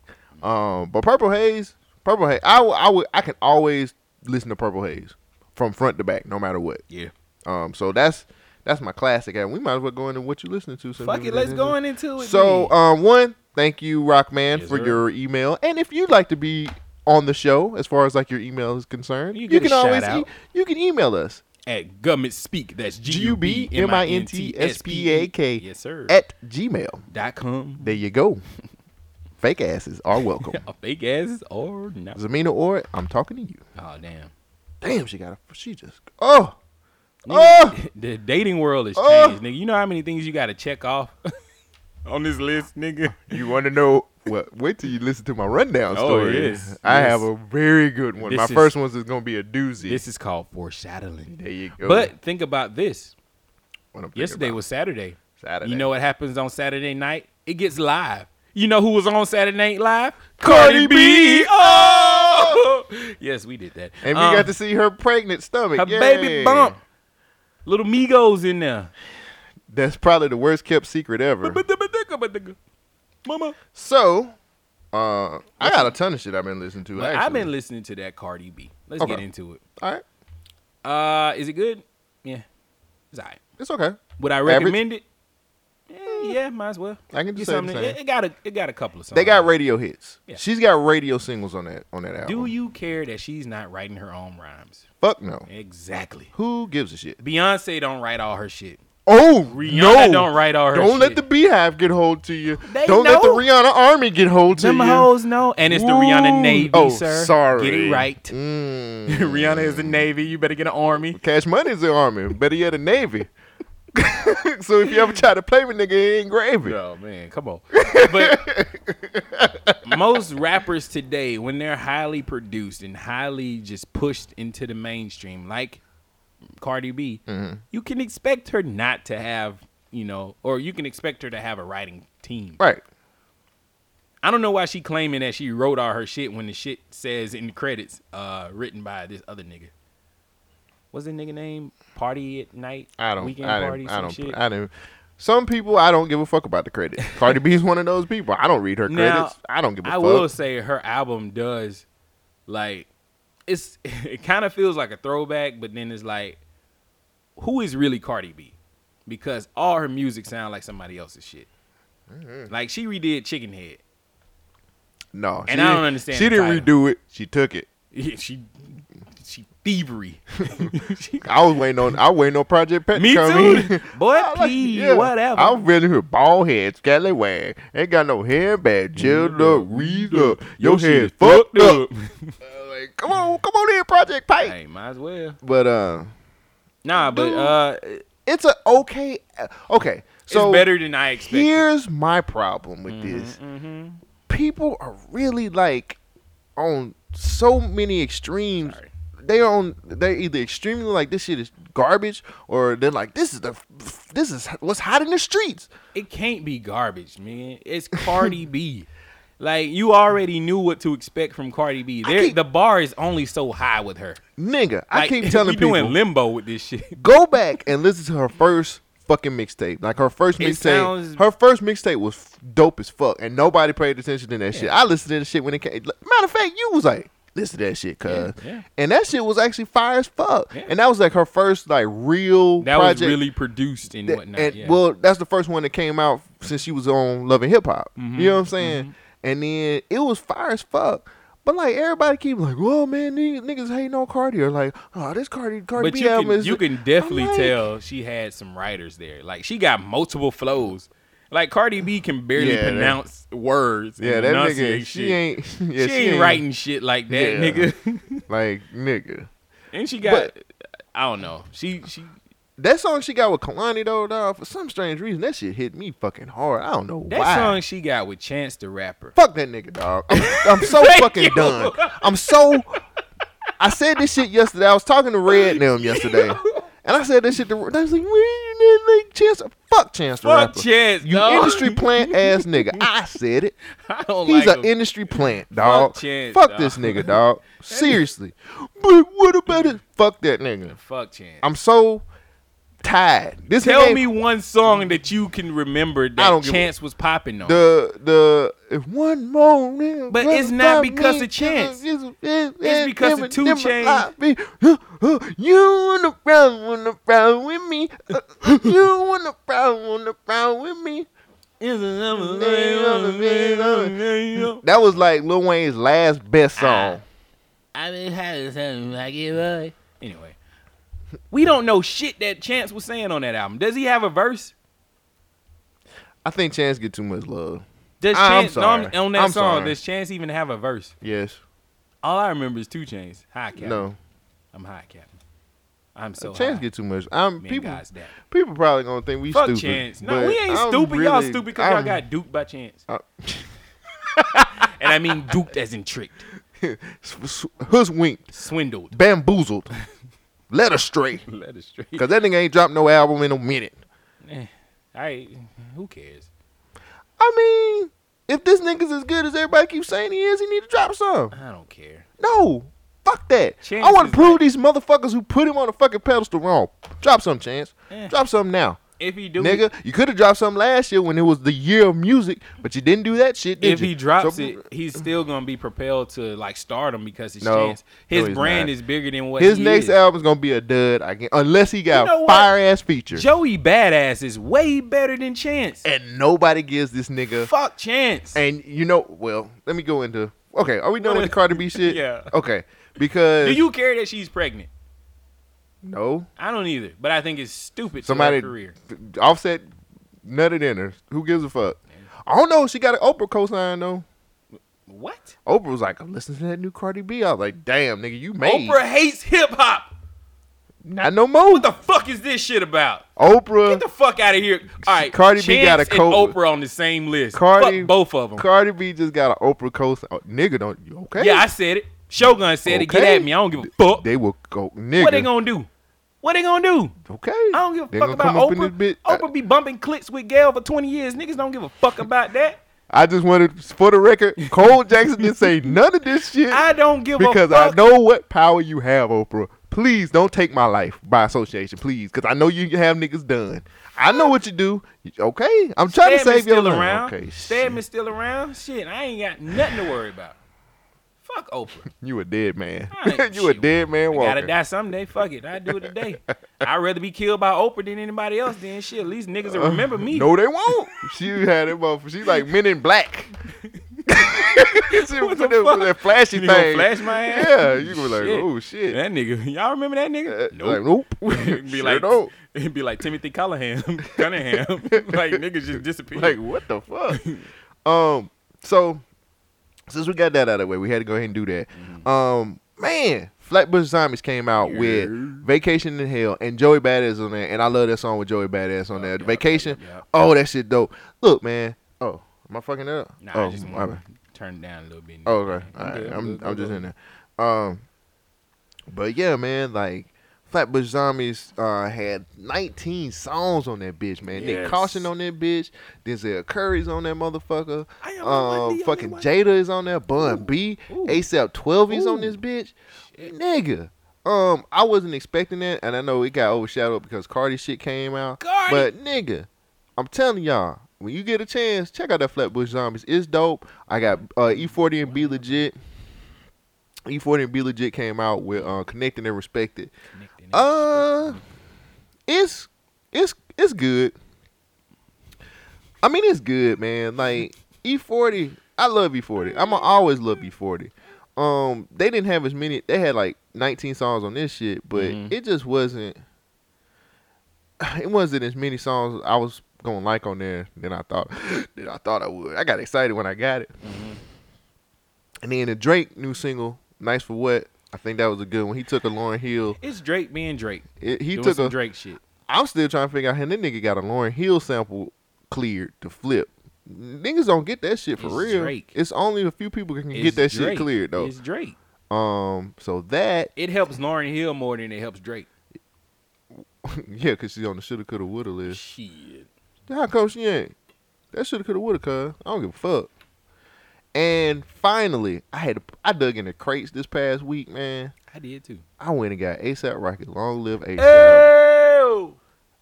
[SPEAKER 1] Um, but Purple Haze, Purple Haze, I would- I would- I can always listen to Purple Haze from front to back, no matter what.
[SPEAKER 2] yeah.
[SPEAKER 1] Um, so that's that's my classic, and we might as well go into what you listening to. since
[SPEAKER 2] Fuck
[SPEAKER 1] we-
[SPEAKER 2] it, let's go on into it.
[SPEAKER 1] So,
[SPEAKER 2] then.
[SPEAKER 1] um, one, thank you, Rockman,
[SPEAKER 2] Yes,
[SPEAKER 1] for
[SPEAKER 2] sir.
[SPEAKER 1] your email, and if you'd like to be on the show, as far as like your email is concerned,
[SPEAKER 2] You
[SPEAKER 1] you,
[SPEAKER 2] get a
[SPEAKER 1] can always
[SPEAKER 2] shout-out.
[SPEAKER 1] e- you can email us
[SPEAKER 2] at Gummit Speak, that's G U B M I N T S P A K.
[SPEAKER 1] G-U-B-M-I-N-T-S-P-A-K.
[SPEAKER 2] Yes, sir.
[SPEAKER 1] at Gmail.
[SPEAKER 2] dot com.
[SPEAKER 1] There you go. Fake asses
[SPEAKER 2] (laughs)
[SPEAKER 1] are welcome.
[SPEAKER 2] A fake asses or not?
[SPEAKER 1] Zamina or I'm talking to you.
[SPEAKER 2] Oh damn.
[SPEAKER 1] Damn, she got a she just oh oh
[SPEAKER 2] Nigga, the dating world has
[SPEAKER 1] Oh.
[SPEAKER 2] changed, nigga. You know how many things you got to check off on this list, nigga.
[SPEAKER 1] You want to know? Well, wait till you listen to my rundown
[SPEAKER 2] Oh,
[SPEAKER 1] story.
[SPEAKER 2] yes,
[SPEAKER 1] I
[SPEAKER 2] yes.
[SPEAKER 1] have a very good one.
[SPEAKER 2] This
[SPEAKER 1] my
[SPEAKER 2] is-
[SPEAKER 1] first one's is gonna be a doozy.
[SPEAKER 2] This is called foreshadowing.
[SPEAKER 1] there you go.
[SPEAKER 2] But think about this.
[SPEAKER 1] What I'm thinking
[SPEAKER 2] Yesterday
[SPEAKER 1] about.
[SPEAKER 2] was Saturday.
[SPEAKER 1] Saturday.
[SPEAKER 2] You know what happens on Saturday night? It gets live. You know who was on Saturday Night Live?
[SPEAKER 1] Cardi B.
[SPEAKER 2] Oh, yes, we did that.
[SPEAKER 1] and we
[SPEAKER 2] Um,
[SPEAKER 1] got to see her pregnant stomach.
[SPEAKER 2] her
[SPEAKER 1] Yay.
[SPEAKER 2] baby bump. Little Migos in there.
[SPEAKER 1] That's probably the worst kept secret ever.
[SPEAKER 2] Mama.
[SPEAKER 1] So, uh, I got a ton of shit I've been listening to.
[SPEAKER 2] But
[SPEAKER 1] actually.
[SPEAKER 2] I've been listening to that Cardi B. Let's
[SPEAKER 1] Okay.
[SPEAKER 2] get into it.
[SPEAKER 1] All right,
[SPEAKER 2] Uh, is it good? Yeah, it's alright.
[SPEAKER 1] it's okay.
[SPEAKER 2] Would I
[SPEAKER 1] Average?
[SPEAKER 2] recommend it? Eh, yeah, might as well.
[SPEAKER 1] I can
[SPEAKER 2] Get
[SPEAKER 1] just say the
[SPEAKER 2] something.
[SPEAKER 1] same.
[SPEAKER 2] It, it got a, it got a couple of songs.
[SPEAKER 1] They got radio hits.
[SPEAKER 2] Yeah.
[SPEAKER 1] She's got radio singles on that on that album.
[SPEAKER 2] Do you care that she's not writing her own rhymes?
[SPEAKER 1] Fuck no.
[SPEAKER 2] Exactly.
[SPEAKER 1] Who gives a shit?
[SPEAKER 2] Beyonce don't write all her shit.
[SPEAKER 1] Oh
[SPEAKER 2] Rihanna
[SPEAKER 1] no!
[SPEAKER 2] don't write all her
[SPEAKER 1] Don't let
[SPEAKER 2] shit.
[SPEAKER 1] the Beehive get hold to you.
[SPEAKER 2] They
[SPEAKER 1] don't let the
[SPEAKER 2] know.
[SPEAKER 1] Rihanna Army get hold to
[SPEAKER 2] Them
[SPEAKER 1] you.
[SPEAKER 2] hoes know, and it's the Rihanna
[SPEAKER 1] Ooh.
[SPEAKER 2] Navy,
[SPEAKER 1] Oh,
[SPEAKER 2] sir.
[SPEAKER 1] sorry.
[SPEAKER 2] Get it right.
[SPEAKER 1] Mm.
[SPEAKER 2] (laughs) Rihanna is the Navy. You better get an army.
[SPEAKER 1] Cash Money's the Army. Better yet, the Navy. (laughs) so if you ever try to play with nigga, it ain't gravy.
[SPEAKER 2] Oh man, come
[SPEAKER 1] (laughs)
[SPEAKER 2] on. But most rappers today, when they're highly produced and highly just pushed into the mainstream, like Cardi B,
[SPEAKER 1] Mm-hmm.
[SPEAKER 2] you can expect her not to have, you know, or you can expect her to have a writing team.
[SPEAKER 1] Right.
[SPEAKER 2] I don't know why she claiming that she wrote all her shit when the shit says in the credits, uh, written by this other nigga. What's the nigga name? Party at night?
[SPEAKER 1] I don't.
[SPEAKER 2] Weekend
[SPEAKER 1] I don't.
[SPEAKER 2] party?
[SPEAKER 1] I
[SPEAKER 2] some
[SPEAKER 1] don't.
[SPEAKER 2] shit?
[SPEAKER 1] I don't. Some people I don't give a fuck about
[SPEAKER 2] (laughs)
[SPEAKER 1] the credit. Cardi B is one of those people. I don't read her
[SPEAKER 2] Now,
[SPEAKER 1] credits. I don't give a
[SPEAKER 2] I
[SPEAKER 1] fuck.
[SPEAKER 2] will say her album does like it's (laughs) it kind of feels like a throwback, but then it's like who is really Cardi B? Because all her music sound like somebody else's shit.
[SPEAKER 1] Mm-hmm.
[SPEAKER 2] Like she redid Chicken Head. (laughs)
[SPEAKER 1] no, she
[SPEAKER 2] And I don't
[SPEAKER 1] didn't-
[SPEAKER 2] understand
[SPEAKER 1] She
[SPEAKER 2] the
[SPEAKER 1] didn't
[SPEAKER 2] title.
[SPEAKER 1] redo it. She took it.
[SPEAKER 2] Yeah, she she thievery. (laughs) She-
[SPEAKER 1] I was waiting on. I was waiting on Project Pet. to
[SPEAKER 2] me
[SPEAKER 1] come
[SPEAKER 2] too. (laughs)
[SPEAKER 1] in. (laughs)
[SPEAKER 2] Boy,
[SPEAKER 1] I like-
[SPEAKER 2] P,
[SPEAKER 1] yeah.
[SPEAKER 2] whatever.
[SPEAKER 1] I'm really here, bald head, scallywag. Ain't got no hair, bad chilled up, read up. Your,
[SPEAKER 2] Mm-hmm.
[SPEAKER 1] head
[SPEAKER 2] shit
[SPEAKER 1] fucked up. Uh, like, come on, come on in, Project Pike.
[SPEAKER 2] hey, might as well.
[SPEAKER 1] But uh,
[SPEAKER 2] Nah, but uh
[SPEAKER 1] it's a okay. uh, Okay, so
[SPEAKER 2] it's better than I expected.
[SPEAKER 1] Here's my problem with
[SPEAKER 2] Mm-hmm,
[SPEAKER 1] this. People are really like on so many extremes.
[SPEAKER 2] Sorry.
[SPEAKER 1] They on they either extremely like this shit is garbage or they're like this is the this is what's hot in the streets.
[SPEAKER 2] It can't be garbage, man. It's Cardi B. Like you already knew what to expect from Cardi B. There,
[SPEAKER 1] keep-
[SPEAKER 2] the bar is only so high with her.
[SPEAKER 1] Nigga, I
[SPEAKER 2] Like,
[SPEAKER 1] keep
[SPEAKER 2] (laughs)
[SPEAKER 1] telling
[SPEAKER 2] you
[SPEAKER 1] people
[SPEAKER 2] doing limbo with this shit. (laughs)
[SPEAKER 1] go back and listen to her first fucking mixtape. Like her first
[SPEAKER 2] It
[SPEAKER 1] mixtape,
[SPEAKER 2] sounds-
[SPEAKER 1] her first mixtape was f- dope as fuck, and nobody paid attention to that shit. I listened to the shit when it came. Like, Matter of fact, you was like, listen to that shit, cuz.
[SPEAKER 2] Yeah, yeah.
[SPEAKER 1] And that shit was actually fire as fuck.
[SPEAKER 2] Yeah.
[SPEAKER 1] And that was like her first like real
[SPEAKER 2] That
[SPEAKER 1] project.
[SPEAKER 2] was really produced and
[SPEAKER 1] that-
[SPEAKER 2] whatnot.
[SPEAKER 1] and-
[SPEAKER 2] yeah.
[SPEAKER 1] Well, that's the first one that came out since she was on Love and Hip Hop.
[SPEAKER 2] Mm-hmm.
[SPEAKER 1] You know what I'm saying? And then it was fire as fuck. But like everybody keep like, whoa man, these niggas hating on Cardi or like, oh this Cardi Cardi
[SPEAKER 2] but
[SPEAKER 1] B
[SPEAKER 2] you
[SPEAKER 1] album
[SPEAKER 2] can,
[SPEAKER 1] is
[SPEAKER 2] you can
[SPEAKER 1] I'm
[SPEAKER 2] definitely
[SPEAKER 1] like,
[SPEAKER 2] tell she had some writers there. Like she got multiple flows. Like Cardi B can barely
[SPEAKER 1] Yeah, that-
[SPEAKER 2] pronounce words. and
[SPEAKER 1] Yeah, that
[SPEAKER 2] enunciate shit.
[SPEAKER 1] nigga, she ain't, (laughs) yeah,
[SPEAKER 2] she, ain't writing shit like that,
[SPEAKER 1] Yeah.
[SPEAKER 2] nigga. (laughs)
[SPEAKER 1] Like nigga,
[SPEAKER 2] and she got, I don't know. She she
[SPEAKER 1] that song she got with Kalani though, dog, for some strange reason, that shit hit me fucking hard. I don't know
[SPEAKER 2] that
[SPEAKER 1] why.
[SPEAKER 2] song she got with Chance the Rapper.
[SPEAKER 1] Fuck that nigga, dog. I'm, I'm
[SPEAKER 2] (laughs)
[SPEAKER 1] so
[SPEAKER 2] Thank
[SPEAKER 1] fucking
[SPEAKER 2] you.
[SPEAKER 1] done. I'm so. I said this shit yesterday. I was talking to Red and them yesterday, and I said this shit. to They was like, "Well, you didn't like Chance. Fuck Chance the
[SPEAKER 2] Fuck
[SPEAKER 1] rapper.
[SPEAKER 2] Chance,
[SPEAKER 1] you
[SPEAKER 2] dog.
[SPEAKER 1] industry plant ass nigga. I said it.
[SPEAKER 2] (laughs) I don't
[SPEAKER 1] He's
[SPEAKER 2] like
[SPEAKER 1] an
[SPEAKER 2] him.
[SPEAKER 1] industry plant, dog.
[SPEAKER 2] Chance,
[SPEAKER 1] Fuck
[SPEAKER 2] dog.
[SPEAKER 1] this nigga,
[SPEAKER 2] (laughs)
[SPEAKER 1] dog. Seriously. But what about it? Fuck that nigga.
[SPEAKER 2] Fuck Chance.
[SPEAKER 1] I'm so tired. This
[SPEAKER 2] Tell
[SPEAKER 1] ain't
[SPEAKER 2] me one song that you can remember that
[SPEAKER 1] I don't give a-
[SPEAKER 2] Chance was popping on.
[SPEAKER 1] the the if one morning.
[SPEAKER 2] But it's not because of Chance.
[SPEAKER 1] It's
[SPEAKER 2] because of 2 Chainz.
[SPEAKER 1] You in the brown on the brown with me. Uh, You in the brown on the brown with me. That was like Lil Wayne's last
[SPEAKER 2] Ah.
[SPEAKER 1] best song.
[SPEAKER 2] Anyway, we don't know shit that Chance was saying on that album. Does he have a verse?
[SPEAKER 1] I think Chance get too much love.
[SPEAKER 2] Does
[SPEAKER 1] I'm
[SPEAKER 2] Chance no,
[SPEAKER 1] sorry.
[SPEAKER 2] on that
[SPEAKER 1] I'm
[SPEAKER 2] song?
[SPEAKER 1] sorry.
[SPEAKER 2] Does Chance even have a verse?
[SPEAKER 1] Yes.
[SPEAKER 2] All I remember is two chains. Hi, Captain.
[SPEAKER 1] No.
[SPEAKER 2] I'm high, Captain. I'm so
[SPEAKER 1] Chance
[SPEAKER 2] high.
[SPEAKER 1] get too much. I'm
[SPEAKER 2] Man,
[SPEAKER 1] people.
[SPEAKER 2] guys, that.
[SPEAKER 1] People probably gonna think we
[SPEAKER 2] Fuck
[SPEAKER 1] stupid.
[SPEAKER 2] Chance.
[SPEAKER 1] but
[SPEAKER 2] No, we ain't
[SPEAKER 1] I'm
[SPEAKER 2] stupid. y'all
[SPEAKER 1] really-
[SPEAKER 2] stupid because y'all
[SPEAKER 1] I'm-
[SPEAKER 2] got duped by Chance.
[SPEAKER 1] I'm-
[SPEAKER 2] (laughs) and I mean duped as in tricked,
[SPEAKER 1] (laughs) s- s- hoodwinked,
[SPEAKER 2] swindled, (laughs)
[SPEAKER 1] bamboozled, led astray.
[SPEAKER 2] led astray.
[SPEAKER 1] Cause that nigga ain't dropped no album in a minute.
[SPEAKER 2] Eh, I who cares?
[SPEAKER 1] I mean, if this nigga's as good as everybody keeps saying he is, he need to drop some.
[SPEAKER 2] I don't care.
[SPEAKER 1] No, fuck that.
[SPEAKER 2] Chance
[SPEAKER 1] I want
[SPEAKER 2] is
[SPEAKER 1] to prove these motherfuckers who put him on the fucking pedestal wrong. Drop some, Chance.
[SPEAKER 2] Eh.
[SPEAKER 1] Drop some now.
[SPEAKER 2] If he do,
[SPEAKER 1] Nigga, you could have dropped something last year when it was the year of music, but you didn't do that shit. Did
[SPEAKER 2] if
[SPEAKER 1] you?
[SPEAKER 2] he drops
[SPEAKER 1] So-
[SPEAKER 2] it, he's still gonna be propelled to like stardom because it's
[SPEAKER 1] No.
[SPEAKER 2] chance. His
[SPEAKER 1] No, he's
[SPEAKER 2] brand
[SPEAKER 1] not.
[SPEAKER 2] is bigger than what
[SPEAKER 1] his
[SPEAKER 2] he
[SPEAKER 1] next
[SPEAKER 2] is.
[SPEAKER 1] album's gonna be a dud. I can, unless he got
[SPEAKER 2] know
[SPEAKER 1] a
[SPEAKER 2] what?
[SPEAKER 1] fire ass feature,
[SPEAKER 2] Joey Badass is way better than Chance.
[SPEAKER 1] and nobody gives this nigga
[SPEAKER 2] Fuck Chance.
[SPEAKER 1] And you know, well, let me go into. Okay, are we done with the Cardi B
[SPEAKER 2] (laughs)
[SPEAKER 1] shit?
[SPEAKER 2] Yeah.
[SPEAKER 1] Okay, because
[SPEAKER 2] do you care that she's pregnant?
[SPEAKER 1] no
[SPEAKER 2] I don't either, but I think it's stupid.
[SPEAKER 1] somebody
[SPEAKER 2] to her career.
[SPEAKER 1] offset nutted in her. Who gives a fuck? I don't know. She got an Oprah cosign though.
[SPEAKER 2] What?
[SPEAKER 1] Oprah was like, "I'm listening to that new Cardi B." I was like, "Damn, nigga, you made
[SPEAKER 2] Oprah hates hip hop.
[SPEAKER 1] not no more."
[SPEAKER 2] What the fuck is this shit about?
[SPEAKER 1] Oprah,
[SPEAKER 2] Get the fuck out of here! All right,
[SPEAKER 1] Cardi B
[SPEAKER 2] Chance
[SPEAKER 1] got a
[SPEAKER 2] and
[SPEAKER 1] cold-
[SPEAKER 2] Oprah on the same list.
[SPEAKER 1] Cardi-
[SPEAKER 2] fuck both of them.
[SPEAKER 1] Cardi B just got an Oprah cosign. Oh, nigga, don't you okay?
[SPEAKER 2] Yeah, I said it. Shogun said it. Get
[SPEAKER 1] Okay.
[SPEAKER 2] at me. I don't give a fuck.
[SPEAKER 1] they will go, nigga.
[SPEAKER 2] what they gonna do? What they gonna do?
[SPEAKER 1] okay,
[SPEAKER 2] I don't give a
[SPEAKER 1] They
[SPEAKER 2] fuck
[SPEAKER 1] gonna
[SPEAKER 2] about
[SPEAKER 1] come up in
[SPEAKER 2] Oprah.
[SPEAKER 1] this bitch.
[SPEAKER 2] Oprah be bumping clicks with Gail for 20 years. Niggas don't give a fuck about that.
[SPEAKER 1] I just wanted, for the record, Cole Jackson didn't say none of this shit.
[SPEAKER 2] I don't give
[SPEAKER 1] because
[SPEAKER 2] a
[SPEAKER 1] I
[SPEAKER 2] fuck.
[SPEAKER 1] know what power you have, Oprah. Please don't take my life by association, please, because I know you have niggas done. I know what you do. Okay, I'm trying to
[SPEAKER 2] Stedman's
[SPEAKER 1] save your
[SPEAKER 2] still
[SPEAKER 1] life.
[SPEAKER 2] around.
[SPEAKER 1] Okay,
[SPEAKER 2] Stedman's still around. Shit, I ainit got nothing to worry about. Fuck Oprah.
[SPEAKER 1] you a dead man.
[SPEAKER 2] I ain't
[SPEAKER 1] (laughs) you a
[SPEAKER 2] shit.
[SPEAKER 1] dead man
[SPEAKER 2] I gotta
[SPEAKER 1] walking.
[SPEAKER 2] die someday. Fuck it. I do it
[SPEAKER 1] (laughs)
[SPEAKER 2] today. I'd rather be killed by Oprah than anybody else. Then shit, at least niggas will remember me. (laughs)
[SPEAKER 1] Uh, No, they won't. She had it, motherfucker. She like Men in Black. she
[SPEAKER 2] What
[SPEAKER 1] put
[SPEAKER 2] the
[SPEAKER 1] that, put
[SPEAKER 2] fuck?
[SPEAKER 1] that flashy
[SPEAKER 2] You
[SPEAKER 1] thing.
[SPEAKER 2] gonna flash my ass?
[SPEAKER 1] Yeah, you gonna be like,
[SPEAKER 2] Shit.
[SPEAKER 1] oh shit.
[SPEAKER 2] That nigga, y'all remember that nigga?
[SPEAKER 1] Uh, Like, nope.
[SPEAKER 2] (laughs) It'd be
[SPEAKER 1] Sure
[SPEAKER 2] like
[SPEAKER 1] don't.
[SPEAKER 2] (laughs) it'd be like Timothy Callahan,
[SPEAKER 1] (laughs)
[SPEAKER 2] Cunningham. (laughs) like niggas just disappeared.
[SPEAKER 1] Like, what
[SPEAKER 2] (laughs)
[SPEAKER 1] the fuck? um, so since we got that out of the way, we had to go ahead and do that.
[SPEAKER 2] Mm-hmm.
[SPEAKER 1] Um, man, Flatbush Zombies came out with Vacation in Hell and Joey Badass on there, and I love that song with Joey Badass on there. The Vacation,
[SPEAKER 2] Oh, yeah.
[SPEAKER 1] oh that shit dope. Look, man, oh. Am I fucking that up?
[SPEAKER 2] nah,
[SPEAKER 1] oh,
[SPEAKER 2] I just
[SPEAKER 1] my
[SPEAKER 2] want
[SPEAKER 1] bad.
[SPEAKER 2] to turn it down a little bit.
[SPEAKER 1] Oh, okay. All
[SPEAKER 2] I'm
[SPEAKER 1] right.
[SPEAKER 2] good,
[SPEAKER 1] I'm
[SPEAKER 2] I'm
[SPEAKER 1] I'm,
[SPEAKER 2] good, I'm
[SPEAKER 1] just in there. Um, but yeah, man, like Flatbush Zombies uh, had 19 songs on that bitch, man. Nick
[SPEAKER 2] Yes.
[SPEAKER 1] Caution on that bitch. Denzel Curry's on that motherfucker.
[SPEAKER 2] I am the one, the
[SPEAKER 1] Um,
[SPEAKER 2] only
[SPEAKER 1] fucking
[SPEAKER 2] one.
[SPEAKER 1] Jada is on there. Bun B,
[SPEAKER 2] Ooh.
[SPEAKER 1] ASAP 12 is on
[SPEAKER 2] Ooh.
[SPEAKER 1] this bitch, nigga. Um, I wasn't expecting that, and I know it got overshadowed because Cardi shit came out.
[SPEAKER 2] Cardi!
[SPEAKER 1] But nigga, I'm telling y'all, when you get a chance, check out that Flatbush Zombies. It's dope. I got uh, E40 and B Legit. E40 and B Legit came out with uh, Connected and Respected.
[SPEAKER 2] Connected and
[SPEAKER 1] Uh, it's it's it's good. I mean, it's good, man. Like E40, I love E40. I'ma always love E40. Um, they didn't have as many. They had like 19 songs on this shit, but
[SPEAKER 2] Mhm.
[SPEAKER 1] it just wasn't. (sighs) It wasn't as many songs I was gonna like on there than I thought. (gasps) Than I thought I would. I got excited when I got it.
[SPEAKER 2] Mm-hmm.
[SPEAKER 1] And then the Drake new single, "Nice for What." I think that was a good one. He took a Lauren Hill.
[SPEAKER 2] It's Drake being Drake.
[SPEAKER 1] It, he
[SPEAKER 2] doing
[SPEAKER 1] took
[SPEAKER 2] some
[SPEAKER 1] a
[SPEAKER 2] Drake shit.
[SPEAKER 1] I'm still trying to figure out how that nigga got a Lauren Hill sample cleared to flip. Niggas don't get that shit for
[SPEAKER 2] It's
[SPEAKER 1] real.
[SPEAKER 2] Drake.
[SPEAKER 1] It's only a few people can
[SPEAKER 2] It's
[SPEAKER 1] get that
[SPEAKER 2] Drake.
[SPEAKER 1] shit cleared though.
[SPEAKER 2] It's Drake.
[SPEAKER 1] Um, so that (laughs)
[SPEAKER 2] It helps Lauren Hill more than it helps Drake.
[SPEAKER 1] yeah, cause she's on the shoulda coulda woulda list.
[SPEAKER 2] Shit.
[SPEAKER 1] How come she ain't? That shoulda coulda woulda, cuz I don't give a fuck. And finally, I had to, I dug in the crates this past week, man.
[SPEAKER 2] I did too.
[SPEAKER 1] I went and got ASAP Rocket, Long Live ASAP.
[SPEAKER 2] Oh.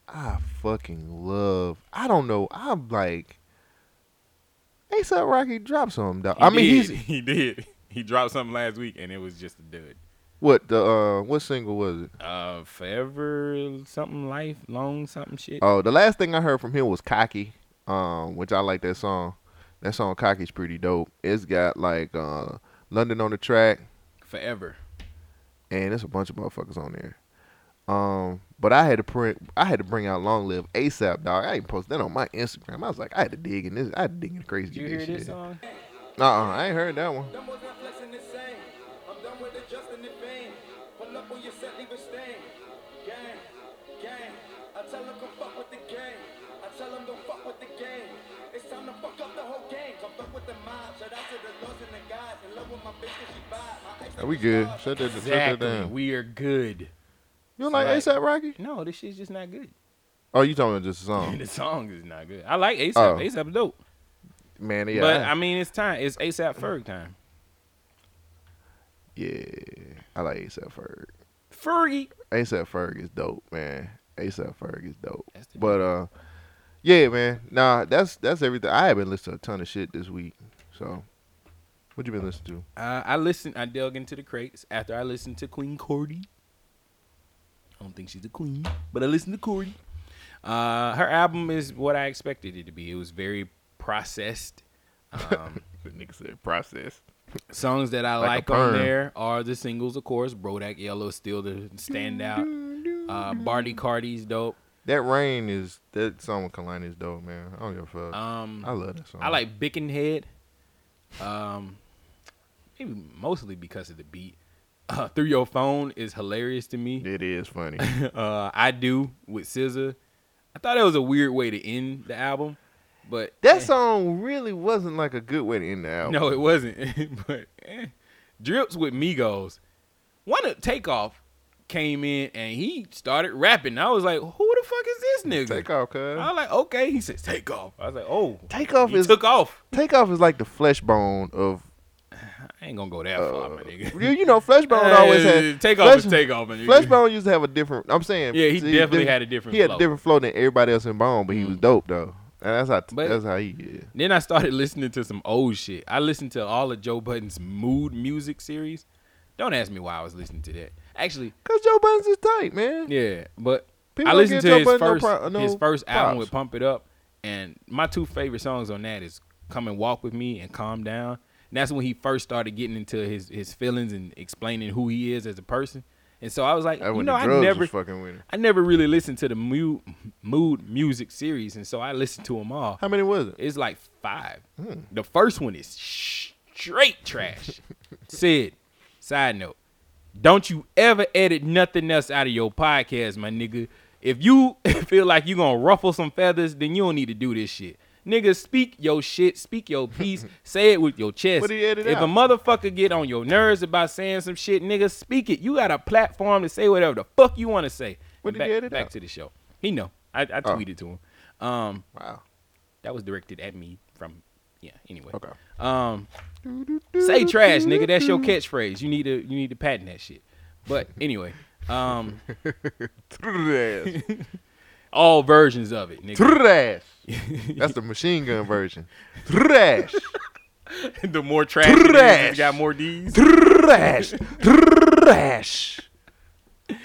[SPEAKER 1] I fucking love. I don't know. I'm like, ASAP Rocky dropped something. Dog. I mean, he's
[SPEAKER 2] he did. (laughs) He dropped something last week and it was just a dud.
[SPEAKER 1] what the uh what single was it?
[SPEAKER 2] Uh, forever something life long something shit.
[SPEAKER 1] Oh, the last thing I heard from him was Cocky, um, which I like that song. That song Cocky's pretty dope. It's got like uh London on the track,
[SPEAKER 2] Forever.
[SPEAKER 1] and there's a bunch of motherfuckers on there. Um, but I had to print. I had to bring out Long Live ASAP, dog. I ain't post that on my Instagram. I was like, I had to dig in this. I had to dig in the crazy.
[SPEAKER 2] Did you
[SPEAKER 1] this
[SPEAKER 2] hear
[SPEAKER 1] shit.
[SPEAKER 2] this song?
[SPEAKER 1] Uh, uh I ain't heard that one.
[SPEAKER 3] Them boys not flexing the same. I'm done with the Justin and Bane. Pull up on your set, leave a stain. Gang, gang. I tell them come fuck with the gang. I tell them don't fuck with the gang. It's time to fuck up the whole gang. Come fuck with the mob. Shout out to the lords and the gods. In love with my bitch 'cause she vibe. My ex
[SPEAKER 1] Are we good? Shut that, shut that
[SPEAKER 2] Exactly.
[SPEAKER 1] down.
[SPEAKER 2] We are good.
[SPEAKER 1] You don't like
[SPEAKER 2] Right.
[SPEAKER 1] ASAP Rocky?
[SPEAKER 2] No, this shit's just not good.
[SPEAKER 1] Oh, you talking about just a
[SPEAKER 2] (laughs)
[SPEAKER 1] song?
[SPEAKER 2] the song is not good. I like ASAP.
[SPEAKER 1] Oh.
[SPEAKER 2] ASAP dope.
[SPEAKER 1] Man, yeah,
[SPEAKER 2] but
[SPEAKER 1] I,
[SPEAKER 2] I mean, it's time. It's ASAP Ferg time.
[SPEAKER 1] yeah, I like ASAP Ferg.
[SPEAKER 2] Fergie.
[SPEAKER 1] ASAP Ferg is dope, man. ASAP Ferg is dope.
[SPEAKER 2] That's the
[SPEAKER 1] But uh, yeah, man. Nah, that's that's everything. I have been listening to a ton of shit this week. So, what you been listening to?
[SPEAKER 2] Uh, I listened. I dug into the crates after I listened to Queen Cordy. I don't think she's a queen, but I listened to Cordy. Uh, her album is what I expected it to be. It was very processed. Um,
[SPEAKER 1] The nigga said process.
[SPEAKER 2] songs that I
[SPEAKER 1] Like
[SPEAKER 2] like,
[SPEAKER 1] a
[SPEAKER 2] on
[SPEAKER 1] perm.
[SPEAKER 2] there are the singles, of course. Brodak Yellow is still the standout. Uh, Barty Cardi's dope.
[SPEAKER 1] That rain is that song with Kalani is dope, man. I don't give a fuck.
[SPEAKER 2] Um,
[SPEAKER 1] I love that song.
[SPEAKER 2] I like (laughs) Bickenhead. Um, maybe mostly because of the beat. Uh, Through Your Phone is hilarious to me.
[SPEAKER 1] It is funny.
[SPEAKER 2] (laughs) uh, I Do with SZA. I thought that was a weird way to end the album, but
[SPEAKER 1] (laughs) that song really wasn't like a good way to end the album.
[SPEAKER 2] no, it wasn't. (laughs) but eh. Drips with Migos. One of Takeoff came in and he started rapping. I was like, who the fuck is this nigga?
[SPEAKER 1] Take off, cuz.
[SPEAKER 2] I was like, okay. He says Takeoff. I was like, oh,
[SPEAKER 1] Takeoff
[SPEAKER 2] he
[SPEAKER 1] is
[SPEAKER 2] took off.
[SPEAKER 1] Takeoff is like the flesh bone of
[SPEAKER 2] I ain't gonna go that far, my nigga.
[SPEAKER 1] Uh, You, you know,
[SPEAKER 2] (laughs)
[SPEAKER 1] Fleshbone always had
[SPEAKER 2] take off is
[SPEAKER 1] Flesh-
[SPEAKER 2] take off, my nigga.
[SPEAKER 1] Fleshbone used to have a different. I'm saying.
[SPEAKER 2] Yeah, he
[SPEAKER 1] see,
[SPEAKER 2] definitely had a different
[SPEAKER 1] He had
[SPEAKER 2] flow. Mm.
[SPEAKER 1] a different flow than everybody else in Bone, but he was dope though. And that's how.
[SPEAKER 2] But-
[SPEAKER 1] that's how he. Yeah.
[SPEAKER 2] Then I started (laughs) listening to some old shit. I listened to all of Joe Budden's mood music series. Don't ask me why I was listening to that. Actually,
[SPEAKER 1] Cause Joe Budden's is tight, man.
[SPEAKER 2] yeah, but
[SPEAKER 1] People
[SPEAKER 2] I
[SPEAKER 1] don't
[SPEAKER 2] listened to
[SPEAKER 1] give Joe
[SPEAKER 2] his
[SPEAKER 1] Budden no
[SPEAKER 2] first
[SPEAKER 1] pro- no
[SPEAKER 2] his first album
[SPEAKER 1] props.
[SPEAKER 2] with Pump It Up, and my two favorite songs on that is "Come and Walk with Me" and "Calm Down." And that's when he first started getting into his his feelings and explaining who he is as a person. And so I was like,
[SPEAKER 1] That
[SPEAKER 2] you
[SPEAKER 1] when
[SPEAKER 2] know,
[SPEAKER 1] the
[SPEAKER 2] I
[SPEAKER 1] drugs
[SPEAKER 2] never
[SPEAKER 1] was fucking with him.
[SPEAKER 2] I never really listened to the mood mood music series, and so I listened to them all.
[SPEAKER 1] How many was it?
[SPEAKER 2] It's like five. The first one is straight
[SPEAKER 1] (laughs)
[SPEAKER 2] trash. Sid, side note, don't you ever edit nothing else out of your podcast, my nigga. If you (laughs) feel like you gonna ruffle some feathers, then you don't need to do this shit. Nigga, speak your shit, speak
[SPEAKER 1] (laughs)
[SPEAKER 2] your piece, say it with your chest.
[SPEAKER 1] What he edit
[SPEAKER 2] if a
[SPEAKER 1] out?
[SPEAKER 2] motherfucker get on your nerves about saying some shit, nigga, speak it. You got a platform to say whatever the fuck you want to say.
[SPEAKER 1] What
[SPEAKER 2] And
[SPEAKER 1] he
[SPEAKER 2] back,
[SPEAKER 1] edit
[SPEAKER 2] back
[SPEAKER 1] out? Oh.
[SPEAKER 2] to the show. He know. I, I tweeted to him. Um, (laughs)
[SPEAKER 1] Wow.
[SPEAKER 2] that was directed at me from yeah anyway
[SPEAKER 1] Okay.
[SPEAKER 2] um say trash nigga that's your catchphrase you need to you need to patent that shit but anyway
[SPEAKER 1] (laughs)
[SPEAKER 2] um
[SPEAKER 1] Through the ass.
[SPEAKER 2] all versions of it nigga
[SPEAKER 1] Through the
[SPEAKER 2] (laughs)
[SPEAKER 1] ass. That's the machine gun version. Through the ass.
[SPEAKER 2] (laughs) the more trash it is,
[SPEAKER 1] Trash.
[SPEAKER 2] it's got more d's
[SPEAKER 1] Trash. Trash.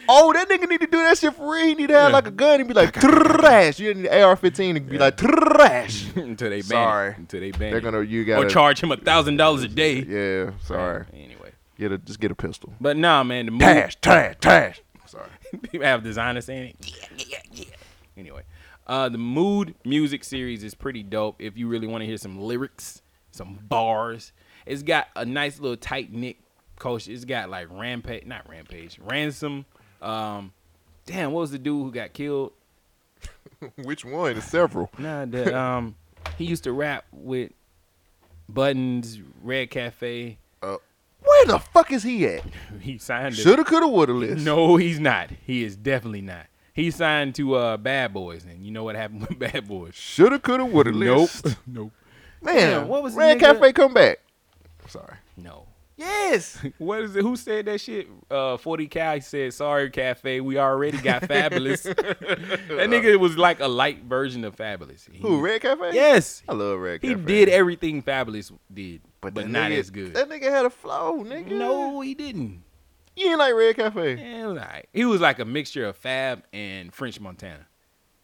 [SPEAKER 1] Oh, that nigga need to do that shit for real. He need to have like a gun and be like trash. You need an AR-15 and be like
[SPEAKER 2] (laughs)
[SPEAKER 1] trash.
[SPEAKER 2] (laughs) until they ban
[SPEAKER 1] Sorry.
[SPEAKER 2] it. until they ban
[SPEAKER 1] They're
[SPEAKER 2] it.
[SPEAKER 1] gonna you
[SPEAKER 2] or
[SPEAKER 1] gotta
[SPEAKER 2] charge him a thousand dollars a day
[SPEAKER 1] Yeah, sorry.
[SPEAKER 2] anyway
[SPEAKER 1] Get a just get a pistol.
[SPEAKER 2] but nah man the mood,
[SPEAKER 1] Trash, trash, trash.
[SPEAKER 2] (laughs)
[SPEAKER 1] Sorry.
[SPEAKER 2] people have designers saying it. Yeah, yeah, yeah. Anyway, uh, the Mood music series is pretty dope. If you really want to hear some lyrics, some bars, it's got a nice little tight knit culture. It's got like rampage, not rampage, ransom. Um, damn, what was the dude who got killed?
[SPEAKER 1] Which one? There's several.
[SPEAKER 2] Nah, (laughs) the um, he used to rap with Buttons, Red Cafe.
[SPEAKER 1] Where the fuck is he at?
[SPEAKER 2] He signed. it.
[SPEAKER 1] Shoulda, coulda, woulda list.
[SPEAKER 2] No, he's not. He is definitely not. He signed to uh, Bad Boys, and you know what happened with (laughs) Bad Boys.
[SPEAKER 1] Shoulda, coulda, woulda list.
[SPEAKER 2] (laughs) nope.
[SPEAKER 1] Man,
[SPEAKER 2] Damn, what was the
[SPEAKER 1] Red
[SPEAKER 2] nigga-
[SPEAKER 1] Cafe come back? Sorry.
[SPEAKER 2] No.
[SPEAKER 1] Yes.
[SPEAKER 2] (laughs) What is it? Who said that shit? Uh, 40 Cal said, sorry, Cafe, we already got
[SPEAKER 1] (laughs)
[SPEAKER 2] Fabulous. that nigga was like a light version of Fabulous. He-
[SPEAKER 1] Who? Red Cafe?
[SPEAKER 2] Yes.
[SPEAKER 1] I love Red
[SPEAKER 2] He
[SPEAKER 1] Cafe.
[SPEAKER 2] did everything Fabulous did, but,
[SPEAKER 1] that
[SPEAKER 2] not
[SPEAKER 1] nigga-
[SPEAKER 2] as good.
[SPEAKER 1] That nigga had a flow, nigga.
[SPEAKER 2] No, he didn't.
[SPEAKER 1] You ain't like Red Cafe.
[SPEAKER 2] Eh, it was all right. He was like a mixture of Fab and French Montana.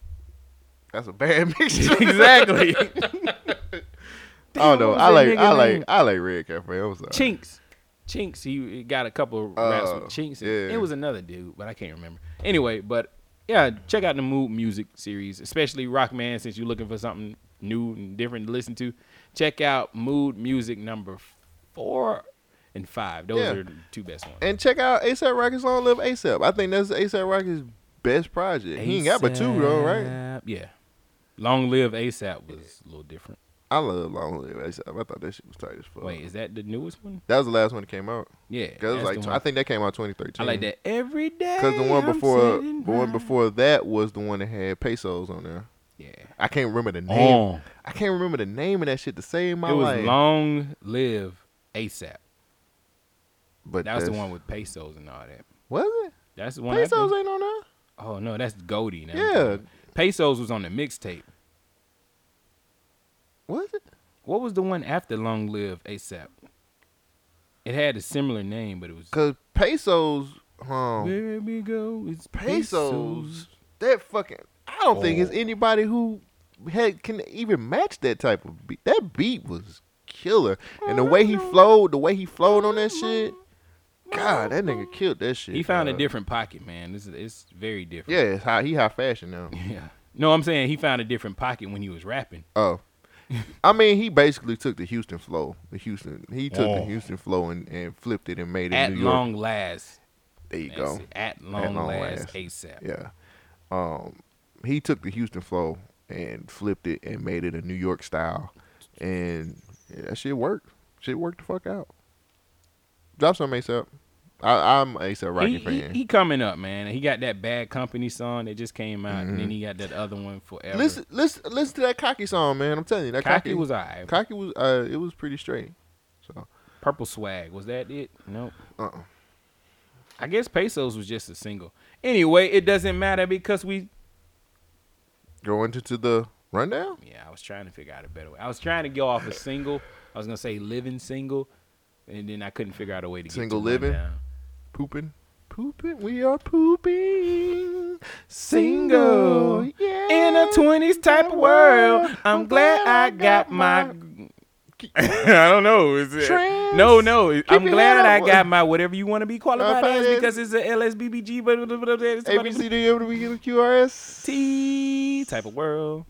[SPEAKER 2] (laughs)
[SPEAKER 1] That's a bad (laughs) mixture.
[SPEAKER 2] exactly.
[SPEAKER 1] (laughs) I don't know.
[SPEAKER 2] What
[SPEAKER 1] I
[SPEAKER 2] was
[SPEAKER 1] like
[SPEAKER 2] that
[SPEAKER 1] I
[SPEAKER 2] nigga
[SPEAKER 1] like
[SPEAKER 2] name?
[SPEAKER 1] I like Red Cafe. I'm sorry.
[SPEAKER 2] Chinks. Chinks, he he got a couple of raps with
[SPEAKER 1] Oh,
[SPEAKER 2] Chinks.
[SPEAKER 1] yeah.
[SPEAKER 2] It was another dude, but I can't remember. Anyway, but yeah, check out the Mood Music series, especially Rockman, since you're looking for something new and different to listen to. Check out Mood Music number four and five. Those
[SPEAKER 1] Yeah.
[SPEAKER 2] are the two best ones.
[SPEAKER 1] And check out ASAP Rocky's Long Live ASAP. I think that's ASAP Rocky's best project. He ain't got but two though, right?
[SPEAKER 2] A$AP, Yeah. Long Live ASAP was a little different.
[SPEAKER 1] I love Long Live ASAP. I thought that shit was tight as fuck.
[SPEAKER 2] Wait, is that the newest one?
[SPEAKER 1] That was the last one that came out.
[SPEAKER 2] Yeah.
[SPEAKER 1] Oh. Cause
[SPEAKER 2] that's
[SPEAKER 1] like
[SPEAKER 2] the
[SPEAKER 1] tw-
[SPEAKER 2] one.
[SPEAKER 1] I think that came out 2013.
[SPEAKER 2] I like that every day.
[SPEAKER 1] Cause the one
[SPEAKER 2] I'm
[SPEAKER 1] before, the
[SPEAKER 2] sitting
[SPEAKER 1] one
[SPEAKER 2] by-
[SPEAKER 1] before that was the one that had pesos on there.
[SPEAKER 2] Yeah.
[SPEAKER 1] I can't remember the name.
[SPEAKER 2] Oh.
[SPEAKER 1] I can't remember the name of that shit to save my
[SPEAKER 2] it was
[SPEAKER 1] life.
[SPEAKER 2] long live ASAP.
[SPEAKER 1] but
[SPEAKER 2] That was the
[SPEAKER 1] that's-
[SPEAKER 2] one with pesos and all that.
[SPEAKER 1] Was it?
[SPEAKER 2] That's the one. I
[SPEAKER 1] Pesos
[SPEAKER 2] think-
[SPEAKER 1] ain't on there.
[SPEAKER 2] oh no, that's Goldie. Now.
[SPEAKER 1] Yeah.
[SPEAKER 2] pesos was on the mixtape.
[SPEAKER 1] Was it?
[SPEAKER 2] What was the one after Long Live ASAP? It had a similar name, but it was
[SPEAKER 1] Cause pesos, um,
[SPEAKER 2] There we go. It's
[SPEAKER 1] pesos. That fucking. I don't think it's
[SPEAKER 2] Oh.
[SPEAKER 1] anybody who had can even match that type of beat. That beat was killer, and the way he flowed, the way he flowed on that shit. God, that nigga killed that shit.
[SPEAKER 2] He found a
[SPEAKER 1] dog.
[SPEAKER 2] different pocket, man. This is it's very
[SPEAKER 1] Yeah,
[SPEAKER 2] different.
[SPEAKER 1] it's high, he high fashion now.
[SPEAKER 2] (laughs) Yeah. No, I'm saying he found a different pocket when he was rapping.
[SPEAKER 1] Oh. I mean, he basically took the Houston flow. The Houston, he took the
[SPEAKER 2] Oh.
[SPEAKER 1] Houston flow and, and flipped it and made it
[SPEAKER 2] At
[SPEAKER 1] New York.
[SPEAKER 2] long last.
[SPEAKER 1] there you
[SPEAKER 2] That's
[SPEAKER 1] go.
[SPEAKER 2] it. At long,
[SPEAKER 1] long
[SPEAKER 2] last,
[SPEAKER 1] last.
[SPEAKER 2] ASAP.
[SPEAKER 1] Yeah. Um, he took the Houston flow and flipped it and made it a New York style, and yeah, that shit worked. Shit worked the fuck out. Drop some ASAP. I, I'm an ASAP Rocky
[SPEAKER 2] he, he-
[SPEAKER 1] fan.
[SPEAKER 2] he coming up, man. He got that Bad Company song that just came out, and then he got that other one forever.
[SPEAKER 1] Mm-hmm. listen, listen, listen to that cocky song, man. I'm telling you, that
[SPEAKER 2] Cocky
[SPEAKER 1] cocky,
[SPEAKER 2] was alright.
[SPEAKER 1] cocky was uh, it was pretty straight. So
[SPEAKER 2] Purple Swag. Was that it? Nope.
[SPEAKER 1] Uh-uh.
[SPEAKER 2] I guess Pesos was just a single. Anyway, it doesn't matter because we.
[SPEAKER 1] Go into to the rundown.
[SPEAKER 2] Yeah, I was trying to figure out a better way. I was trying to go off a single. I was gonna say living single, and then I couldn't figure out a way to get
[SPEAKER 1] Single
[SPEAKER 2] to
[SPEAKER 1] Living?
[SPEAKER 2] rundown.
[SPEAKER 1] Pooping, pooping. We are pooping.
[SPEAKER 2] Single
[SPEAKER 1] yeah.
[SPEAKER 2] in a twenties type of world. I'm glad I got my. (laughs) I don't know. Is it?
[SPEAKER 1] Trans.
[SPEAKER 2] No, no. I'm
[SPEAKER 1] your
[SPEAKER 2] glad
[SPEAKER 1] head
[SPEAKER 2] I
[SPEAKER 1] up.
[SPEAKER 2] got my whatever you want to be qualified
[SPEAKER 1] Uh,
[SPEAKER 2] as
[SPEAKER 1] finance.
[SPEAKER 2] because it's a LSBBG, but ABC
[SPEAKER 1] ABCD able to begin with QRS.
[SPEAKER 2] T type of world.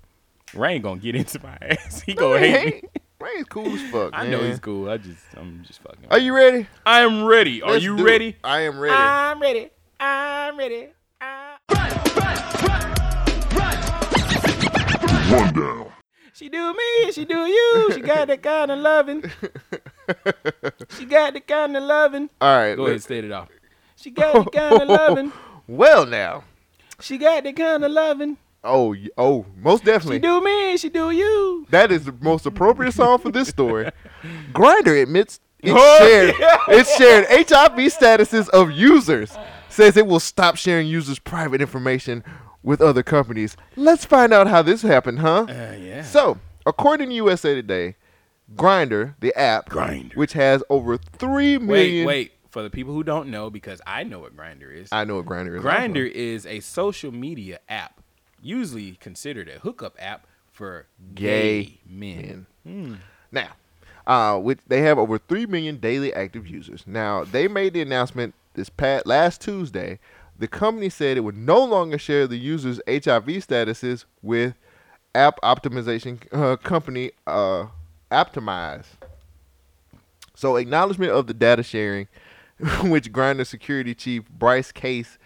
[SPEAKER 2] Ray ain't gonna get into my (laughs) ass. He gonna hate me.
[SPEAKER 1] Rain's cool as fuck.
[SPEAKER 2] I know
[SPEAKER 1] man.
[SPEAKER 2] he's cool. I just, I'm just fucking.
[SPEAKER 1] Are you ready?
[SPEAKER 2] I am ready. Are
[SPEAKER 1] Let's
[SPEAKER 2] you
[SPEAKER 1] do it.
[SPEAKER 2] ready?
[SPEAKER 1] I am ready.
[SPEAKER 2] I'm ready. I'm ready. I'm... Run, run, run, run, down. She do me, she do you. She got that kind of loving. She got that kind of loving.
[SPEAKER 1] All right.
[SPEAKER 2] Go
[SPEAKER 1] let-
[SPEAKER 2] ahead, state it off. She got that kind of loving.
[SPEAKER 1] Well now.
[SPEAKER 2] She got that kind of loving.
[SPEAKER 1] Oh, y- oh, most
[SPEAKER 2] She
[SPEAKER 1] definitely.
[SPEAKER 2] do me, she do you.
[SPEAKER 1] That is the most appropriate song for this
[SPEAKER 2] (laughs)
[SPEAKER 1] story. Grinder admits it
[SPEAKER 2] Oh, (laughs)
[SPEAKER 1] shared it shared HIV statuses of users. Says it will stop sharing users' private information with other companies. Let's find out how this happened, huh?
[SPEAKER 2] Uh, yeah.
[SPEAKER 1] So, according to USA Today, Grinder, the app,
[SPEAKER 2] Grindr.
[SPEAKER 1] which has over three
[SPEAKER 2] Wait,
[SPEAKER 1] million.
[SPEAKER 2] wait. For the people who don't know, because I know what Grinder is.
[SPEAKER 1] I know what Grinder is.
[SPEAKER 2] Grinder is a social media app, usually considered a hookup app for gay,
[SPEAKER 1] Gay
[SPEAKER 2] men. Hmm.
[SPEAKER 1] Now, uh, which they have over three million daily active users. Now, they made the announcement this past last Tuesday. The company said it would no longer share the users' HIV statuses with app optimization uh, company uh, Optimize. So, acknowledgement of the data sharing, (laughs) which Grinder security chief Bryce Case,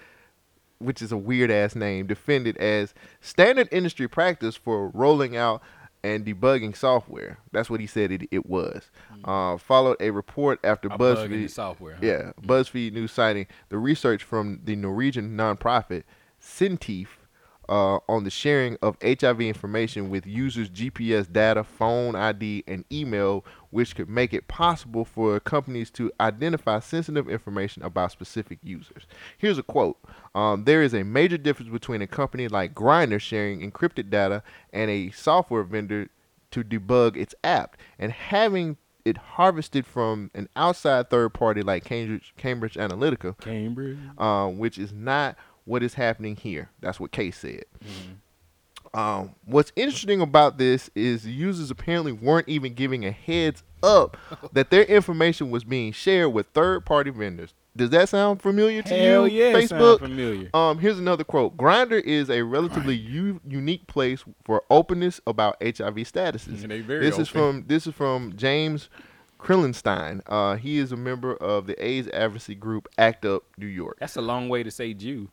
[SPEAKER 1] which is a weird ass name, defended as standard industry practice for rolling out and debugging software. That's what he said it, it was. Uh, followed a report after
[SPEAKER 2] Hmm. A bug in the
[SPEAKER 1] BuzzFeed.
[SPEAKER 2] software. huh?
[SPEAKER 1] Yeah, BuzzFeed News citing the research from the Norwegian nonprofit Sintif uh, on the sharing of HIV information with users' GPS data, phone ID, and email, which could make it possible for companies to identify sensitive information about specific users. Here's a quote um, There is a major difference between a company like Grindr sharing encrypted data and a software vendor to debug its app and having it harvested from an outside third party like Cambridge, Cambridge Analytica,
[SPEAKER 2] Cambridge.
[SPEAKER 1] uh, which is not what is happening here. That's what Case said.
[SPEAKER 2] Mm-hmm.
[SPEAKER 1] Um, what's interesting about this is the users apparently weren't even giving a heads
[SPEAKER 2] (laughs)
[SPEAKER 1] up that their information was being shared with third party vendors. Does that sound familiar to
[SPEAKER 2] Hell
[SPEAKER 1] you?
[SPEAKER 2] yeah, it sound
[SPEAKER 1] Facebook.
[SPEAKER 2] familiar.
[SPEAKER 1] Um, here's another quote. Grinder is a relatively u- unique place for openness about HIV statuses.
[SPEAKER 2] They very
[SPEAKER 1] this is
[SPEAKER 2] open.
[SPEAKER 1] from this is from James Krillenstein. Uh, he is a member of the AIDS advocacy group ACT UP New York.
[SPEAKER 2] That's a long way to say Jew.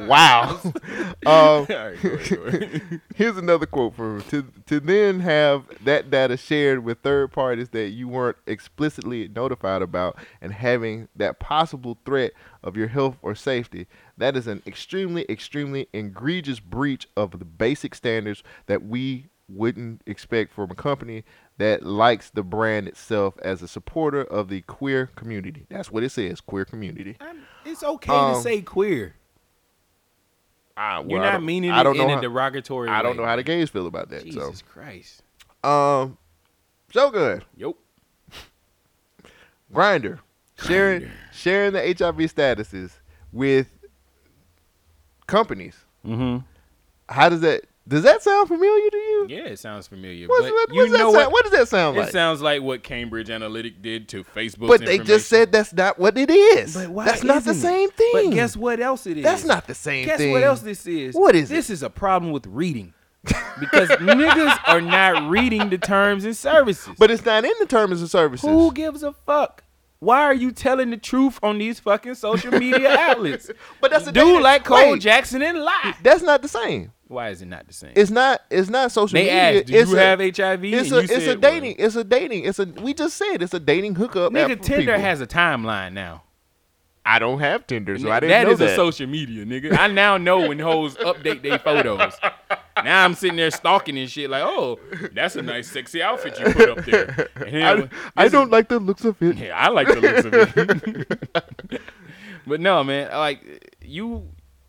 [SPEAKER 1] Wow. (laughs) um,
[SPEAKER 2] (laughs) All right, go ahead, go ahead.
[SPEAKER 1] Here's another quote from him. To, to then have that data shared with third parties that you weren't explicitly notified about and having that possible threat of your health or safety, that is an extremely, extremely egregious breach of the basic standards that we wouldn't expect from a company that likes the brand itself as a supporter of the queer community. That's what it says, queer community.
[SPEAKER 2] I'm- it's okay to
[SPEAKER 1] Um,
[SPEAKER 2] say queer.
[SPEAKER 1] Ah, well,
[SPEAKER 2] You're
[SPEAKER 1] I
[SPEAKER 2] not
[SPEAKER 1] don't-
[SPEAKER 2] meaning
[SPEAKER 1] I don't
[SPEAKER 2] it
[SPEAKER 1] know
[SPEAKER 2] in
[SPEAKER 1] how,
[SPEAKER 2] a derogatory
[SPEAKER 1] I don't
[SPEAKER 2] way.
[SPEAKER 1] know how the gays feel about that.
[SPEAKER 2] Jesus Christ.
[SPEAKER 1] So, um, Shogun.
[SPEAKER 2] Yep.
[SPEAKER 1] Grinder. Sharing sharing the HIV statuses with companies.
[SPEAKER 2] Mm-hmm.
[SPEAKER 1] How does that does that sound familiar to you?
[SPEAKER 2] Yeah, it sounds familiar.
[SPEAKER 1] What's,
[SPEAKER 2] but
[SPEAKER 1] what,
[SPEAKER 2] you
[SPEAKER 1] what's that
[SPEAKER 2] know
[SPEAKER 1] sound,
[SPEAKER 2] what?
[SPEAKER 1] what? does that sound
[SPEAKER 2] it
[SPEAKER 1] like?
[SPEAKER 2] sounds like what Cambridge Analytic did to Facebook.
[SPEAKER 1] but they just said that's not what it is.
[SPEAKER 2] But why
[SPEAKER 1] that's not the
[SPEAKER 2] isn't it?
[SPEAKER 1] same thing.
[SPEAKER 2] But guess what else it is?
[SPEAKER 1] That's not the same
[SPEAKER 2] Guess
[SPEAKER 1] thing.
[SPEAKER 2] what else this is?
[SPEAKER 1] What is
[SPEAKER 2] This is a problem with reading. because niggas are not reading the terms and services.
[SPEAKER 1] But it's not in the terms of services.
[SPEAKER 2] who gives a fuck? Why are you telling the truth on these fucking social media
[SPEAKER 1] (laughs)
[SPEAKER 2] outlets?
[SPEAKER 1] But that's the
[SPEAKER 2] do
[SPEAKER 1] thing.
[SPEAKER 2] like Cole
[SPEAKER 1] Wait.
[SPEAKER 2] Jackson and lie.
[SPEAKER 1] That's not the same.
[SPEAKER 2] Why is it not the same?
[SPEAKER 1] It's not it's not social
[SPEAKER 2] they
[SPEAKER 1] media.
[SPEAKER 2] asked, "Do
[SPEAKER 1] it's
[SPEAKER 2] you
[SPEAKER 1] a-
[SPEAKER 2] have HIV?"
[SPEAKER 1] It's
[SPEAKER 2] and
[SPEAKER 1] a
[SPEAKER 2] you
[SPEAKER 1] it's a
[SPEAKER 2] said,
[SPEAKER 1] dating. It's a dating. It's a we just said it's a dating hookup.
[SPEAKER 2] Well,
[SPEAKER 1] app
[SPEAKER 2] nigga,
[SPEAKER 1] for
[SPEAKER 2] Tinder
[SPEAKER 1] people.
[SPEAKER 2] has a timeline now.
[SPEAKER 1] I don't have Tinder, so I didn't
[SPEAKER 2] That
[SPEAKER 1] know
[SPEAKER 2] is
[SPEAKER 1] that.
[SPEAKER 2] a social media, nigga. I now know when hoes update their photos. now I'm sitting there stalking and shit. Like, oh, that's a nice sexy outfit you put up
[SPEAKER 1] (laughs)
[SPEAKER 2] there. And then
[SPEAKER 1] I,
[SPEAKER 2] when-
[SPEAKER 1] I don't like the looks of it.
[SPEAKER 2] yeah, I like the looks of it. (laughs) but no, man, like you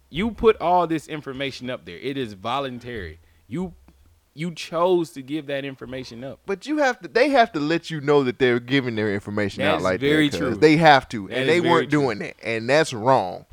[SPEAKER 2] you put all this information up there. It is voluntary. You you chose to give that information up.
[SPEAKER 1] (laughs) But you have to. They have to let you know that they're giving their information
[SPEAKER 2] That
[SPEAKER 1] out
[SPEAKER 2] is
[SPEAKER 1] like
[SPEAKER 2] very
[SPEAKER 1] that. 'cause
[SPEAKER 2] true.
[SPEAKER 1] They have to,
[SPEAKER 2] That
[SPEAKER 1] and
[SPEAKER 2] is
[SPEAKER 1] they
[SPEAKER 2] very
[SPEAKER 1] weren't
[SPEAKER 2] true.
[SPEAKER 1] doing that, and that's wrong.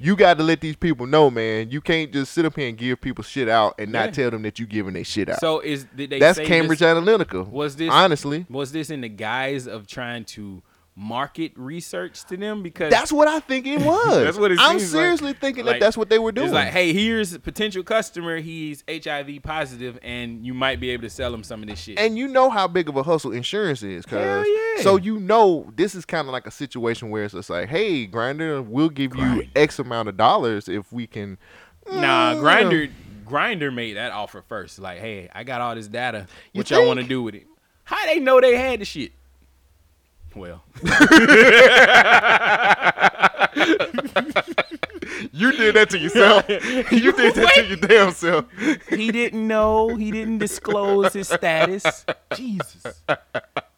[SPEAKER 1] You got to let these people know, man. You can't just sit up here and give people shit out and not
[SPEAKER 2] Yeah.
[SPEAKER 1] tell them that you giving their shit out.
[SPEAKER 2] So is did they
[SPEAKER 1] that's
[SPEAKER 2] say
[SPEAKER 1] Cambridge
[SPEAKER 2] this,
[SPEAKER 1] Analytica.
[SPEAKER 2] was this- (laughs)
[SPEAKER 1] honestly?
[SPEAKER 2] Was this in the guise of trying to market research to them? Because
[SPEAKER 1] That's what I think it was.
[SPEAKER 2] That's what it
[SPEAKER 1] I'm
[SPEAKER 2] seems like.
[SPEAKER 1] seriously thinking
[SPEAKER 2] Like,
[SPEAKER 1] that that's what they were doing.
[SPEAKER 2] It's like, hey, here's a potential customer. He's HIV positive, and you might be able to sell him some of this shit.
[SPEAKER 1] and you know how big of a hustle insurance is, cause
[SPEAKER 2] Hell yeah.
[SPEAKER 1] so you know this is kind of like a situation where it's just like, hey, grinder, we'll give you X amount of dollars if we can.
[SPEAKER 2] nah,
[SPEAKER 1] Mm,
[SPEAKER 2] grinder, grinder made that offer first. Like, hey, I got all this data.
[SPEAKER 1] You
[SPEAKER 2] What y'all want to
[SPEAKER 1] think?
[SPEAKER 2] do with it? How they know they had the shit? Well, (laughs)
[SPEAKER 1] You did that
[SPEAKER 2] (laughs)
[SPEAKER 1] to yourself. you did that to your damn self.
[SPEAKER 2] he didn't know. He didn't disclose his (laughs) status. Jesus,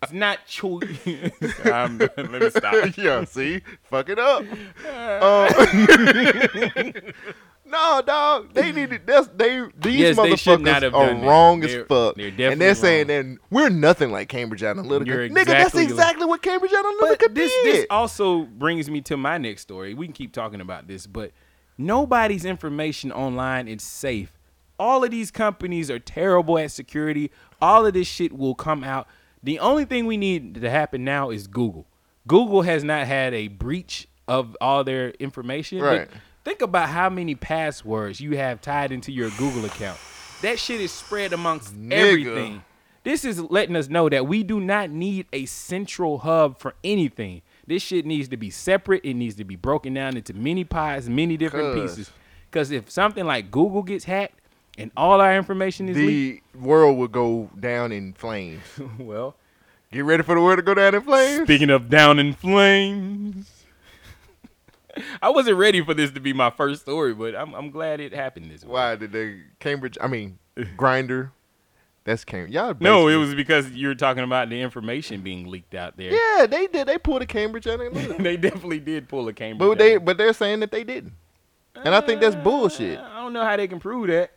[SPEAKER 2] it's not (laughs) choice. Um, let me stop.
[SPEAKER 1] (laughs) yeah, see, fuck
[SPEAKER 2] (laughs)
[SPEAKER 1] it up. Um, (laughs) no, dog, they need to. That's they. These
[SPEAKER 2] Yes, they should
[SPEAKER 1] motherfuckers
[SPEAKER 2] not have
[SPEAKER 1] are
[SPEAKER 2] done that.
[SPEAKER 1] wrong
[SPEAKER 2] They're-
[SPEAKER 1] as fuck,
[SPEAKER 2] they're
[SPEAKER 1] and they're
[SPEAKER 2] definitely
[SPEAKER 1] saying that we're nothing like Cambridge Analytica.
[SPEAKER 2] You're
[SPEAKER 1] Nigga, that's
[SPEAKER 2] exactly like-
[SPEAKER 1] exactly what Cambridge Analytica
[SPEAKER 2] But this
[SPEAKER 1] did.
[SPEAKER 2] this also brings me to my next story. We can keep talking about this, but nobody's information online is safe. All of these companies are terrible at security. All of this shit will come out. The only thing we need to happen now is Google. Google has not had a breach of all their information. But
[SPEAKER 1] Right.
[SPEAKER 2] Think about how many passwords you have tied into your Google account. That shit is spread amongst
[SPEAKER 1] Nigga.
[SPEAKER 2] everything. This is letting us know that we do not need a central hub for anything. This shit needs to be separate. It needs to be broken down into many pies, many different
[SPEAKER 1] Cuz.
[SPEAKER 2] pieces. Because if something like Google gets hacked and all our information is leaked,
[SPEAKER 1] the world will go down in flames. (laughs)
[SPEAKER 2] well,
[SPEAKER 1] Get ready for the world to go down in flames.
[SPEAKER 2] speaking of down in flames, I wasn't ready for this to be my first story, but I'm, I'm glad it happened this way.
[SPEAKER 1] Why did they Cambridge?
[SPEAKER 2] (laughs)
[SPEAKER 1] I mean, Grinder. That's Cambridge. Y'all.
[SPEAKER 2] No,
[SPEAKER 1] basically-
[SPEAKER 2] it was because you were talking about the information being leaked out there.
[SPEAKER 1] (laughs) Yeah, they did. They pulled a Cambridge
[SPEAKER 2] (laughs)
[SPEAKER 1] Analytica.
[SPEAKER 2] they definitely did pull a Cambridge.
[SPEAKER 1] But they
[SPEAKER 2] out.
[SPEAKER 1] but they're saying that they didn't. And I think that's bullshit.
[SPEAKER 2] I don't know how they can prove that.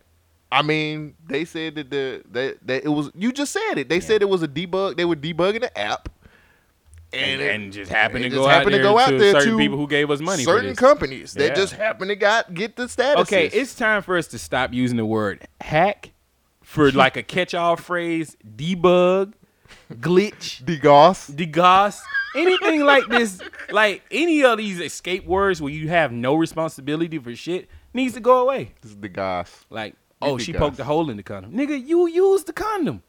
[SPEAKER 1] I mean, they said that the that, that it was you just said it. They said it was a debug. They were debugging the app.
[SPEAKER 2] And,
[SPEAKER 1] it-
[SPEAKER 2] and just happened to
[SPEAKER 1] it
[SPEAKER 2] go
[SPEAKER 1] just
[SPEAKER 2] out
[SPEAKER 1] happened
[SPEAKER 2] there
[SPEAKER 1] to go out there
[SPEAKER 2] certain
[SPEAKER 1] to
[SPEAKER 2] people who gave us money. for
[SPEAKER 1] certain
[SPEAKER 2] this.
[SPEAKER 1] companies
[SPEAKER 2] Yeah.
[SPEAKER 1] that just happened to got get the status.
[SPEAKER 2] okay, it's time for us to stop using the word hack
[SPEAKER 1] (laughs)
[SPEAKER 2] for like a catch-all phrase, debug,
[SPEAKER 1] (laughs)
[SPEAKER 2] glitch, (laughs)
[SPEAKER 1] degauss.
[SPEAKER 2] degoss, anything like this, like any of these escape words where you have no responsibility for shit needs to go away.
[SPEAKER 1] This is degauss.
[SPEAKER 2] Like,
[SPEAKER 1] You
[SPEAKER 2] oh,
[SPEAKER 1] think
[SPEAKER 2] she
[SPEAKER 1] us.
[SPEAKER 2] poked a hole in the condom. Nigga, you used the condom.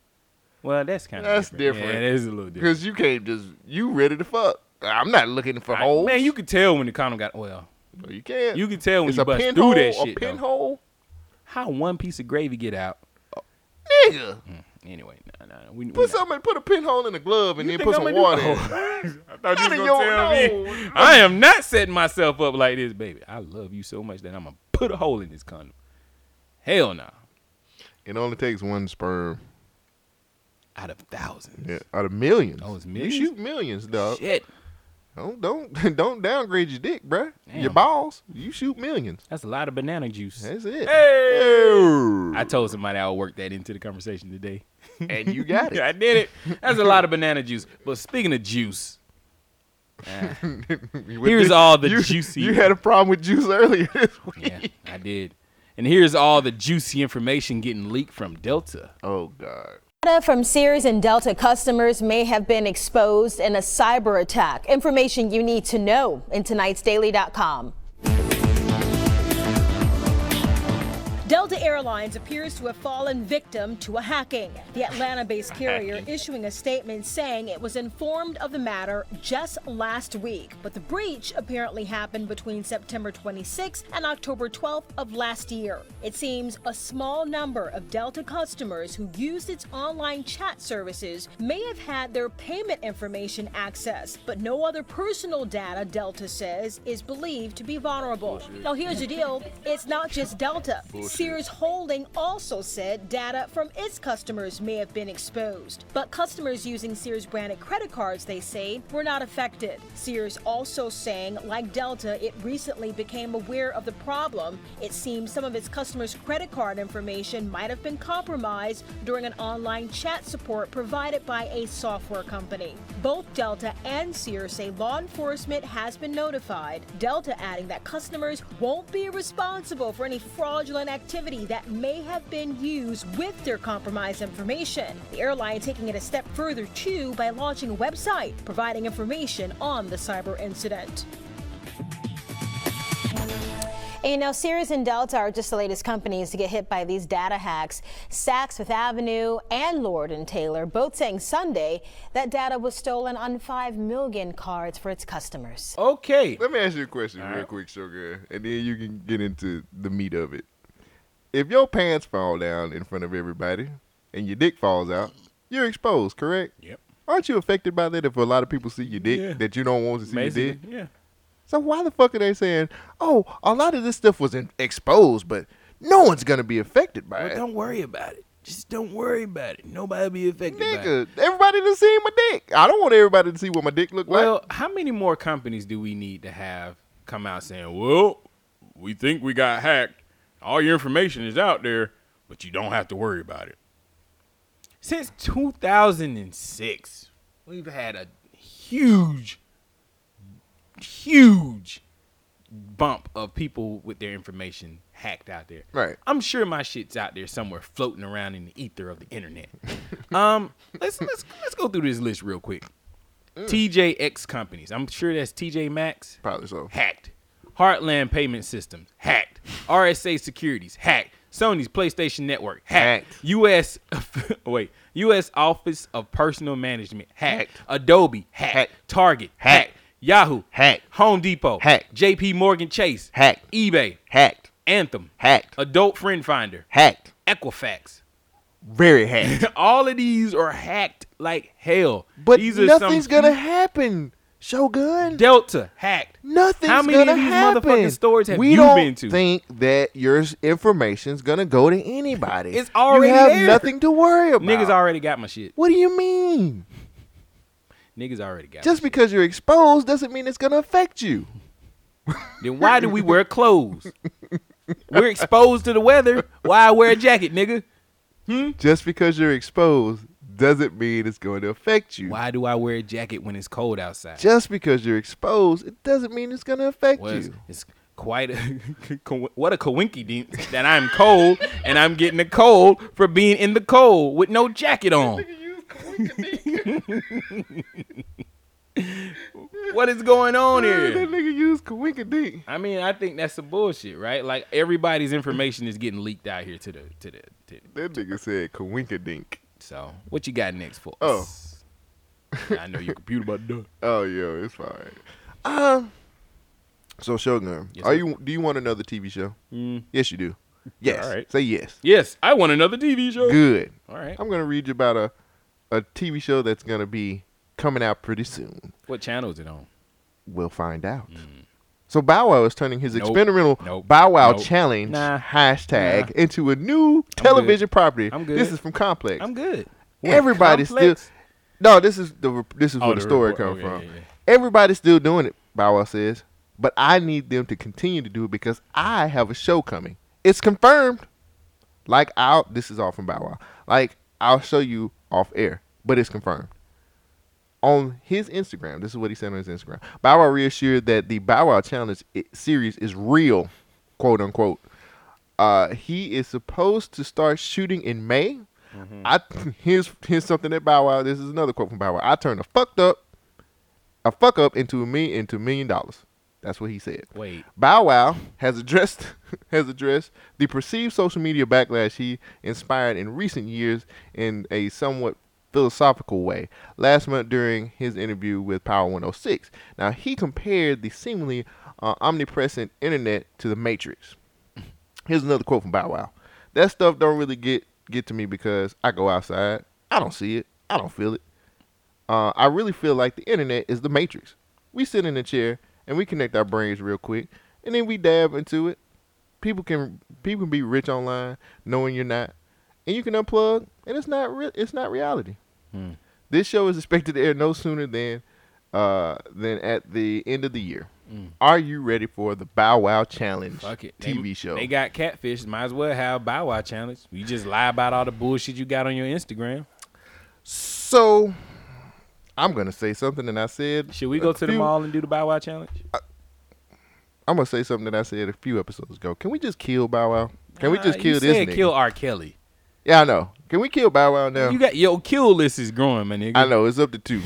[SPEAKER 2] Well, that's kind of
[SPEAKER 1] That's
[SPEAKER 2] Yeah,
[SPEAKER 1] different.
[SPEAKER 2] that is a little different.
[SPEAKER 1] Because you can't just you ready to fuck. I'm not looking for
[SPEAKER 2] I-
[SPEAKER 1] holes.
[SPEAKER 2] man, you could tell when the condom got well.
[SPEAKER 1] No, you can't.
[SPEAKER 2] You could tell when
[SPEAKER 1] it's
[SPEAKER 2] you
[SPEAKER 1] a
[SPEAKER 2] bust
[SPEAKER 1] pinhole.
[SPEAKER 2] through that
[SPEAKER 1] a
[SPEAKER 2] shit. though.
[SPEAKER 1] pinhole,
[SPEAKER 2] How one piece of gravy get out?
[SPEAKER 1] nigga.
[SPEAKER 2] Mm. Anyway, no, no, no. We, we
[SPEAKER 1] Put
[SPEAKER 2] not-
[SPEAKER 1] something. Put a pinhole in a glove and
[SPEAKER 2] You
[SPEAKER 1] then
[SPEAKER 2] think
[SPEAKER 1] put
[SPEAKER 2] I'ma
[SPEAKER 1] some
[SPEAKER 2] do-
[SPEAKER 1] water. in (laughs) it.
[SPEAKER 2] Oh. (laughs) I thought
[SPEAKER 1] Not in
[SPEAKER 2] you
[SPEAKER 1] your-
[SPEAKER 2] were gonna tell
[SPEAKER 1] no.
[SPEAKER 2] me. I am not setting myself up like this, baby. I love you so much that I'm gonna put a hole in this condom. Hell no.
[SPEAKER 1] It only takes one sperm.
[SPEAKER 2] Out of thousands.
[SPEAKER 1] Yeah, out of millions.
[SPEAKER 2] Oh, it's
[SPEAKER 1] You
[SPEAKER 2] millions?
[SPEAKER 1] shoot millions, dog.
[SPEAKER 2] Shit.
[SPEAKER 1] Don't don't (laughs) don't downgrade your dick, bruh. Your
[SPEAKER 2] Damn.
[SPEAKER 1] balls. You shoot millions.
[SPEAKER 2] That's a lot of banana juice.
[SPEAKER 1] That's it.
[SPEAKER 2] I told somebody I'll work that into the conversation today. (laughs)
[SPEAKER 1] and you got
[SPEAKER 2] I
[SPEAKER 1] it.
[SPEAKER 2] did it. That's a lot of banana juice. But speaking of
[SPEAKER 1] (laughs)
[SPEAKER 2] juice, ah,
[SPEAKER 1] You-
[SPEAKER 2] Here's all the
[SPEAKER 1] you,
[SPEAKER 2] juicy-
[SPEAKER 1] You had a problem with juice earlier (laughs) this week.
[SPEAKER 2] yeah, I did. And here's all the juicy information getting leaked from Delta.
[SPEAKER 1] Oh God.
[SPEAKER 4] Data from Sears and Delta customers may have been exposed in a cyber attack. Information you need to know in tonight's daily.com. Delta Airlines appears to have fallen victim to a hacking. The Atlanta based carrier issuing a statement saying it was informed of the matter just last week, but the breach apparently happened between September 26th and October 12th of last year. It seems a small number of Delta customers who used its online chat services may have had their payment information accessed, but no other personal data, Delta says, is believed to be vulnerable. Now, here's the deal it's not just Delta. Sears Holding also said data from its customers may have been exposed, but customers using Sears branded credit cards, they say, were not affected. Sears also saying, like Delta, it recently became aware of the problem. It seems some of its customers' credit card information might have been compromised during an online chat support provided by a software company. Both Delta and Sears say law enforcement has been notified. Delta adding that customers won't be responsible for any fraudulent activity that may have been used with their compromised information. The airline taking it a step further too by launching a website providing information on the cyber incident. And you know, Sirius and Delta are just the latest companies to get hit by these data hacks. Saks Fifth Avenue and Lord and Taylor both saying Sunday that data was stolen on 5 million cards for its customers.
[SPEAKER 2] Okay.
[SPEAKER 1] Let me ask you a question real
[SPEAKER 2] right.
[SPEAKER 1] quick, Sugar, and then you can get into the meat of it. If your pants fall down in front of everybody and your dick falls out, you're exposed, correct?
[SPEAKER 2] Yep.
[SPEAKER 1] Aren't you affected by that if a lot of people see your dick
[SPEAKER 2] Yeah.
[SPEAKER 1] that you don't want to see your dick?
[SPEAKER 2] Amazing. Yeah.
[SPEAKER 1] So why the fuck are they saying, oh, a lot of this stuff was in- exposed, but no one's going to be affected by
[SPEAKER 2] But
[SPEAKER 1] it?
[SPEAKER 2] don't worry about it. Just don't worry about it. Nobody will be affected by it.
[SPEAKER 1] Nigga, everybody done seen my dick. I don't want everybody to see what my dick look like.
[SPEAKER 2] Well, how many more companies do we need to have come out saying, "Well, we think we got hacked. All your information is out there, but you don't have to worry about it." Since 2006, we've had a huge huge bump of people with their information hacked out there.
[SPEAKER 1] Right.
[SPEAKER 2] I'm sure my shit's out there somewhere floating around in the ether of the internet. (laughs) um let's let's let's go through this list real quick. TJX companies. I'm sure that's TJ Maxx.
[SPEAKER 1] Mm. Probably so.
[SPEAKER 2] Hacked. Heartland Payment Systems. Hacked. RSA Securities. Hacked. Sony's PlayStation Network. Hacked.
[SPEAKER 1] Hacked.
[SPEAKER 2] U.S. (laughs) wait. U.S. Office of Personal Management. Hacked.
[SPEAKER 1] Hacked.
[SPEAKER 2] Adobe. Hacked.
[SPEAKER 1] Hacked.
[SPEAKER 2] Target.
[SPEAKER 1] Hacked.
[SPEAKER 2] Yahoo.
[SPEAKER 1] Hacked.
[SPEAKER 2] Home Depot.
[SPEAKER 1] Hacked.
[SPEAKER 2] J.P. Morgan Chase.
[SPEAKER 1] Hacked.
[SPEAKER 2] eBay.
[SPEAKER 1] Hacked.
[SPEAKER 2] Anthem.
[SPEAKER 1] Hacked.
[SPEAKER 2] Adult Friend Finder.
[SPEAKER 1] Hacked.
[SPEAKER 2] Equifax.
[SPEAKER 1] Very hacked.
[SPEAKER 2] (laughs) All of these are hacked like hell.
[SPEAKER 1] But
[SPEAKER 2] these are some
[SPEAKER 1] nothing's gonna happen, Shogun.
[SPEAKER 2] Delta hacked.
[SPEAKER 1] nothing's
[SPEAKER 2] How many
[SPEAKER 1] gonna
[SPEAKER 2] of these
[SPEAKER 1] happen.
[SPEAKER 2] motherfucking stores have
[SPEAKER 1] we
[SPEAKER 2] you
[SPEAKER 1] don't
[SPEAKER 2] been to?
[SPEAKER 1] think that your s- information's gonna go to anybody.
[SPEAKER 2] It's already
[SPEAKER 1] You have
[SPEAKER 2] there.
[SPEAKER 1] nothing to worry about.
[SPEAKER 2] Niggas already got my shit.
[SPEAKER 1] What do you mean?
[SPEAKER 2] Niggas already got.
[SPEAKER 1] Just because you're exposed doesn't mean it's gonna affect you.
[SPEAKER 2] my- Then why do we
[SPEAKER 1] (laughs)
[SPEAKER 2] wear clothes? We're exposed to the weather. Why I wear a jacket, nigga?
[SPEAKER 1] Just because you're exposed doesn't mean it's going to affect you.
[SPEAKER 2] Why do I wear a jacket when it's cold outside?
[SPEAKER 1] Just because you're exposed, it doesn't mean it's gonna affect
[SPEAKER 2] Well, it's,
[SPEAKER 1] you.
[SPEAKER 2] it's quite a (laughs) co- what a coinkydink that I'm cold and I'm getting a cold for being in the cold with no jacket on. (laughs) what is going on
[SPEAKER 1] Man,
[SPEAKER 2] here?
[SPEAKER 1] That nigga used coinkydink.
[SPEAKER 2] I mean, I think that's some bullshit, right? Like everybody's information is getting leaked out here to the to the. To,
[SPEAKER 1] That nigga said coinkydink.
[SPEAKER 2] so, what you got next for
[SPEAKER 1] Oh.
[SPEAKER 2] us? I know your computer about to do.
[SPEAKER 1] (laughs)
[SPEAKER 2] it.
[SPEAKER 1] Oh, yo, it's fine. Um, so Shogun,
[SPEAKER 2] Yes,
[SPEAKER 1] are
[SPEAKER 2] sir.
[SPEAKER 1] you? Do you want another TV show?
[SPEAKER 2] Mm.
[SPEAKER 1] Yes, you do. Yes.
[SPEAKER 2] All right.
[SPEAKER 1] Say yes.
[SPEAKER 2] Yes, I want another TV show.
[SPEAKER 1] Good.
[SPEAKER 2] All right.
[SPEAKER 1] I'm gonna read you about a a TV show that's gonna be coming out pretty soon.
[SPEAKER 2] What channel is it on?
[SPEAKER 1] We'll find out. So Bow Wow is turning his
[SPEAKER 2] Mm. Nope.
[SPEAKER 1] experimental
[SPEAKER 2] Nope.
[SPEAKER 1] Bow Wow
[SPEAKER 2] Nope.
[SPEAKER 1] challenge
[SPEAKER 2] Nah.
[SPEAKER 1] hashtag
[SPEAKER 2] Nah.
[SPEAKER 1] into a new television property.
[SPEAKER 2] I'm good.
[SPEAKER 1] This is from Complex.
[SPEAKER 2] I'm good.
[SPEAKER 1] Everybody's
[SPEAKER 2] Complex?
[SPEAKER 1] still. No, this is the re- this is
[SPEAKER 2] Oh,
[SPEAKER 1] where the
[SPEAKER 2] the
[SPEAKER 1] story
[SPEAKER 2] report. Oh,
[SPEAKER 1] come
[SPEAKER 2] yeah,
[SPEAKER 1] from.
[SPEAKER 2] yeah, yeah.
[SPEAKER 1] Everybody's still doing it. Bow Wow says, but I need them to continue to do it because I have a show coming. It's confirmed. Like I'll this is all from Bow Wow. Like I'll show you off air, but it's confirmed. On his Instagram, this is what he said on his Instagram. Bow Wow reassured that the Bow Wow Challenge i- series is real, quote unquote. Uh, he is supposed to start shooting in May. I (laughs) here's here's something that Bow Wow. This is another quote from Bow Wow. I turned a fucked up, a fuck up into a me into a million dollars. That's what he said.
[SPEAKER 2] Wait.
[SPEAKER 1] Bow Wow has addressed (laughs) has addressed the perceived social media backlash he inspired in recent years in a somewhat philosophical way. Last month during his interview with Power 106, now he compared the seemingly uh, omnipresent internet to the Matrix. Here's another quote from Bow Wow. That stuff don't really get get to me because I go outside, I don't see it, I don't feel it. Uh, I really feel like the internet is the matrix. We sit in a chair and we connect our brains real quick, and then we dab into it, people can people can be rich online knowing you're not, and you can unplug, and it's not re- it's not reality.
[SPEAKER 2] Hmm.
[SPEAKER 1] This show is expected to air no sooner than uh than at the end of the year. Are you ready for the Bow Wow Challenge
[SPEAKER 2] Hmm. Fuck it. They-
[SPEAKER 1] TV show?
[SPEAKER 2] They got catfish. Might as well have Bow Wow Challenge. You just lie about all the bullshit you got on your Instagram.
[SPEAKER 1] so I'm gonna say something, and I said,
[SPEAKER 2] Should we
[SPEAKER 1] a
[SPEAKER 2] go to the
[SPEAKER 1] few-
[SPEAKER 2] mall and do the Bow Wow Challenge?
[SPEAKER 1] I'm gonna say something that I said a few episodes ago. Can we just kill Bow Wow? Can we
[SPEAKER 2] Nah,
[SPEAKER 1] just
[SPEAKER 2] you
[SPEAKER 1] kill this
[SPEAKER 2] said
[SPEAKER 1] nigga?
[SPEAKER 2] kill R. Kelly.
[SPEAKER 1] yeah, I know. Can we kill Bow Wow now?
[SPEAKER 2] You got your kill list is growing, my nigga.
[SPEAKER 1] I know it's up to two.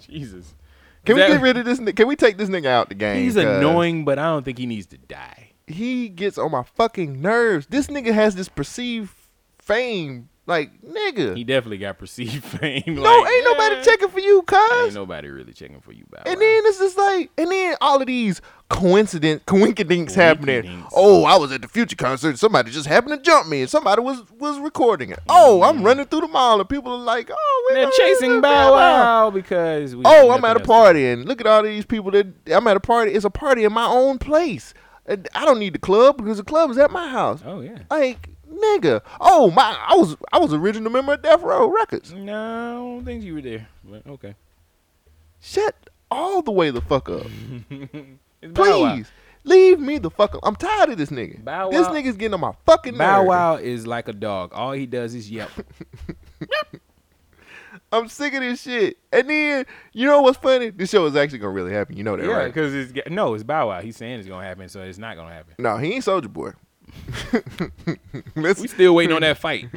[SPEAKER 2] Jesus.
[SPEAKER 1] Can we
[SPEAKER 2] That-
[SPEAKER 1] get rid of this? ni- Can we take this nigga out the game?
[SPEAKER 2] He's
[SPEAKER 1] 'Cause
[SPEAKER 2] annoying, but I don't think he needs to die.
[SPEAKER 1] He gets on my fucking nerves. This nigga has this perceived fame. Like nigga,
[SPEAKER 2] He definitely got perceived (laughs) fame.
[SPEAKER 1] no,
[SPEAKER 2] like,
[SPEAKER 1] ain't
[SPEAKER 2] eh,
[SPEAKER 1] nobody checking for you,
[SPEAKER 2] Ain't
[SPEAKER 1] cuz.
[SPEAKER 2] nobody really checking for you, Bow Wow.
[SPEAKER 1] And then it's just like, and then all of these coincidence, coinkydinks happening.
[SPEAKER 2] Coinkydinks.
[SPEAKER 1] Oh, I was at the Future concert. Somebody just happened to jump me, and somebody was was recording it. Oh, I'm running through the mall, and people are like, "Oh, we
[SPEAKER 2] they're
[SPEAKER 1] know
[SPEAKER 2] chasing
[SPEAKER 1] this
[SPEAKER 2] Bow
[SPEAKER 1] Bow Wow."
[SPEAKER 2] Wow because we
[SPEAKER 1] Oh,
[SPEAKER 2] got
[SPEAKER 1] I'm at a
[SPEAKER 2] nothing else
[SPEAKER 1] party, and look at all these people that I'm at a party. It's a party in my own place. And I don't need the club because the club is at my house.
[SPEAKER 2] to do. Oh yeah.
[SPEAKER 1] Like, nigga. Oh my, I was I was original member of Death Row Records.
[SPEAKER 2] No, I don't think you were there. But okay.
[SPEAKER 1] Shut all the way the fuck up.
[SPEAKER 2] It's Bow Wow.
[SPEAKER 1] Please. Leave me the fuck up. I'm tired of this nigga.
[SPEAKER 2] Bow
[SPEAKER 1] This
[SPEAKER 2] Wow-
[SPEAKER 1] nigga's getting on my fucking
[SPEAKER 2] Bow
[SPEAKER 1] nerve.
[SPEAKER 2] Wow is like a dog. All he does is yelp.
[SPEAKER 1] I'm sick of this shit. And then, you know what's funny? This show is actually gonna really happen. You know
[SPEAKER 2] (laughs)
[SPEAKER 1] that,
[SPEAKER 2] yeah,
[SPEAKER 1] right?
[SPEAKER 2] because it's ga- no, it's Bow Wow. He's saying it's gonna happen, so it's not gonna happen.
[SPEAKER 1] No, he ain't Soldier Boy. (laughs) Let's-
[SPEAKER 2] We still waiting on that fight.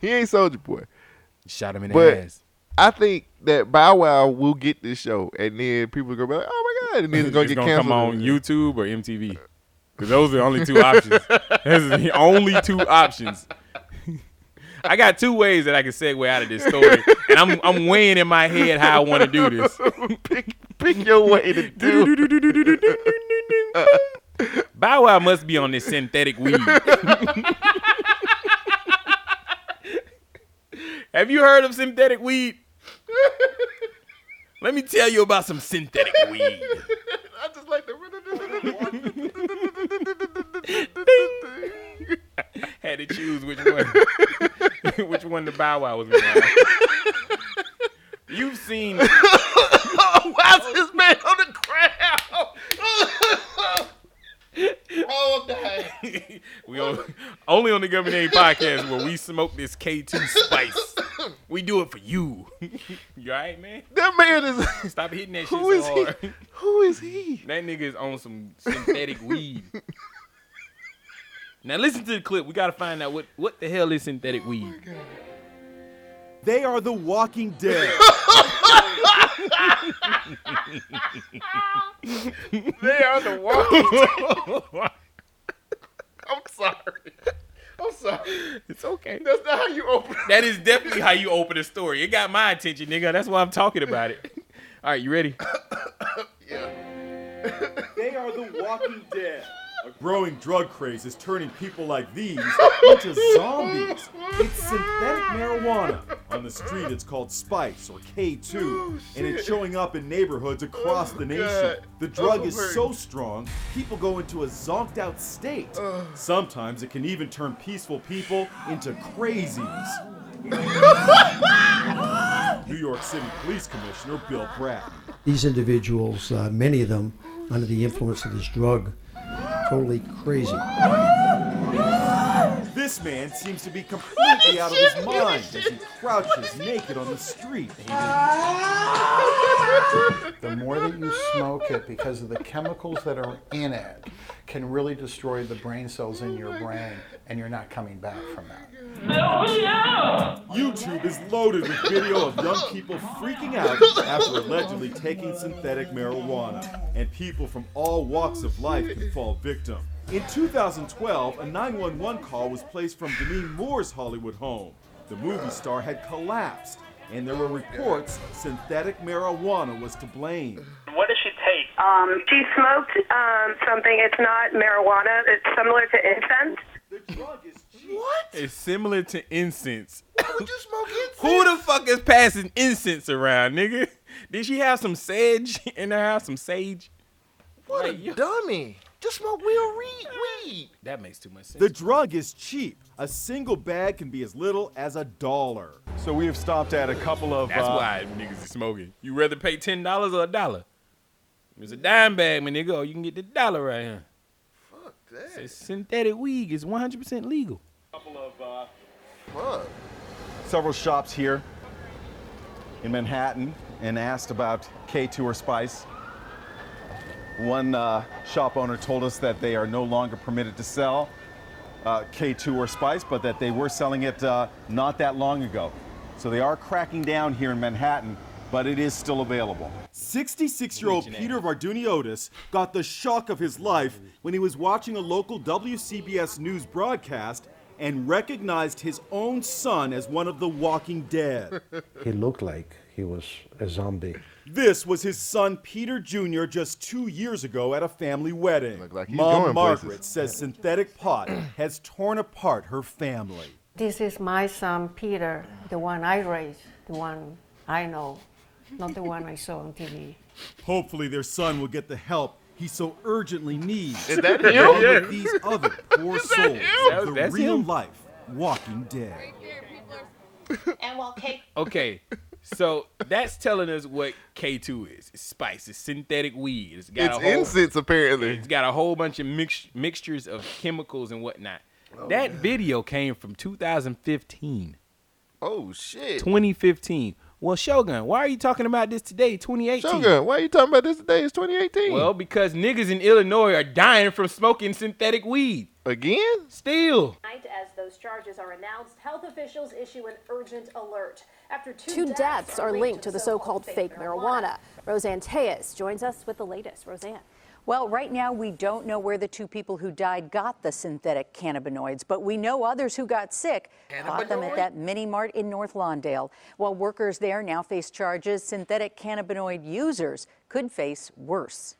[SPEAKER 1] he ain't Soldier Boy.
[SPEAKER 2] (laughs) Shot him in the
[SPEAKER 1] But-
[SPEAKER 2] ass.
[SPEAKER 1] I think that Bow Wow will get this show, and then people are gonna be like, "Oh my
[SPEAKER 2] (laughs)
[SPEAKER 1] god!" And then (laughs) it's gonna get canceled.
[SPEAKER 2] come
[SPEAKER 1] (laughs)
[SPEAKER 2] on YouTube or MTV. Because those are the only two options. Those are the only two options. (laughs) I got two ways that I can segue out of this story, and I'm I'm weighing in my head how I want to do this.
[SPEAKER 1] pick, pick your
[SPEAKER 2] (laughs)
[SPEAKER 1] way to do. it.
[SPEAKER 2] Bow Wow must be on this synthetic weed. Have you heard of synthetic weed? Let me tell you about some synthetic weed.
[SPEAKER 1] I just
[SPEAKER 2] (laughs)
[SPEAKER 1] like the. (laughs)
[SPEAKER 2] Had to choose which one, (laughs) which one the Bow Wow was. Gonna have. You've seen (laughs)
[SPEAKER 1] (laughs) Why's Oh, this man on the ground? (laughs) oh, I'm dying.
[SPEAKER 2] we on, only on the Government Name podcast where we smoke this K2 spice. We do it for you. (laughs) you all right, man?
[SPEAKER 1] That man is. (laughs)
[SPEAKER 2] Stop hitting that shit
[SPEAKER 1] Who is
[SPEAKER 2] so
[SPEAKER 1] he?
[SPEAKER 2] hard.
[SPEAKER 1] Who is he?
[SPEAKER 2] That nigga is on some synthetic weed. Now listen to the clip. We gotta find out what what the hell is
[SPEAKER 1] Oh
[SPEAKER 2] synthetic weed.
[SPEAKER 5] They are the walking dead.
[SPEAKER 1] They are (laughs) the walking. I'm sorry. I'm sorry.
[SPEAKER 2] (laughs) it's okay.
[SPEAKER 1] That's not how you open.
[SPEAKER 2] That is definitely how you open a story. It got my attention, nigga. That's why I'm talking about it. All right, you ready?
[SPEAKER 5] they are the walking dead. A growing drug craze is turning people like these into zombies. It's synthetic marijuana. On the street, it's called Spice or K2, and it's showing up in neighborhoods across the nation.
[SPEAKER 1] God.
[SPEAKER 5] The drug
[SPEAKER 1] I'm
[SPEAKER 5] is so strong, people go into a zonked out state. Sometimes it can even turn peaceful people into (laughs) crazies. New York City Police Commissioner Bill Bratton.
[SPEAKER 6] These individuals, uh, many of them under the influence of this drug, totally crazy.
[SPEAKER 5] This man seems to be completely out of his mind as he crouches naked on the street.
[SPEAKER 7] The more that you smoke it, because of the chemicals that are in it, can really destroy the brain cells in your brain, and you're not coming back from that.
[SPEAKER 5] YouTube is loaded with video of young people freaking out after allegedly taking synthetic marijuana, and people from all walks of life can fall victim. In 2012, a 911 call was placed from Demi Moore's Hollywood home. The movie star had collapsed, and there were reports synthetic marijuana was to blame.
[SPEAKER 8] What does she take?
[SPEAKER 9] Um, she smoked um, something. It's not marijuana. It's similar to incense.
[SPEAKER 5] The drug is cheap.
[SPEAKER 2] It's similar to incense.
[SPEAKER 1] Would you smoke it?
[SPEAKER 2] Who the fuck is passing incense around, nigga? Did she have some sage in her house? Some sage?
[SPEAKER 1] What a
[SPEAKER 2] Like, yo-
[SPEAKER 1] dummy. Just smoke real weed. weed.
[SPEAKER 2] That makes too much sense.
[SPEAKER 5] The drug is cheap. A single bag can be as little as a dollar. So we have stopped at a couple of.
[SPEAKER 2] That's
[SPEAKER 5] uh,
[SPEAKER 2] why niggas is smoking. You rather pay ten dollars or a dollar? It's a dime bag, my nigga, or you can get the dollar right here.
[SPEAKER 1] Fuck that.
[SPEAKER 2] It's synthetic weed is 100% legal.
[SPEAKER 1] Fuck.
[SPEAKER 5] uh, several shops here in Manhattan and asked about K2 or Spice. One uh, shop owner told us that they are no longer permitted to sell uh, K2 or Spice, but that they were selling it uh, not that long ago. So they are cracking down here in Manhattan, but it is still available. 66 year old Peter Varduniotis got the shock of his life when he was watching a local WCBS news broadcast and recognized his own son as one of the Walking
[SPEAKER 1] (laughs)
[SPEAKER 5] Dead.
[SPEAKER 6] He looked like he was a zombie.
[SPEAKER 5] This was his son Peter Jr. just two years ago at a family wedding.
[SPEAKER 1] Look like he's
[SPEAKER 5] Mom
[SPEAKER 1] going
[SPEAKER 5] Margaret
[SPEAKER 1] places.
[SPEAKER 5] says synthetic
[SPEAKER 1] (clears throat)
[SPEAKER 5] pot has torn apart her family.
[SPEAKER 8] This is my son, Peter, the one I raised, the one I know, not the one I saw on TV.
[SPEAKER 5] Hopefully, their son will get the help he so urgently needs.
[SPEAKER 1] Is that
[SPEAKER 5] Along
[SPEAKER 1] him?
[SPEAKER 5] with these other
[SPEAKER 1] (laughs)
[SPEAKER 5] poor souls
[SPEAKER 2] That-
[SPEAKER 5] of the
[SPEAKER 2] that's
[SPEAKER 5] real
[SPEAKER 2] him?
[SPEAKER 5] life Walking Dead.
[SPEAKER 10] And while Kate
[SPEAKER 2] (laughs) Okay, so that's telling us what K2 is. It's spice. It's synthetic weed. It's got
[SPEAKER 1] It's
[SPEAKER 2] a whole,
[SPEAKER 1] incense, apparently.
[SPEAKER 2] It's got a whole bunch of mix, mixtures of chemicals and whatnot. that video came from 2015.
[SPEAKER 1] Oh, shit.
[SPEAKER 2] 2015. Well, Shogun, why are you talking about this today, 2018?
[SPEAKER 1] Shogun, why are you talking about this today? It's 2018.
[SPEAKER 2] Well, because niggas in Illinois are dying from smoking synthetic weed.
[SPEAKER 1] again?
[SPEAKER 2] Still.
[SPEAKER 10] night, as those charges are announced, health officials issue an urgent alert after two,
[SPEAKER 11] Two deaths are linked to the so-called fake marijuana. Roseanne Tejas joins us with the latest. Roseanne.
[SPEAKER 8] Well, right now, we don't know where the two people who died got the synthetic cannabinoids, but we know others who got sick got them at that mini mart in North Lawndale. While workers there now face charges, synthetic cannabinoid users could face worse.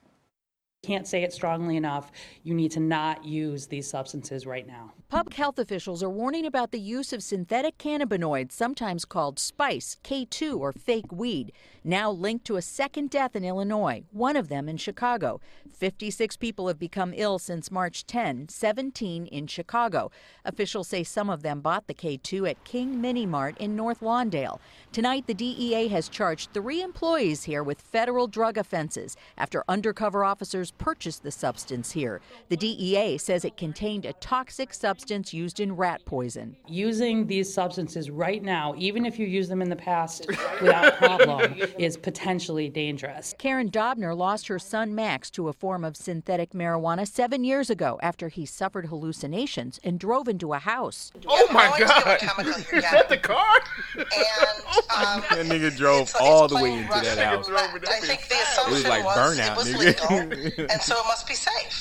[SPEAKER 11] Can't say it strongly enough. You need to not use these substances right now.
[SPEAKER 8] Public health officials are warning about the use of synthetic cannabinoids, sometimes called spice, K2, or fake weed, now linked to a second death in Illinois, one of them in Chicago. 56 people have become ill since March 10, 17 in Chicago. Officials say some of them bought the K2 at King Mini Mart in North Lawndale. Tonight, the DEA has charged three employees here with federal drug offenses after undercover officers purchased the substance here. The DEA says it contained a toxic substance used in rat poison.
[SPEAKER 11] Using these substances right now, even if you use them in the past without problem, is potentially dangerous.
[SPEAKER 8] Karen Dobner lost her son Max to a form of synthetic marijuana seven years ago after he suffered hallucinations and drove into a house.
[SPEAKER 1] Oh my god!
[SPEAKER 10] chemical,
[SPEAKER 1] Is that the car? (laughs)
[SPEAKER 2] That nigga drove all the way into that house.
[SPEAKER 1] I think the
[SPEAKER 2] It was like burnout, nigga.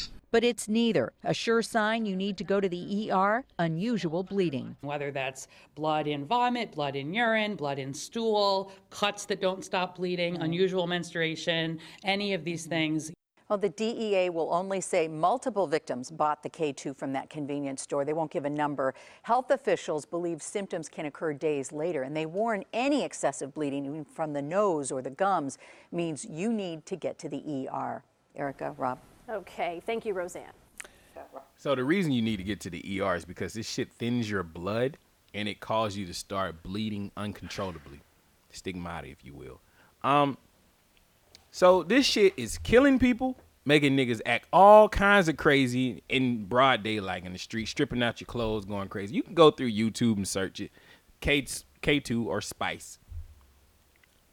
[SPEAKER 2] (laughs)
[SPEAKER 8] But it's neither a sure sign you need to go to the ER, unusual bleeding.
[SPEAKER 11] Whether that's blood in vomit, blood in urine, blood in stool, cuts that don't stop bleeding,
[SPEAKER 12] Mm-hmm.
[SPEAKER 11] unusual menstruation, any of these things,
[SPEAKER 8] Well, the DEA will only say multiple victims bought the K2 from that convenience store. They won't give a number. Health officials believe symptoms can occur days later, and they warn any excessive bleeding even from the nose or the gums means you need to get to the ER. Erica, Rob.
[SPEAKER 11] Okay, thank you, Roseanne.
[SPEAKER 2] so the reason you need to get to the ER is because this shit thins your blood and it causes you to start bleeding uncontrollably. Stigmata, if you will. Um, so this shit is killing people, making niggas act all kinds of crazy in broad daylight in the street, stripping out your clothes, going crazy. You can go through YouTube and search it. K K2 or Spice.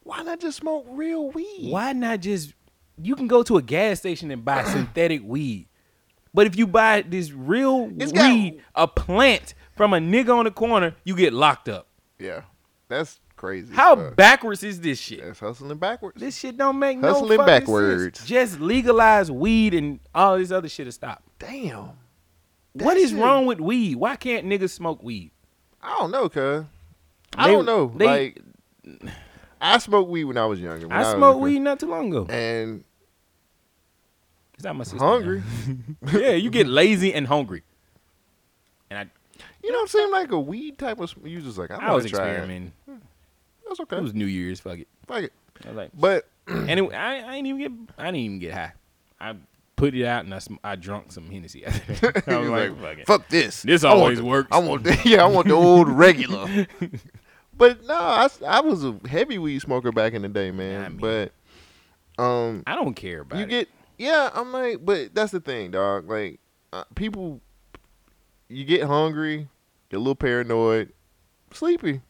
[SPEAKER 1] Why not just smoke real weed?
[SPEAKER 2] why not just you can go to a gas station and buy
[SPEAKER 1] (clears throat)
[SPEAKER 2] synthetic weed but if you buy this real
[SPEAKER 1] It's got-
[SPEAKER 2] weed a plant from a nigga on the corner you get locked up
[SPEAKER 1] Yeah, that's crazy.
[SPEAKER 2] how
[SPEAKER 1] bad?
[SPEAKER 2] backwards is this shit
[SPEAKER 1] That's hustling backwards.
[SPEAKER 2] this shit don't make no
[SPEAKER 1] Hustling
[SPEAKER 2] fucking
[SPEAKER 1] backwards.
[SPEAKER 2] sense. just legalize weed and all this other shit to stop
[SPEAKER 1] Damn.
[SPEAKER 2] what is
[SPEAKER 1] shit-
[SPEAKER 2] wrong with weed why can't niggas smoke weed
[SPEAKER 1] I don't know, cuz. I
[SPEAKER 2] They-
[SPEAKER 1] don't know.
[SPEAKER 2] they-
[SPEAKER 1] like, I smoked weed when I was younger. when
[SPEAKER 2] i
[SPEAKER 1] was
[SPEAKER 2] smoked
[SPEAKER 1] a
[SPEAKER 2] weed
[SPEAKER 1] kid.
[SPEAKER 2] not too long ago
[SPEAKER 1] and
[SPEAKER 2] is that my sister
[SPEAKER 1] hungry.
[SPEAKER 2] yeah you get lazy and hungry and i
[SPEAKER 1] You know what I'm saying? Like a weed type of. sm- You just like (laughs) I'm
[SPEAKER 2] i was
[SPEAKER 1] try it.
[SPEAKER 2] experimenting
[SPEAKER 1] That's okay.
[SPEAKER 2] it was new year's fuck it
[SPEAKER 1] Fuck it.
[SPEAKER 2] i was like
[SPEAKER 1] But
[SPEAKER 2] Anyway, I, I didn't even get I didn't even get high. I put it out and I, sm- I drunk some Hennessy. I was
[SPEAKER 1] (laughs) He was like,
[SPEAKER 2] fuck it.
[SPEAKER 1] "Fuck this.
[SPEAKER 2] This
[SPEAKER 1] I want
[SPEAKER 2] always
[SPEAKER 1] the-
[SPEAKER 2] works.
[SPEAKER 1] I want the- (laughs) yeah, I want the
[SPEAKER 2] (laughs)
[SPEAKER 1] old regular. But no, I, s- I was a heavy weed smoker back in the day, man. but um,
[SPEAKER 2] I don't care about
[SPEAKER 1] you
[SPEAKER 2] it.
[SPEAKER 1] get yeah. I'm like, but that's the thing, dog. Like uh, people, you get hungry, get a little paranoid, sleepy.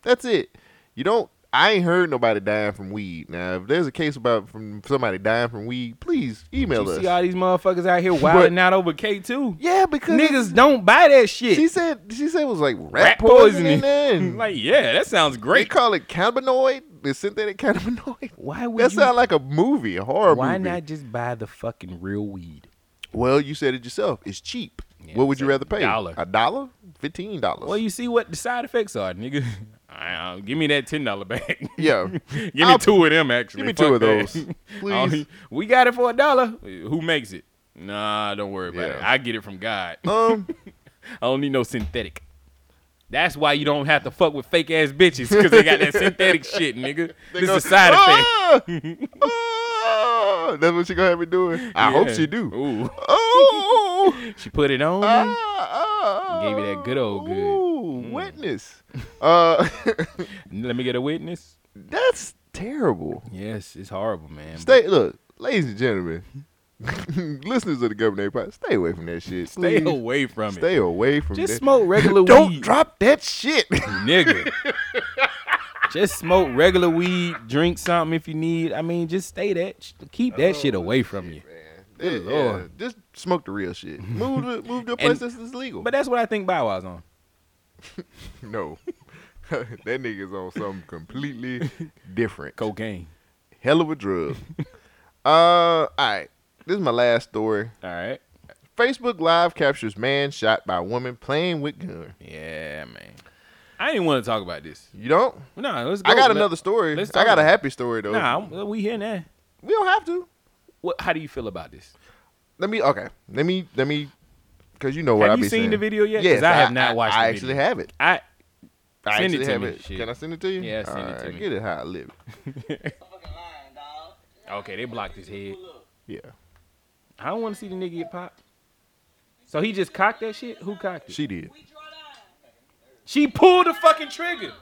[SPEAKER 1] That's it. You don't. I ain't heard nobody dying from weed. Now, if there's a case about from somebody dying from weed, please email
[SPEAKER 2] you
[SPEAKER 1] us.
[SPEAKER 2] see all these motherfuckers out here wilding out over K2.
[SPEAKER 1] Yeah, because
[SPEAKER 2] niggas don't buy that shit.
[SPEAKER 1] She said she said it was like rat,
[SPEAKER 2] Rat
[SPEAKER 1] poison
[SPEAKER 2] poisoning.
[SPEAKER 1] in there
[SPEAKER 2] (laughs)
[SPEAKER 1] and-
[SPEAKER 2] Like, yeah, that sounds great.
[SPEAKER 1] They call it cannabinoid, the synthetic (laughs) cannabinoid.
[SPEAKER 2] Why would
[SPEAKER 1] that
[SPEAKER 2] you-
[SPEAKER 1] sound like a movie, a horror
[SPEAKER 2] Why
[SPEAKER 1] movie?
[SPEAKER 2] not just buy the fucking real weed?
[SPEAKER 1] Well, you said it yourself. It's cheap. what would you rather pay?
[SPEAKER 2] dollar.
[SPEAKER 1] A dollar? Fifteen dollars.
[SPEAKER 2] Well, you see what the side effects are, nigga. (laughs) I, uh, give me that ten dollar bag. (laughs)
[SPEAKER 1] Yeah.
[SPEAKER 2] give me
[SPEAKER 1] I'll-
[SPEAKER 2] two of them. Actually,
[SPEAKER 1] give me
[SPEAKER 2] Fuck
[SPEAKER 1] two of
[SPEAKER 2] that. (laughs)
[SPEAKER 1] those,
[SPEAKER 2] I'll-
[SPEAKER 1] (laughs) please.
[SPEAKER 2] we got it for a dollar. Who makes it? Nah, don't worry about it. I get it from God.
[SPEAKER 1] Um,
[SPEAKER 2] I don't need no synthetic. That's why you don't have to fuck with fake ass bitches because they got that
[SPEAKER 1] (laughs)
[SPEAKER 2] synthetic shit, nigga. (laughs)
[SPEAKER 1] They
[SPEAKER 2] This
[SPEAKER 1] go, "Ah!"
[SPEAKER 2] is a side effect.
[SPEAKER 1] effect. Ah! that's what she gonna have me doing. I hope
[SPEAKER 2] Yeah.
[SPEAKER 1] she do. (laughs) Ah.
[SPEAKER 2] Ooh. (laughs)
[SPEAKER 1] Oh,
[SPEAKER 2] she put it on. me. Gave you that good old good. Mm.
[SPEAKER 1] Ooh, witness. Uh, (laughs)
[SPEAKER 2] Let me get a witness.
[SPEAKER 1] That's terrible.
[SPEAKER 2] Yes, it's horrible, man.
[SPEAKER 1] Stay look, ladies and gentlemen, (laughs) listeners of the government podcast, stay away from that shit.
[SPEAKER 2] Stay
[SPEAKER 1] please.
[SPEAKER 2] away from it.
[SPEAKER 1] Stay away from
[SPEAKER 2] Just
[SPEAKER 1] that.
[SPEAKER 2] smoke regular
[SPEAKER 1] Don't
[SPEAKER 2] weed.
[SPEAKER 1] drop that shit. (laughs)
[SPEAKER 2] nigga. just smoke regular weed, drink something if you need. I mean, just stay that, keep
[SPEAKER 1] Oh,
[SPEAKER 2] that shit away from you. Good
[SPEAKER 1] Yeah,
[SPEAKER 2] lord.
[SPEAKER 1] Just smoke the real
[SPEAKER 2] (laughs)
[SPEAKER 1] shit. Move to move to a
[SPEAKER 2] And-
[SPEAKER 1] place that's, that's legal.
[SPEAKER 2] But that's what I think Bow Wow's on.
[SPEAKER 1] (laughs) no. (laughs) that nigga's on something
[SPEAKER 2] (laughs)
[SPEAKER 1] completely different.
[SPEAKER 2] Cocaine.
[SPEAKER 1] Hell of a
[SPEAKER 2] (laughs)
[SPEAKER 1] drug. uh all right. This is my last story.
[SPEAKER 2] All right.
[SPEAKER 1] Facebook Live captures man shot by woman playing with gun.
[SPEAKER 2] Yeah, man. I didn't want to talk about this.
[SPEAKER 1] You don't?
[SPEAKER 2] No, let's go.
[SPEAKER 1] I got
[SPEAKER 2] Let-
[SPEAKER 1] another story.
[SPEAKER 2] let's
[SPEAKER 1] I
[SPEAKER 2] talk
[SPEAKER 1] got a
[SPEAKER 2] about it.
[SPEAKER 1] happy story though.
[SPEAKER 2] Nah, I'm- we here now.
[SPEAKER 1] We don't have to.
[SPEAKER 2] What? How do you feel about this?
[SPEAKER 1] Let me okay. Let me let me because you know what
[SPEAKER 2] have
[SPEAKER 1] I
[SPEAKER 2] you
[SPEAKER 1] be
[SPEAKER 2] seen
[SPEAKER 1] saying.
[SPEAKER 2] the video yet? 'Cause
[SPEAKER 1] Yes,
[SPEAKER 2] I have not watched.
[SPEAKER 1] I
[SPEAKER 2] the
[SPEAKER 1] actually
[SPEAKER 2] video.
[SPEAKER 1] have it.
[SPEAKER 2] I
[SPEAKER 1] I
[SPEAKER 2] send
[SPEAKER 1] actually
[SPEAKER 2] it to
[SPEAKER 1] have
[SPEAKER 2] me.
[SPEAKER 1] it.
[SPEAKER 2] Shit.
[SPEAKER 1] Can I send it to you?
[SPEAKER 2] Yeah, send it to
[SPEAKER 1] Alright,
[SPEAKER 2] me.
[SPEAKER 1] Get it how I live.
[SPEAKER 2] Okay, they blocked his head.
[SPEAKER 1] Yeah,
[SPEAKER 2] I don't want to see the nigga get popped. So he just cocked that shit. Who cocked it?
[SPEAKER 1] she did.
[SPEAKER 2] She pulled the fucking trigger.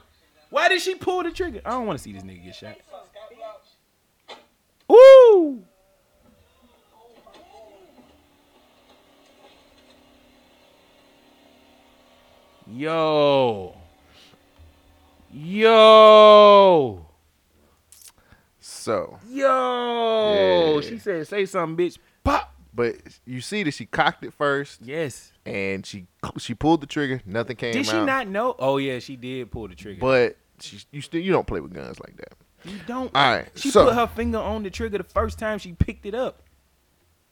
[SPEAKER 2] Why did she pull the trigger? I don't want to see this nigga get shot. Ooh. Yo. Yo.
[SPEAKER 1] So,
[SPEAKER 2] Yo.
[SPEAKER 1] Yeah.
[SPEAKER 2] She said, say something, bitch. Pop.
[SPEAKER 1] but you see that she cocked it first,
[SPEAKER 2] Yes.
[SPEAKER 1] and she she pulled the trigger. Nothing came
[SPEAKER 2] Did she
[SPEAKER 1] out.
[SPEAKER 2] not know? Oh, yeah, she did pull the trigger.
[SPEAKER 1] But she, you still you don't play with guns like that.
[SPEAKER 2] you don't.
[SPEAKER 1] All right,
[SPEAKER 2] She
[SPEAKER 1] so
[SPEAKER 2] put her finger on the trigger the first time she picked it up.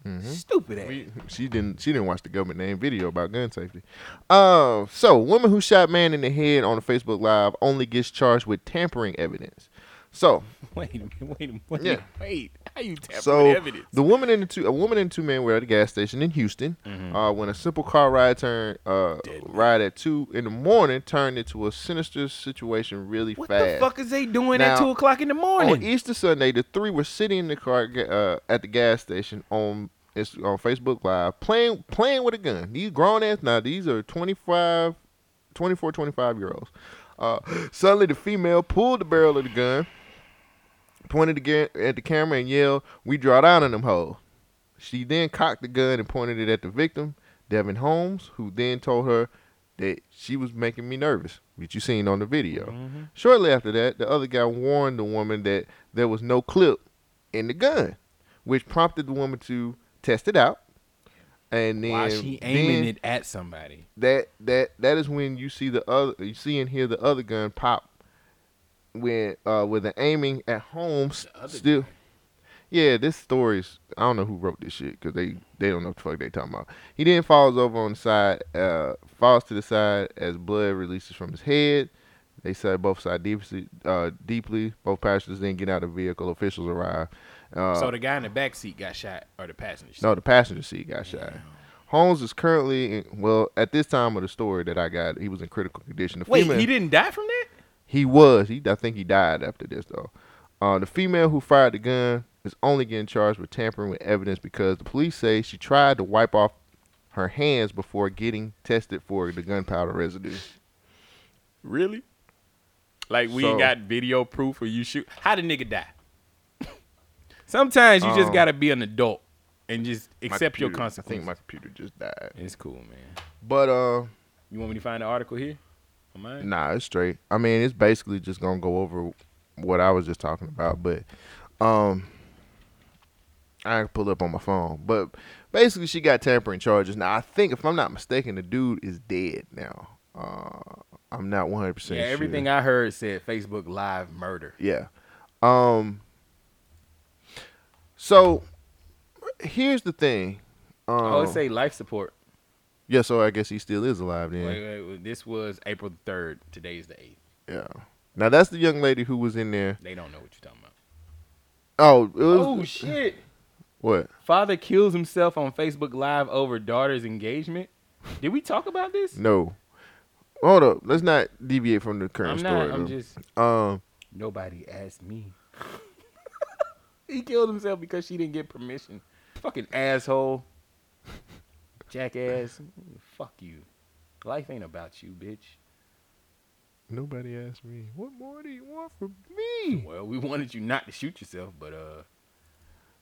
[SPEAKER 1] Mm-hmm.
[SPEAKER 2] Stupid ass.
[SPEAKER 1] We- she didn't she didn't watch the government name video about gun safety. Um, so woman who shot man in the head on a Facebook live only gets charged with tampering evidence. So
[SPEAKER 2] Wait a minute. Wait a minute. Wait.
[SPEAKER 1] Yeah.
[SPEAKER 2] wait. How you tapping
[SPEAKER 1] so
[SPEAKER 2] evidence?
[SPEAKER 1] the woman and the two a woman and two men were at a gas station in Houston
[SPEAKER 2] Mm-hmm.
[SPEAKER 1] uh, when a simple car ride turn uh, ride at two in the morning turned into a sinister situation really
[SPEAKER 2] What
[SPEAKER 1] fast.
[SPEAKER 2] the fuck is they doing at
[SPEAKER 1] Now, oh,
[SPEAKER 2] two o'clock in the
[SPEAKER 1] on
[SPEAKER 2] morning?
[SPEAKER 1] Easter Sunday, the three were sitting in the car uh, at the gas station on it's on Facebook Live playing playing with a gun. These grown ass now these are 25, 24, 25 year olds. Uh, suddenly, the female pulled the barrel of the gun, pointed the gun at the camera, and yelled, "We draw down on them hoes." She then cocked the gun and pointed it at the victim, Devin Holmes, who then told her that she was making me nervous, which you seen on the video.
[SPEAKER 2] Mm-hmm.
[SPEAKER 1] Shortly after that, the other guy warned the woman that there was no clip in the gun, which prompted the woman to test it out. And then
[SPEAKER 2] Why she aiming
[SPEAKER 1] then
[SPEAKER 2] it at somebody?
[SPEAKER 1] that that that is when you see the other you see and hear the other gun pop when uh with the aiming at home s- still yeah this story's i don't know who wrote this shit because they they don't know what the fuck they talking about he then falls over on the side uh falls to the side as blood releases from his head they said both sides deeply uh deeply both passengers then get out of the vehicle officials arrive uh
[SPEAKER 2] so the guy in the back seat got shot, or the passenger. seat.
[SPEAKER 1] no, the passenger seat got shot. Holmes is currently, in, well, at this time of the story that I got, he was in critical condition. The
[SPEAKER 2] Wait,
[SPEAKER 1] female,
[SPEAKER 2] he didn't die from that?
[SPEAKER 1] he was. He, I think he died after this though. Uh, the female who fired the gun is only getting charged with tampering with evidence because the police say she tried to wipe off her hands before getting tested for the gunpowder residue.
[SPEAKER 2] Really? Like we
[SPEAKER 1] So-
[SPEAKER 2] ain't got video proof or you shoot. How the nigga die?
[SPEAKER 1] (laughs)
[SPEAKER 2] Sometimes you just
[SPEAKER 1] Um,
[SPEAKER 2] gotta be an adult and just accept your
[SPEAKER 1] computer- I think
[SPEAKER 2] consequences.
[SPEAKER 1] my computer just died.
[SPEAKER 2] It's cool, man.
[SPEAKER 1] But uh,
[SPEAKER 2] you want me to find the article here? On mine?
[SPEAKER 1] Nah, it's straight. I mean, it's basically just gonna go over what I was just talking about, but um, I can pull up on my phone. But basically, she got tampering charges. Now, I think if I'm not mistaken, the dude is dead now. Uh, I'm not 100 percent.
[SPEAKER 2] Yeah, everything I heard said Facebook Live murder.
[SPEAKER 1] Yeah. Um. So here's the thing. Um,
[SPEAKER 2] I would Oh, say life support.
[SPEAKER 1] yeah. So I guess he still is alive then.
[SPEAKER 2] Wait, wait, wait, This was April the third. Today's the eighth.
[SPEAKER 1] Yeah. Now that's the young lady who was in there.
[SPEAKER 2] They don't know what you're talking about.
[SPEAKER 1] Oh, it was,
[SPEAKER 2] oh shit!
[SPEAKER 1] What?
[SPEAKER 2] (laughs) Father kills himself on Facebook Live over daughter's engagement. Did we talk about this?
[SPEAKER 1] No. Hold up. Let's not deviate from the current
[SPEAKER 2] I'm not,
[SPEAKER 1] story.
[SPEAKER 2] I'm
[SPEAKER 1] though.
[SPEAKER 2] just-
[SPEAKER 1] Um.
[SPEAKER 2] Nobody asked me. (laughs) he killed himself because she didn't get permission. Fucking asshole. Jackass. Fuck you. Life ain't about you, bitch.
[SPEAKER 1] Nobody asked me. What more do you want from me?
[SPEAKER 2] Well, we wanted you not to shoot yourself, but uh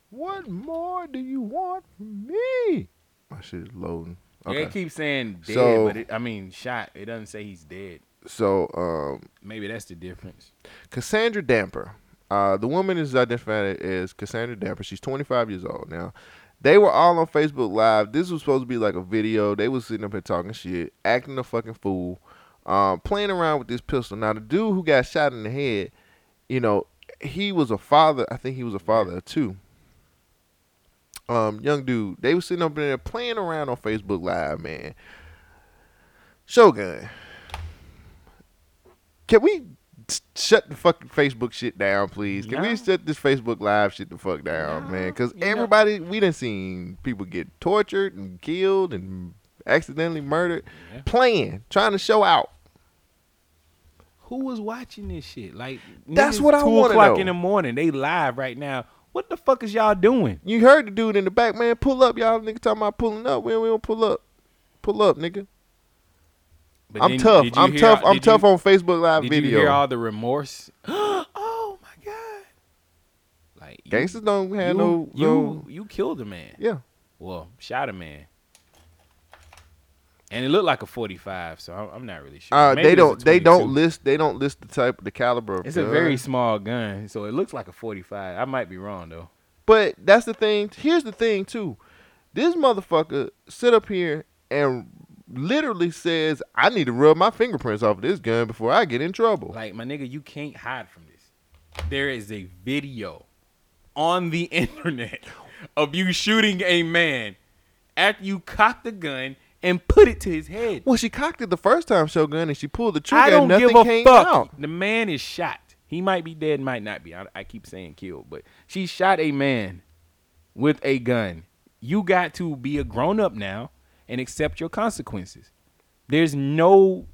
[SPEAKER 1] What more do you want from me? My shit is loading.
[SPEAKER 2] yeah, it keeps saying dead,
[SPEAKER 1] So-
[SPEAKER 2] but it, I mean shot. It doesn't say he's dead.
[SPEAKER 1] So, um,
[SPEAKER 2] Maybe that's the difference.
[SPEAKER 1] Cassandra Damper. Uh, the woman is identified as Cassandra Damper. She's 25 years old now. They were all on Facebook Live. This was supposed to be like a video. They was sitting up here talking shit, acting a fucking fool, uh, playing around with this pistol. Now, the dude who got shot in the head, you know, he was a father. I think he was a father of two. Um, young dude. They was sitting up in there playing around on Facebook Live, man. Shogun. Can we s- shut the fucking Facebook shit down, please? Can we shut this Facebook Live shit the fuck down, man? Because everybody, we done seen people get tortured and killed and accidentally murdered, playing, trying to show out.
[SPEAKER 2] Who was watching this shit? Like
[SPEAKER 1] That's
[SPEAKER 2] niggas
[SPEAKER 1] what I
[SPEAKER 2] two
[SPEAKER 1] wanna
[SPEAKER 2] o'clock
[SPEAKER 1] know.
[SPEAKER 2] in the morning. They live right now. What the fuck is y'all doing?
[SPEAKER 1] You heard the dude in the back, man. Pull up, y'all. Nigga talking about pulling up. We don't, we don't pull up. Pull up, nigga.
[SPEAKER 2] But
[SPEAKER 1] I'm
[SPEAKER 2] then,
[SPEAKER 1] tough.
[SPEAKER 2] did you
[SPEAKER 1] I'm
[SPEAKER 2] hear-
[SPEAKER 1] tough. I'm
[SPEAKER 2] did
[SPEAKER 1] tough
[SPEAKER 2] you-
[SPEAKER 1] on Facebook Live
[SPEAKER 2] did
[SPEAKER 1] video.
[SPEAKER 2] you hear all the remorse? (gasps) Oh
[SPEAKER 1] Gangsters don't have
[SPEAKER 2] you,
[SPEAKER 1] no
[SPEAKER 2] you,
[SPEAKER 1] no.
[SPEAKER 2] you killed a man.
[SPEAKER 1] Yeah.
[SPEAKER 2] Well, shot a man. And it looked like a forty-five, so I'm, I'm not really sure.
[SPEAKER 1] Uh,
[SPEAKER 2] Maybe
[SPEAKER 1] they
[SPEAKER 2] it's a
[SPEAKER 1] don't. They
[SPEAKER 2] 22.
[SPEAKER 1] don't list. They don't list the type, the caliber. Of
[SPEAKER 2] It's a
[SPEAKER 1] gun.
[SPEAKER 2] very small gun, so it looks like a forty-five. I might be wrong though.
[SPEAKER 1] But that's the thing. Here's the thing too. This motherfucker sit up here and literally says, "I need to rub my fingerprints off of this gun before I get in trouble."
[SPEAKER 2] Like my nigga, you can't hide from this. There is a video on the (laughs) internet of you shooting a man after you cock the gun and put it to his head.
[SPEAKER 1] Well, she cocked it the first time, Shogun, and she pulled the trigger.
[SPEAKER 2] I don't
[SPEAKER 1] and nothing
[SPEAKER 2] give a
[SPEAKER 1] came
[SPEAKER 2] fuck.
[SPEAKER 1] out.
[SPEAKER 2] The man is shot. He might be dead, might not be. I, I keep saying killed, but she shot a man with a gun. You got to be a grown up now and accept your consequences. There's no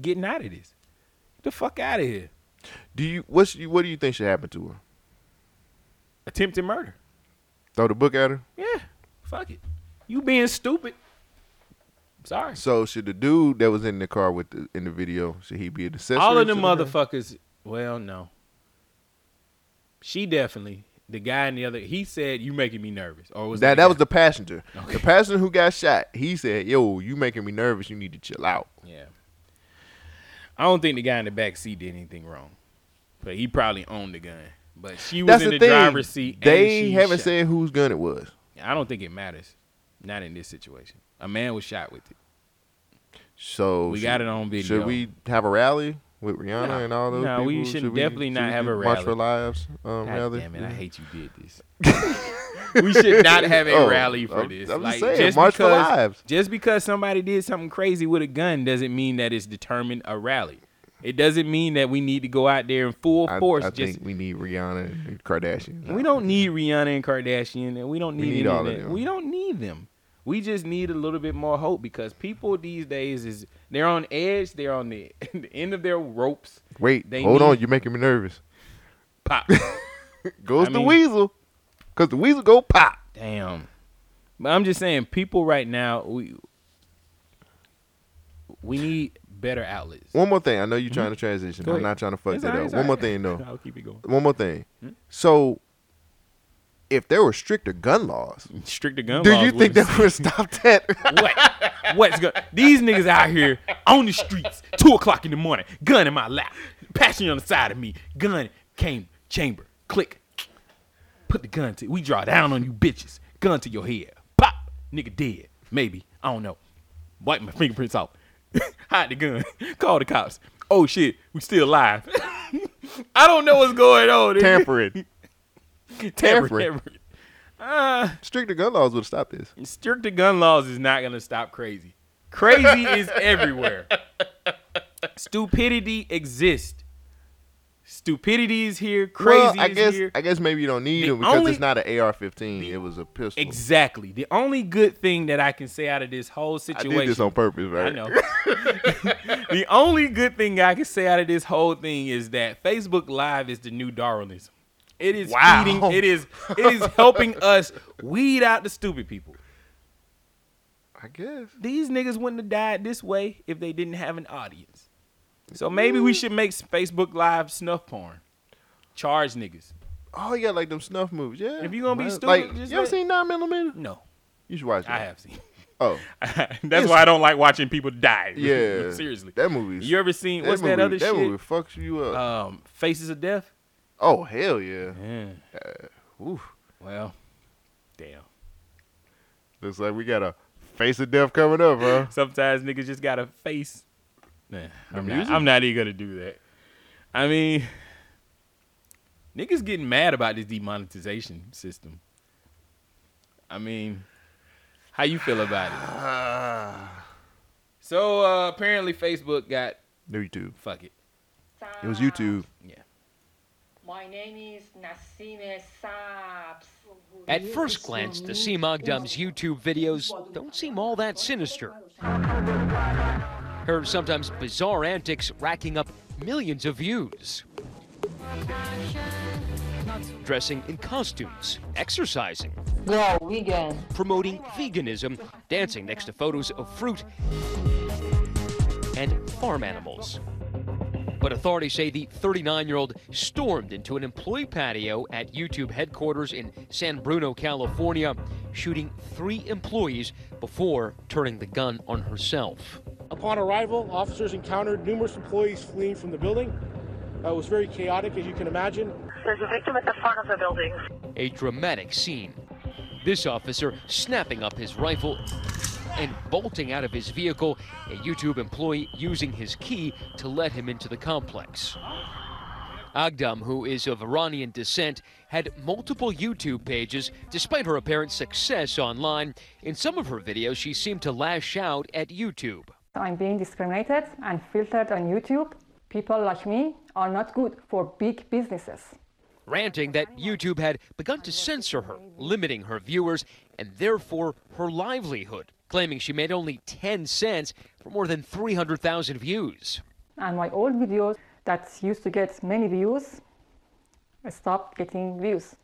[SPEAKER 2] getting out of this. The fuck out of here.
[SPEAKER 1] Do you? What's you? What do you think should happen to her?
[SPEAKER 2] Attempted murder.
[SPEAKER 1] Throw the book at her.
[SPEAKER 2] Yeah. Fuck it. You being stupid. Sorry.
[SPEAKER 1] So should the dude that was in the car with the, in the video should he be a accessory?
[SPEAKER 2] All of them
[SPEAKER 1] to
[SPEAKER 2] motherfuckers. Well, no. She definitely. The guy and the other. He said, "You making me nervous." Or was that
[SPEAKER 1] That that was the passenger. The passenger who got shot. He said, "Yo, you making me nervous. You need to chill out."
[SPEAKER 2] Yeah. I don't think the guy in the back seat did anything wrong, but he probably owned the gun. But she was
[SPEAKER 1] That's
[SPEAKER 2] in
[SPEAKER 1] the
[SPEAKER 2] the,
[SPEAKER 1] thing.
[SPEAKER 2] driver's seat. and
[SPEAKER 1] They
[SPEAKER 2] she
[SPEAKER 1] haven't
[SPEAKER 2] shot.
[SPEAKER 1] said whose gun it was.
[SPEAKER 2] I don't think it matters. Not in this situation. A man was shot with it.
[SPEAKER 1] So
[SPEAKER 2] We
[SPEAKER 1] should-
[SPEAKER 2] got it on video.
[SPEAKER 1] Should we have a rally with Rihanna
[SPEAKER 2] Nah.
[SPEAKER 1] and all those?
[SPEAKER 2] Nah, we
[SPEAKER 1] people?
[SPEAKER 2] should definitely
[SPEAKER 1] we,
[SPEAKER 2] not
[SPEAKER 1] we
[SPEAKER 2] have
[SPEAKER 1] do
[SPEAKER 2] a
[SPEAKER 1] March
[SPEAKER 2] rally.
[SPEAKER 1] for Lives um,
[SPEAKER 2] God
[SPEAKER 1] rally.
[SPEAKER 2] damn it, I
[SPEAKER 1] (laughs) Yeah.
[SPEAKER 2] hate you did this. we should
[SPEAKER 1] (laughs)
[SPEAKER 2] not have a
[SPEAKER 1] Oh,
[SPEAKER 2] rally for
[SPEAKER 1] I'm-
[SPEAKER 2] this.
[SPEAKER 1] I'm just
[SPEAKER 2] like,
[SPEAKER 1] saying, March for
[SPEAKER 2] because,
[SPEAKER 1] Lives.
[SPEAKER 2] Just because somebody did something crazy with a gun doesn't mean that it's determined a rally. It doesn't mean that we need to go out there in full
[SPEAKER 1] I,
[SPEAKER 2] force.
[SPEAKER 1] I
[SPEAKER 2] just
[SPEAKER 1] think we need Rihanna and Kardashian.
[SPEAKER 2] we don't need Rihanna and Kardashian, and we don't
[SPEAKER 1] We
[SPEAKER 2] need,
[SPEAKER 1] need
[SPEAKER 2] any
[SPEAKER 1] all
[SPEAKER 2] of
[SPEAKER 1] of
[SPEAKER 2] that.
[SPEAKER 1] them.
[SPEAKER 2] We don't need them. We just need a little bit more hope because people these days is they're on edge. They're on the, (laughs) the end of their ropes.
[SPEAKER 1] Wait,
[SPEAKER 2] They
[SPEAKER 1] hold
[SPEAKER 2] need
[SPEAKER 1] on. You're making me nervous.
[SPEAKER 2] pop.
[SPEAKER 1] Goes
[SPEAKER 2] I
[SPEAKER 1] the
[SPEAKER 2] mean,
[SPEAKER 1] weasel. Cause the weasel go pop.
[SPEAKER 2] Damn. But I'm just saying, people right now, we we need better outlets.
[SPEAKER 1] One more thing. I know you're trying to transition.
[SPEAKER 2] Go
[SPEAKER 1] I'm
[SPEAKER 2] ahead.
[SPEAKER 1] not trying to fuck
[SPEAKER 2] It's
[SPEAKER 1] that
[SPEAKER 2] all right,
[SPEAKER 1] up.
[SPEAKER 2] it's
[SPEAKER 1] One
[SPEAKER 2] all
[SPEAKER 1] more
[SPEAKER 2] right. (laughs)
[SPEAKER 1] thing though.
[SPEAKER 2] I'll keep it going.
[SPEAKER 1] One more thing.
[SPEAKER 2] Hmm?
[SPEAKER 1] So, if there were stricter gun laws,
[SPEAKER 2] stricter gun
[SPEAKER 1] do
[SPEAKER 2] laws
[SPEAKER 1] you think
[SPEAKER 2] would've- (laughs)
[SPEAKER 1] that would stop that?
[SPEAKER 2] what? What's going? These niggas out here on the streets, two o'clock in the morning, gun in my lap, passion on the side of me, gun came chamber, click, put the gun to. We draw down on you bitches, gun to your head, pop, nigga dead, maybe I don't know. Wipe my fingerprints off, (laughs) hide the gun, (laughs) call the cops. Oh shit, we still alive. (laughs) I don't know what's going on. nigga. (laughs)
[SPEAKER 1] Tampering.
[SPEAKER 2] Tampering.
[SPEAKER 1] Tampering.
[SPEAKER 2] Uh,
[SPEAKER 1] stricter gun laws would have stopped this.
[SPEAKER 2] stricter gun laws is not gonna stop crazy. Crazy
[SPEAKER 1] (laughs)
[SPEAKER 2] is everywhere. Stupidity exists. Stupidity is here. Crazy
[SPEAKER 1] well, I
[SPEAKER 2] is
[SPEAKER 1] guess
[SPEAKER 2] here.
[SPEAKER 1] I guess maybe you don't need
[SPEAKER 2] The
[SPEAKER 1] them because
[SPEAKER 2] only-
[SPEAKER 1] it's not an AR-15. It was a pistol.
[SPEAKER 2] Exactly. The only good thing that I can say out of this whole
[SPEAKER 1] I
[SPEAKER 2] situation.
[SPEAKER 1] did this on purpose, right?
[SPEAKER 2] I know. (laughs)
[SPEAKER 1] (laughs)
[SPEAKER 2] the only good thing I can say out of this whole thing is that Facebook Live is the new Darwinism. It is
[SPEAKER 1] Wow.
[SPEAKER 2] feeding. It is. It is helping us weed out the stupid people.
[SPEAKER 1] I guess
[SPEAKER 2] these niggas wouldn't have died this way if they didn't have an audience. So maybe we should make Facebook Live snuff porn. Charge niggas.
[SPEAKER 1] Oh yeah, like them snuff movies. Yeah.
[SPEAKER 2] If you gonna be
[SPEAKER 1] Right.
[SPEAKER 2] stupid,
[SPEAKER 1] like
[SPEAKER 2] just
[SPEAKER 1] you ever
[SPEAKER 2] let-
[SPEAKER 1] seen Nine Millimeter?
[SPEAKER 2] No,
[SPEAKER 1] you should watch it.
[SPEAKER 2] I have (laughs) seen.
[SPEAKER 1] Oh,
[SPEAKER 2] That's
[SPEAKER 1] It's-
[SPEAKER 2] why I don't like watching people die. (laughs)
[SPEAKER 1] Yeah.
[SPEAKER 2] seriously.
[SPEAKER 1] That movie's-
[SPEAKER 2] You ever seen
[SPEAKER 1] that
[SPEAKER 2] what's that
[SPEAKER 1] movie-
[SPEAKER 2] other
[SPEAKER 1] that
[SPEAKER 2] shit?
[SPEAKER 1] movie fucks you up.
[SPEAKER 2] Um, Faces of Death.
[SPEAKER 1] Oh hell yeah. Uh, oof.
[SPEAKER 2] Well, damn.
[SPEAKER 1] Looks like we got a face of death coming up, huh?
[SPEAKER 2] Sometimes niggas just gotta face. Nah,
[SPEAKER 1] The
[SPEAKER 2] I'm not,
[SPEAKER 1] music?
[SPEAKER 2] I'm not even gonna do that. I mean, niggas getting mad about this demonetization system. I mean, how you feel about (sighs) it? So uh, apparently Facebook got
[SPEAKER 1] No YouTube.
[SPEAKER 2] fuck it.
[SPEAKER 1] It was YouTube.
[SPEAKER 13] My name is Nasime Saabs.
[SPEAKER 14] At first glance, the CMOG Dumb's YouTube videos don't seem all that sinister. Her sometimes bizarre antics racking up millions of views. Dressing in costumes, exercising,
[SPEAKER 12] Go vegan.
[SPEAKER 14] promoting veganism, dancing next to photos of fruit and farm animals. But authorities say the 39 year old stormed into an employee patio at YouTube headquarters in San Bruno, California, shooting three employees before turning the gun on herself.
[SPEAKER 15] Upon arrival, officers encountered numerous employees fleeing from the building. Uh, it was very chaotic, as you can imagine. There's a victim at the front of the building.
[SPEAKER 14] A dramatic scene. This officer snapping up his rifle and bolting out of his vehicle, a YouTube employee using his key to let him into the complex. Agdam, who is of Iranian descent, had multiple YouTube pages despite her apparent success online. In some of her videos, she seemed to lash out at YouTube.
[SPEAKER 12] I'm being discriminated and filtered on YouTube. People like me are not good for big businesses.
[SPEAKER 14] ranting that YouTube had begun to censor her, limiting her viewers and therefore her livelihood, claiming she made only 10 cents for more than 300,000 views.
[SPEAKER 12] And my old videos that used to get many views stopped getting views.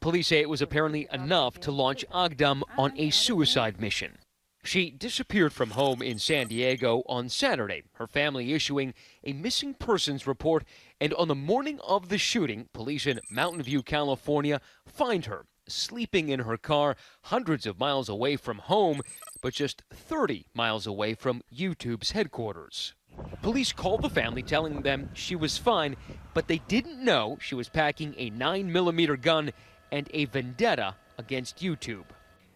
[SPEAKER 14] Police say it was apparently enough to launch Agdam on a suicide mission. She disappeared from home in San Diego on Saturday, her family issuing a missing persons report. And on the morning of the shooting, police in Mountain View, California find her sleeping in her car hundreds of miles away from home, but just 30 miles away from YouTube's headquarters. Police called the family telling them she was fine, but they didn't know she was packing a 9mm gun and a vendetta against YouTube.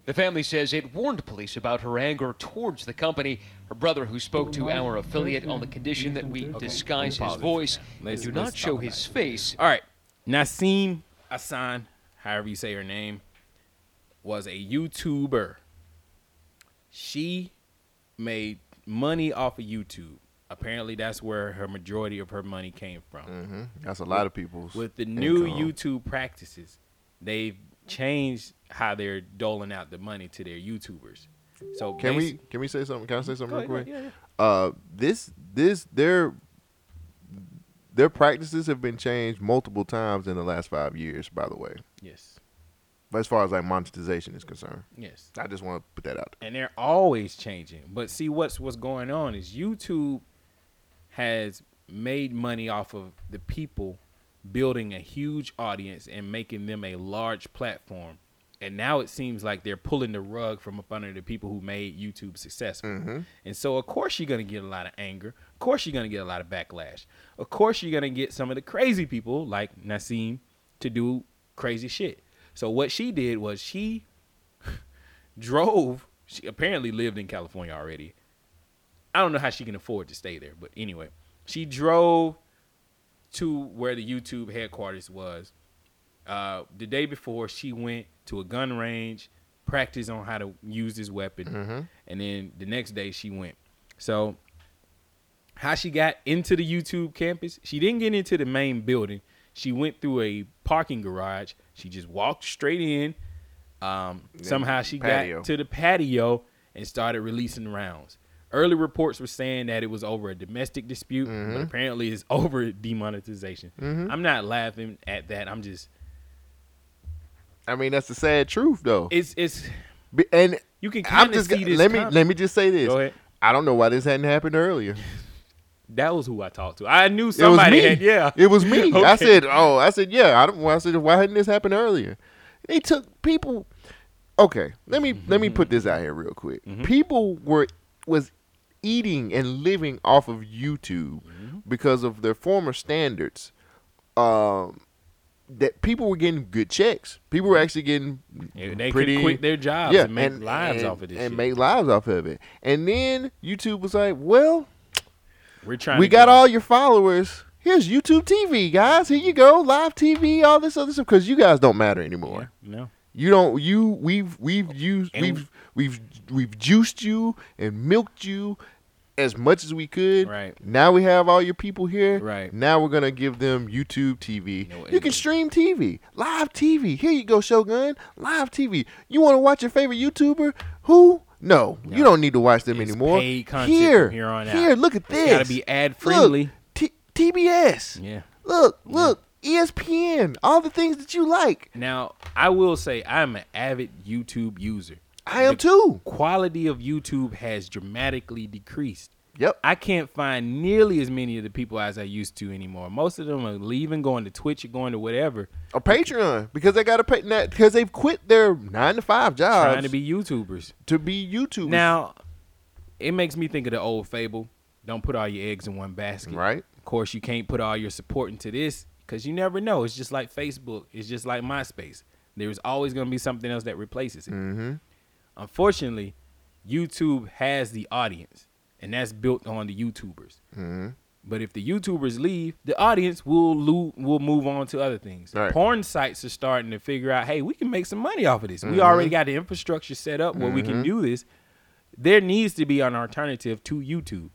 [SPEAKER 14] The family says it warned police about her anger towards the company. Her brother, who spoke to our affiliate on the condition that we disguise his
[SPEAKER 2] Pause it.
[SPEAKER 14] voice and
[SPEAKER 2] Let's-
[SPEAKER 14] do
[SPEAKER 2] let's
[SPEAKER 14] not show
[SPEAKER 2] talk about
[SPEAKER 14] his face,
[SPEAKER 2] All right. Nassim Hassan, however you say her name, was a YouTuber. She made money off of YouTube. Apparently, that's where her majority of her money came from. Mm-hmm.
[SPEAKER 1] That's a lot of people's
[SPEAKER 2] With the new
[SPEAKER 1] income.
[SPEAKER 2] YouTube practices, they've changed how they're doling out the money to their YouTubers. So
[SPEAKER 1] Can we
[SPEAKER 2] basi-
[SPEAKER 1] can we say something? Can I say something
[SPEAKER 2] Go
[SPEAKER 1] real
[SPEAKER 2] ahead,
[SPEAKER 1] quick?
[SPEAKER 2] yeah, yeah,
[SPEAKER 1] Uh, this this their their practices have been changed multiple times in the last five years. By the way,
[SPEAKER 2] Yes.
[SPEAKER 1] as far as like monetization is concerned.
[SPEAKER 2] Yes.
[SPEAKER 1] I just want to put that out.
[SPEAKER 2] and they're always changing. But see what's what's going on is YouTube has made money off of the people building a huge audience and making them a large platform. And now it seems like they're pulling the rug from up under the people who made YouTube successful. And so of course you're gonna get a lot of anger. Of course you're gonna get a lot of backlash. Of course you're gonna get some of the crazy people like Nassim to do crazy shit. So what she did was she drove. She apparently lived in California already. I don't know how she can afford to stay there, but anyway, she drove to where the YouTube headquarters was. Uh, the day before, she went to a gun range, practiced on how to use this weapon, and then the next day she went. So, how she got into the YouTube campus? She didn't get into the main building. She went through a parking garage. She just walked straight in. Um,
[SPEAKER 1] Then
[SPEAKER 2] somehow she
[SPEAKER 1] patio.
[SPEAKER 2] got to the patio and started releasing rounds. Early reports were saying that it was over a domestic dispute, but apparently it's (laughs) over demonetization.
[SPEAKER 1] Mhm.
[SPEAKER 2] I'm not laughing at that. I'm just
[SPEAKER 1] I mean, that's the sad truth, though.
[SPEAKER 2] it's it's
[SPEAKER 1] Be- and
[SPEAKER 2] you can kind
[SPEAKER 1] I'm
[SPEAKER 2] of
[SPEAKER 1] just
[SPEAKER 2] see
[SPEAKER 1] g-
[SPEAKER 2] this.
[SPEAKER 1] let me
[SPEAKER 2] coming.
[SPEAKER 1] let me just say this.
[SPEAKER 2] Go ahead.
[SPEAKER 1] I don't know why this hadn't happened earlier.
[SPEAKER 2] That was who I talked to. I knew somebody.
[SPEAKER 1] It was me.
[SPEAKER 2] Had, (laughs) yeah,
[SPEAKER 1] It was me. I
[SPEAKER 2] Okay.
[SPEAKER 1] said, oh, I said, yeah. I don't. well, I said, why hadn't this happened earlier? They took people. Okay, let me let
[SPEAKER 2] Mm-hmm.
[SPEAKER 1] me put this out here real quick. People were was eating and living off of YouTube
[SPEAKER 2] Mm-hmm.
[SPEAKER 1] because of their former standards. Um, that people were getting good checks. People were actually getting
[SPEAKER 2] Yeah, they could
[SPEAKER 1] pretty
[SPEAKER 2] quit their jobs and make lives
[SPEAKER 1] and-
[SPEAKER 2] off of this
[SPEAKER 1] and
[SPEAKER 2] shit.
[SPEAKER 1] make lives off of it. And then YouTube was like, well,
[SPEAKER 2] we're trying.
[SPEAKER 1] we
[SPEAKER 2] to
[SPEAKER 1] got
[SPEAKER 2] get-
[SPEAKER 1] all your followers. Here's YouTube TV, guys. Here you go, live TV, all this other stuff. Because you guys don't matter anymore.
[SPEAKER 2] no.
[SPEAKER 1] you don't. You we've we've used
[SPEAKER 2] Oh, And-
[SPEAKER 1] we've we've we've juiced you and milked you as much as we could.
[SPEAKER 2] Right.
[SPEAKER 1] now, we have all your people here.
[SPEAKER 2] Right.
[SPEAKER 1] now, we're gonna give them YouTube TV.
[SPEAKER 2] No,
[SPEAKER 1] you can stream TV, live TV. Here you go, Shogun, live TV. You want to watch your favorite YouTuber? Who? No, you don't need to watch them anymore.
[SPEAKER 2] paid content from here on out.
[SPEAKER 1] here, look at
[SPEAKER 2] It's
[SPEAKER 1] this.
[SPEAKER 2] gotta be ad-friendly.
[SPEAKER 1] Look, T- TBS.
[SPEAKER 2] Yeah.
[SPEAKER 1] Look, look, E ESPN, all the things that you like.
[SPEAKER 2] Now I will say I'm an avid YouTube user.
[SPEAKER 1] I am too.
[SPEAKER 2] Quality of YouTube has dramatically decreased.
[SPEAKER 1] Yep.
[SPEAKER 2] I can't find nearly as many of the people as I used to anymore. Most of them are leaving, going to Twitch, or going to whatever,
[SPEAKER 1] A Patreon because they got to pay because they've quit their nine to five jobs
[SPEAKER 2] trying to be YouTubers.
[SPEAKER 1] to be YouTubers.
[SPEAKER 2] Now, it makes me think of the old fable: "Don't put all your eggs in one basket."
[SPEAKER 1] Right.
[SPEAKER 2] Of course, you can't put all your support into this because you never know. It's just like Facebook. It's just like MySpace. There's always going to be something else that replaces it.
[SPEAKER 1] Mhm.
[SPEAKER 2] Unfortunately, YouTube has the audience, and that's built on the YouTubers.
[SPEAKER 1] Mhm.
[SPEAKER 2] But if the YouTubers leave, the audience will lo- will move on to other things.
[SPEAKER 1] Right.
[SPEAKER 2] Porn sites are starting to figure out, hey, we can make some money off of this. We
[SPEAKER 1] Mhm.
[SPEAKER 2] already got the infrastructure set up where we can
[SPEAKER 1] Mhm.
[SPEAKER 2] do this. There needs to be an alternative to YouTube.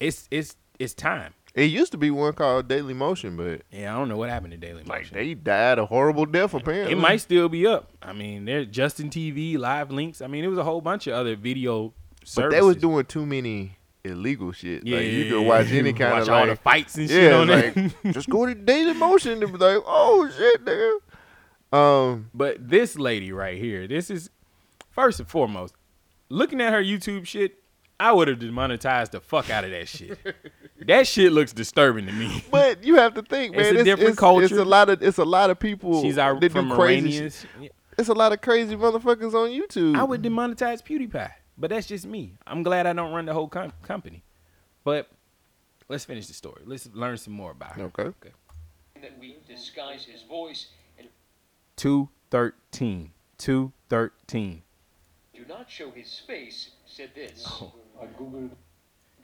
[SPEAKER 2] It's it's it's time.
[SPEAKER 1] it used to be one called Daily Motion, but
[SPEAKER 2] Yeah, I don't know what happened to Daily Motion.
[SPEAKER 1] like they died a horrible death. Apparently,
[SPEAKER 2] It might still be up. I mean, there's Justin TV, Live Links. I mean, it was a whole bunch of other video
[SPEAKER 1] but
[SPEAKER 2] services.
[SPEAKER 1] they was doing too many illegal shit.
[SPEAKER 2] Yeah,
[SPEAKER 1] like, you could
[SPEAKER 2] yeah, (laughs)
[SPEAKER 1] watch
[SPEAKER 2] yeah.
[SPEAKER 1] any kind
[SPEAKER 2] Watch
[SPEAKER 1] of
[SPEAKER 2] all
[SPEAKER 1] like
[SPEAKER 2] the fights and shit on there.
[SPEAKER 1] like,
[SPEAKER 2] (laughs)
[SPEAKER 1] just go to Daily Motion and be like, oh shit, nigga. Um,
[SPEAKER 2] but this lady right here, this is first and foremost. Looking at her YouTube shit, I would have demonetized the fuck out of that
[SPEAKER 1] (laughs)
[SPEAKER 2] shit. that shit looks disturbing to me.
[SPEAKER 1] But you have to think,
[SPEAKER 2] It's
[SPEAKER 1] man.
[SPEAKER 2] a different
[SPEAKER 1] It's
[SPEAKER 2] culture.
[SPEAKER 1] a lot of it's a lot of people.
[SPEAKER 2] She's our,
[SPEAKER 1] that
[SPEAKER 2] from
[SPEAKER 1] do crazy
[SPEAKER 2] Iranians.
[SPEAKER 1] shit. It's a lot of crazy motherfuckers on YouTube.
[SPEAKER 2] I would demonetize PewDiePie, but that's just me. I'm glad I don't run the whole com- company. But let's finish the story. Let's learn some more about her.
[SPEAKER 1] Okay.
[SPEAKER 14] That we disguise his voice and
[SPEAKER 2] Two thirteen. Two thirteen.
[SPEAKER 14] do not show his face said this.
[SPEAKER 2] Oh.
[SPEAKER 14] A Google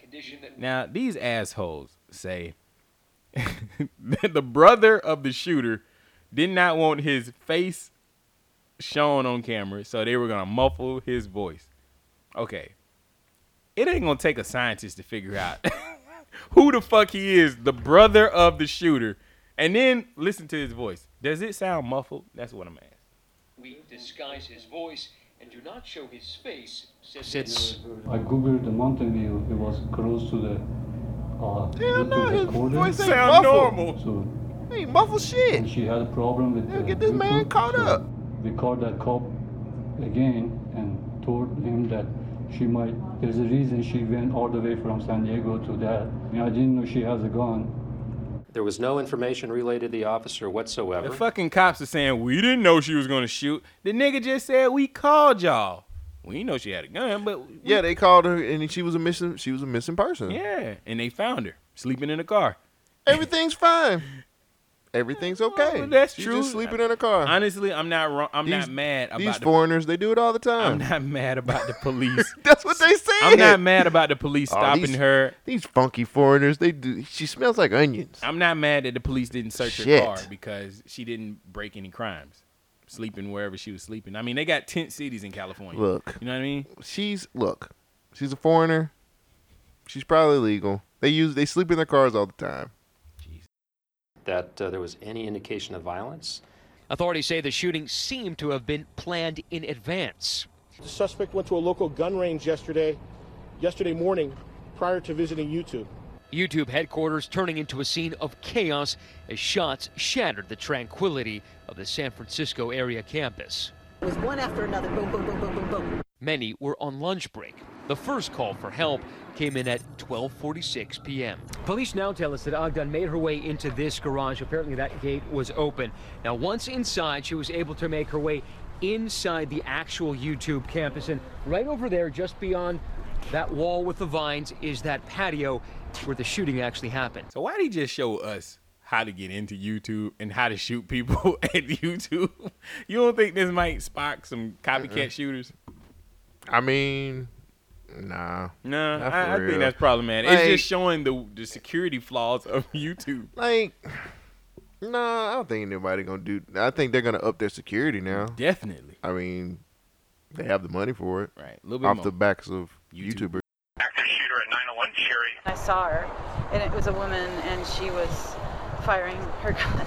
[SPEAKER 14] condition that
[SPEAKER 2] Now these assholes say (laughs) that the brother of the shooter did not want his face shown on camera, so they were gonna muffle his voice. Okay, it ain't gonna take a scientist to figure out (laughs) who the fuck he is, the brother of the shooter, and then listen to his voice. Does it sound muffled? That's what I'm asking.
[SPEAKER 14] we disguise his voice and do not show his face said
[SPEAKER 2] Sits.
[SPEAKER 14] this.
[SPEAKER 16] I googled the mountain view. It was close to the uh, Bluetooth
[SPEAKER 1] his
[SPEAKER 16] recorder.
[SPEAKER 1] voice ain't Sound muffled.
[SPEAKER 16] So
[SPEAKER 1] He ain't muffled shit.
[SPEAKER 16] And she had a problem with.
[SPEAKER 1] Yeah, get this man caught up.
[SPEAKER 16] We called that cop again and told him that she might. There's a reason she went all the way from San Diego to that. And I didn't know she has a gun.
[SPEAKER 17] There was no information relayed to the officer whatsoever.
[SPEAKER 2] The fucking cops are saying we didn't know she was gonna shoot. The nigga just said we called y'all. We didn't know she had a gun, but we-
[SPEAKER 1] Yeah, they called her and she was a missing. She was a missing person.
[SPEAKER 2] yeah, and they found her sleeping in the car. (laughs)
[SPEAKER 1] Everything's fine. Everything's okay.
[SPEAKER 2] Well, that's
[SPEAKER 1] She's
[SPEAKER 2] true.
[SPEAKER 1] Just sleeping in a car.
[SPEAKER 2] Honestly, I'm not wrong. I'm not mad about
[SPEAKER 1] these
[SPEAKER 2] the-
[SPEAKER 1] foreigners. they do it all the
[SPEAKER 2] (laughs)
[SPEAKER 1] time.
[SPEAKER 2] I'm not mad about the police.
[SPEAKER 1] (laughs) That's what they said.
[SPEAKER 2] I'm not mad about the police
[SPEAKER 1] Oh,
[SPEAKER 2] stopping
[SPEAKER 1] these-
[SPEAKER 2] her.
[SPEAKER 1] These funky foreigners. They do. She smells like onions.
[SPEAKER 2] I'm not mad that the police didn't search
[SPEAKER 1] Shit.
[SPEAKER 2] her car because she didn't break any crimes, sleeping wherever she was sleeping. I mean, they got tent cities in California.
[SPEAKER 1] Look.
[SPEAKER 2] you know what I mean?
[SPEAKER 1] She's look. She's a foreigner. She's probably legal. They use. They sleep in their cars all the time.
[SPEAKER 17] That uh, there was any indication of violence.
[SPEAKER 14] Authorities say the shooting seemed to have been planned in advance.
[SPEAKER 15] The suspect went to a local gun range yesterday, yesterday morning, prior to visiting YouTube.
[SPEAKER 14] YouTube headquarters turning into a scene of chaos as shots shattered the tranquility of the San Francisco area campus.
[SPEAKER 18] It was one after another. Boom, boom, boom, boom, boom, boom.
[SPEAKER 14] Many were on lunch break. The first call for help came in at 12:46 p.m.
[SPEAKER 17] Police now tell us that Ogden made her way into this garage. Apparently, that gate
[SPEAKER 14] was open.
[SPEAKER 17] Now, once inside, she was able to make her way inside the actual YouTube campus. And right over there, just beyond that wall with the vines, is that patio where the shooting actually happened.
[SPEAKER 2] So why did he just show us how to get into YouTube and how to shoot people (laughs) at YouTube? You don't think this might spark some copycat
[SPEAKER 1] Mm-mm.
[SPEAKER 2] shooters?
[SPEAKER 1] I mean, nah.
[SPEAKER 2] No,
[SPEAKER 1] Not
[SPEAKER 2] I, I
[SPEAKER 1] for
[SPEAKER 2] think
[SPEAKER 1] real.
[SPEAKER 2] that's problematic. It's
[SPEAKER 1] Like-
[SPEAKER 2] just showing the the security flaws of (laughs) YouTube.
[SPEAKER 1] Like, nah, I don't think anybody gonna do. I think they're gonna up their security now.
[SPEAKER 2] Definitely.
[SPEAKER 1] I mean, they have the money for it.
[SPEAKER 2] Right. little bit
[SPEAKER 1] off
[SPEAKER 2] more.
[SPEAKER 1] the backs of YouTubers.
[SPEAKER 19] I saw her, and it was a woman, and she was firing her gun.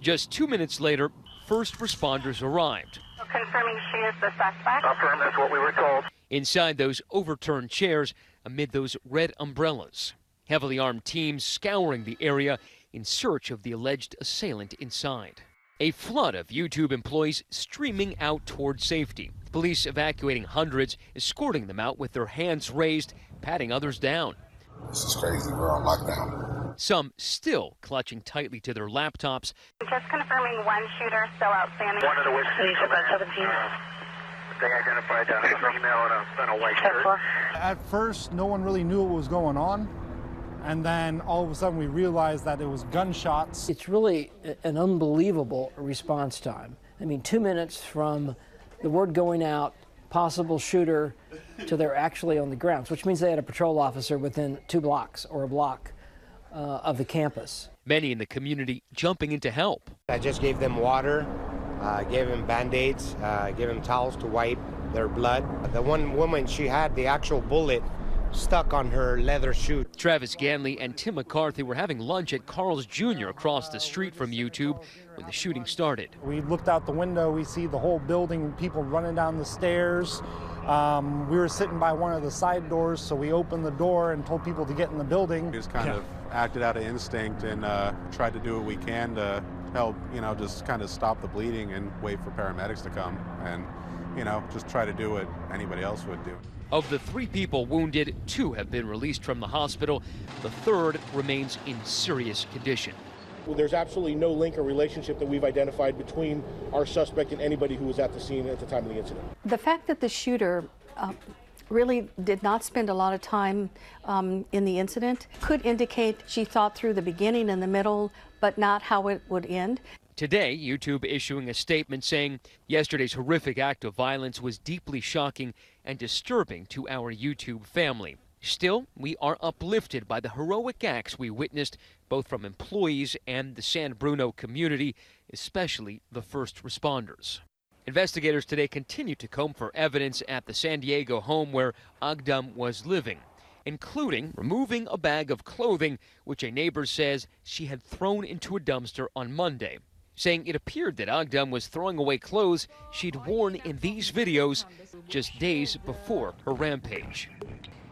[SPEAKER 14] Just 2 minutes later, first responders arrived.
[SPEAKER 9] Confirming she is the suspect. Affirm, that's what we were told.
[SPEAKER 14] Inside those overturned chairs, amid those red umbrellas, heavily armed teams scouring the area in search of the alleged assailant inside. A flood of YouTube employees streaming out toward safety. Police evacuating hundreds, escorting them out with their hands raised, patting others down.
[SPEAKER 20] This is crazy. We're on lockdown.
[SPEAKER 14] Some still clutching tightly to their laptops,
[SPEAKER 9] Just confirming one shooter still outstanding. One of the witnesses. about 17. they identified down as a female in a, in a white shirt.
[SPEAKER 21] At first, no one really knew what was going on, and then all of a sudden we realized that it was gunshots.
[SPEAKER 22] It's really a- an unbelievable response time. I mean, two minutes from the word going out, possible shooter, to they're actually on the grounds, which means they had a patrol officer within two blocks or a block uh, of the campus.
[SPEAKER 14] many in the community jumping in to help.
[SPEAKER 23] I just gave them water, uh, gave them band-aids, uh, gave them towels to wipe their blood. The one woman, she had the actual bullet stuck on her leather shoe.
[SPEAKER 14] Travis Ganley and Tim McCarthy were having lunch at Carl's Jr. across the street from YouTube when the shooting started.
[SPEAKER 21] We looked out the window, we see the whole building, people running down the stairs. Um, we were sitting by one of the side doors, so we opened the door and told people to get in the building.
[SPEAKER 24] just kind of acted out of instinct and uh, tried to do what we can to help, you know, just kind of stop the bleeding and wait for paramedics to come and, you know, just try to do what anybody else would do.
[SPEAKER 14] Of the three people wounded, two have been released from the hospital. The third remains in serious condition.
[SPEAKER 15] Well, there's absolutely no link or relationship that we've identified between our suspect and anybody who was at the scene at the time of the incident.
[SPEAKER 25] The fact that the shooter uh, really did not spend a lot of time um, in the incident could indicate she thought through the beginning and the middle, but not how it would end.
[SPEAKER 14] Today, YouTube issuing a statement saying yesterday's horrific act of violence was deeply shocking and disturbing to our YouTube family. Still, we are uplifted by the heroic acts we witnessed both from employees and the San Bruno community, especially the first responders. Investigators today continue to comb for evidence at the San Diego home where Agdam was living, including removing a bag of clothing which a neighbor says she had thrown into a dumpster on Monday, saying it appeared that Agdam was throwing away clothes she'd worn in these videos just days before her rampage.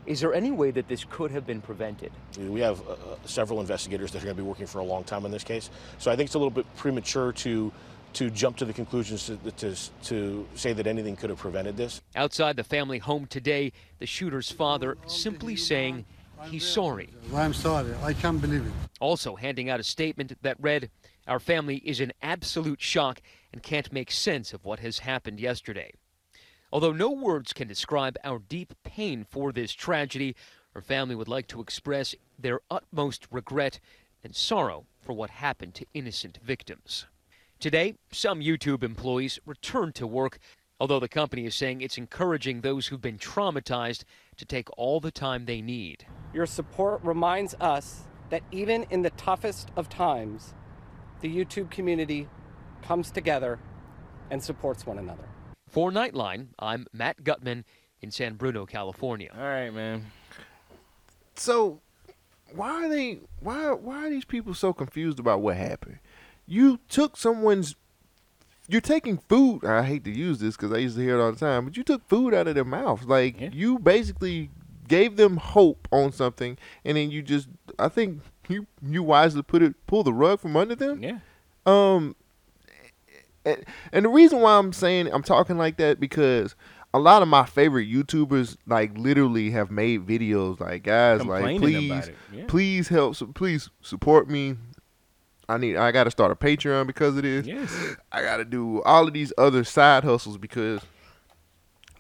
[SPEAKER 3] Is there any way that this could have been prevented?
[SPEAKER 4] We have uh, several investigators that are going to be working for a long time on this case, so I think it's a little bit premature to to jump to the conclusions to, to, to say that anything could have prevented this.
[SPEAKER 14] Outside the family home today, the shooter's father simply saying he's sorry.
[SPEAKER 5] I'm sorry. I can't believe it.
[SPEAKER 14] Also handing out a statement that read, Our family is in absolute shock and can't make sense of what has happened yesterday. Although no words can describe our deep pain for this tragedy, her family would like to express their utmost regret and sorrow for what happened to innocent victims. Today, some YouTube employees returned to work, although the company is saying it's encouraging those who've been traumatized to take all the time they need.
[SPEAKER 6] Your support (laughs) reminds us that even in the toughest of times, the YouTube community comes together and supports one another.
[SPEAKER 14] For Nightline, I'm Matt Gutman in San Bruno, California.
[SPEAKER 2] All right, man.
[SPEAKER 1] So why are they why why are these people so confused about what happened? You took someone's you're taking food. I hate to use this because I used to hear it all the time, but you took food out of their mouth. Like you basically gave them hope on something, and then you just I think you you wisely put it pull the rug from under them.
[SPEAKER 2] Yeah.
[SPEAKER 1] Um, and, and the reason why I'm saying I'm talking like that because a lot of my favorite YouTubers like literally have made videos like guys like
[SPEAKER 2] Complaining about
[SPEAKER 1] please
[SPEAKER 2] it, yeah.
[SPEAKER 1] please help su- please support me. I need I got to start a Patreon because of this.
[SPEAKER 2] Yes.
[SPEAKER 1] I got to do all of these other side hustles because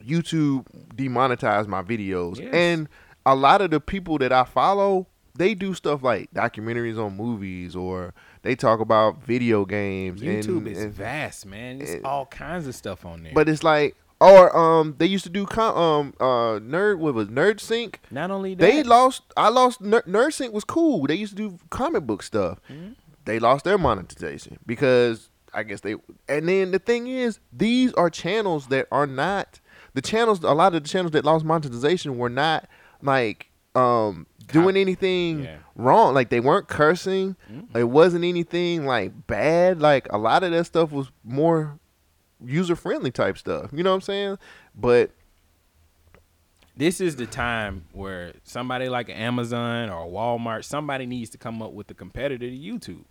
[SPEAKER 1] YouTube demonetized my videos.
[SPEAKER 2] Yes.
[SPEAKER 1] And a lot of the people that I follow, they do stuff like documentaries on movies or they talk about video games and-
[SPEAKER 2] YouTube is
[SPEAKER 1] and-
[SPEAKER 2] vast, man. It's all kinds of stuff on there.
[SPEAKER 1] but it's like, or um, they used to do com- um uh nerd what was nerd sync.
[SPEAKER 2] Not only
[SPEAKER 1] they
[SPEAKER 2] that-
[SPEAKER 1] lost, I lost ner- nerd sync was cool. They used to do comic book stuff.
[SPEAKER 2] Mm-hmm.
[SPEAKER 1] They lost their monetization because I guess they. And then the thing is, these are channels that are not the channels. A lot of the channels that lost monetization were not like um doing anything wrong like they weren't cursing
[SPEAKER 2] Mm-hmm.
[SPEAKER 1] it wasn't anything like bad like a lot of that stuff was more user friendly type stuff. You know what I'm saying? But
[SPEAKER 2] this is the time where somebody like Amazon or Walmart, somebody needs to come up with a competitor to YouTube.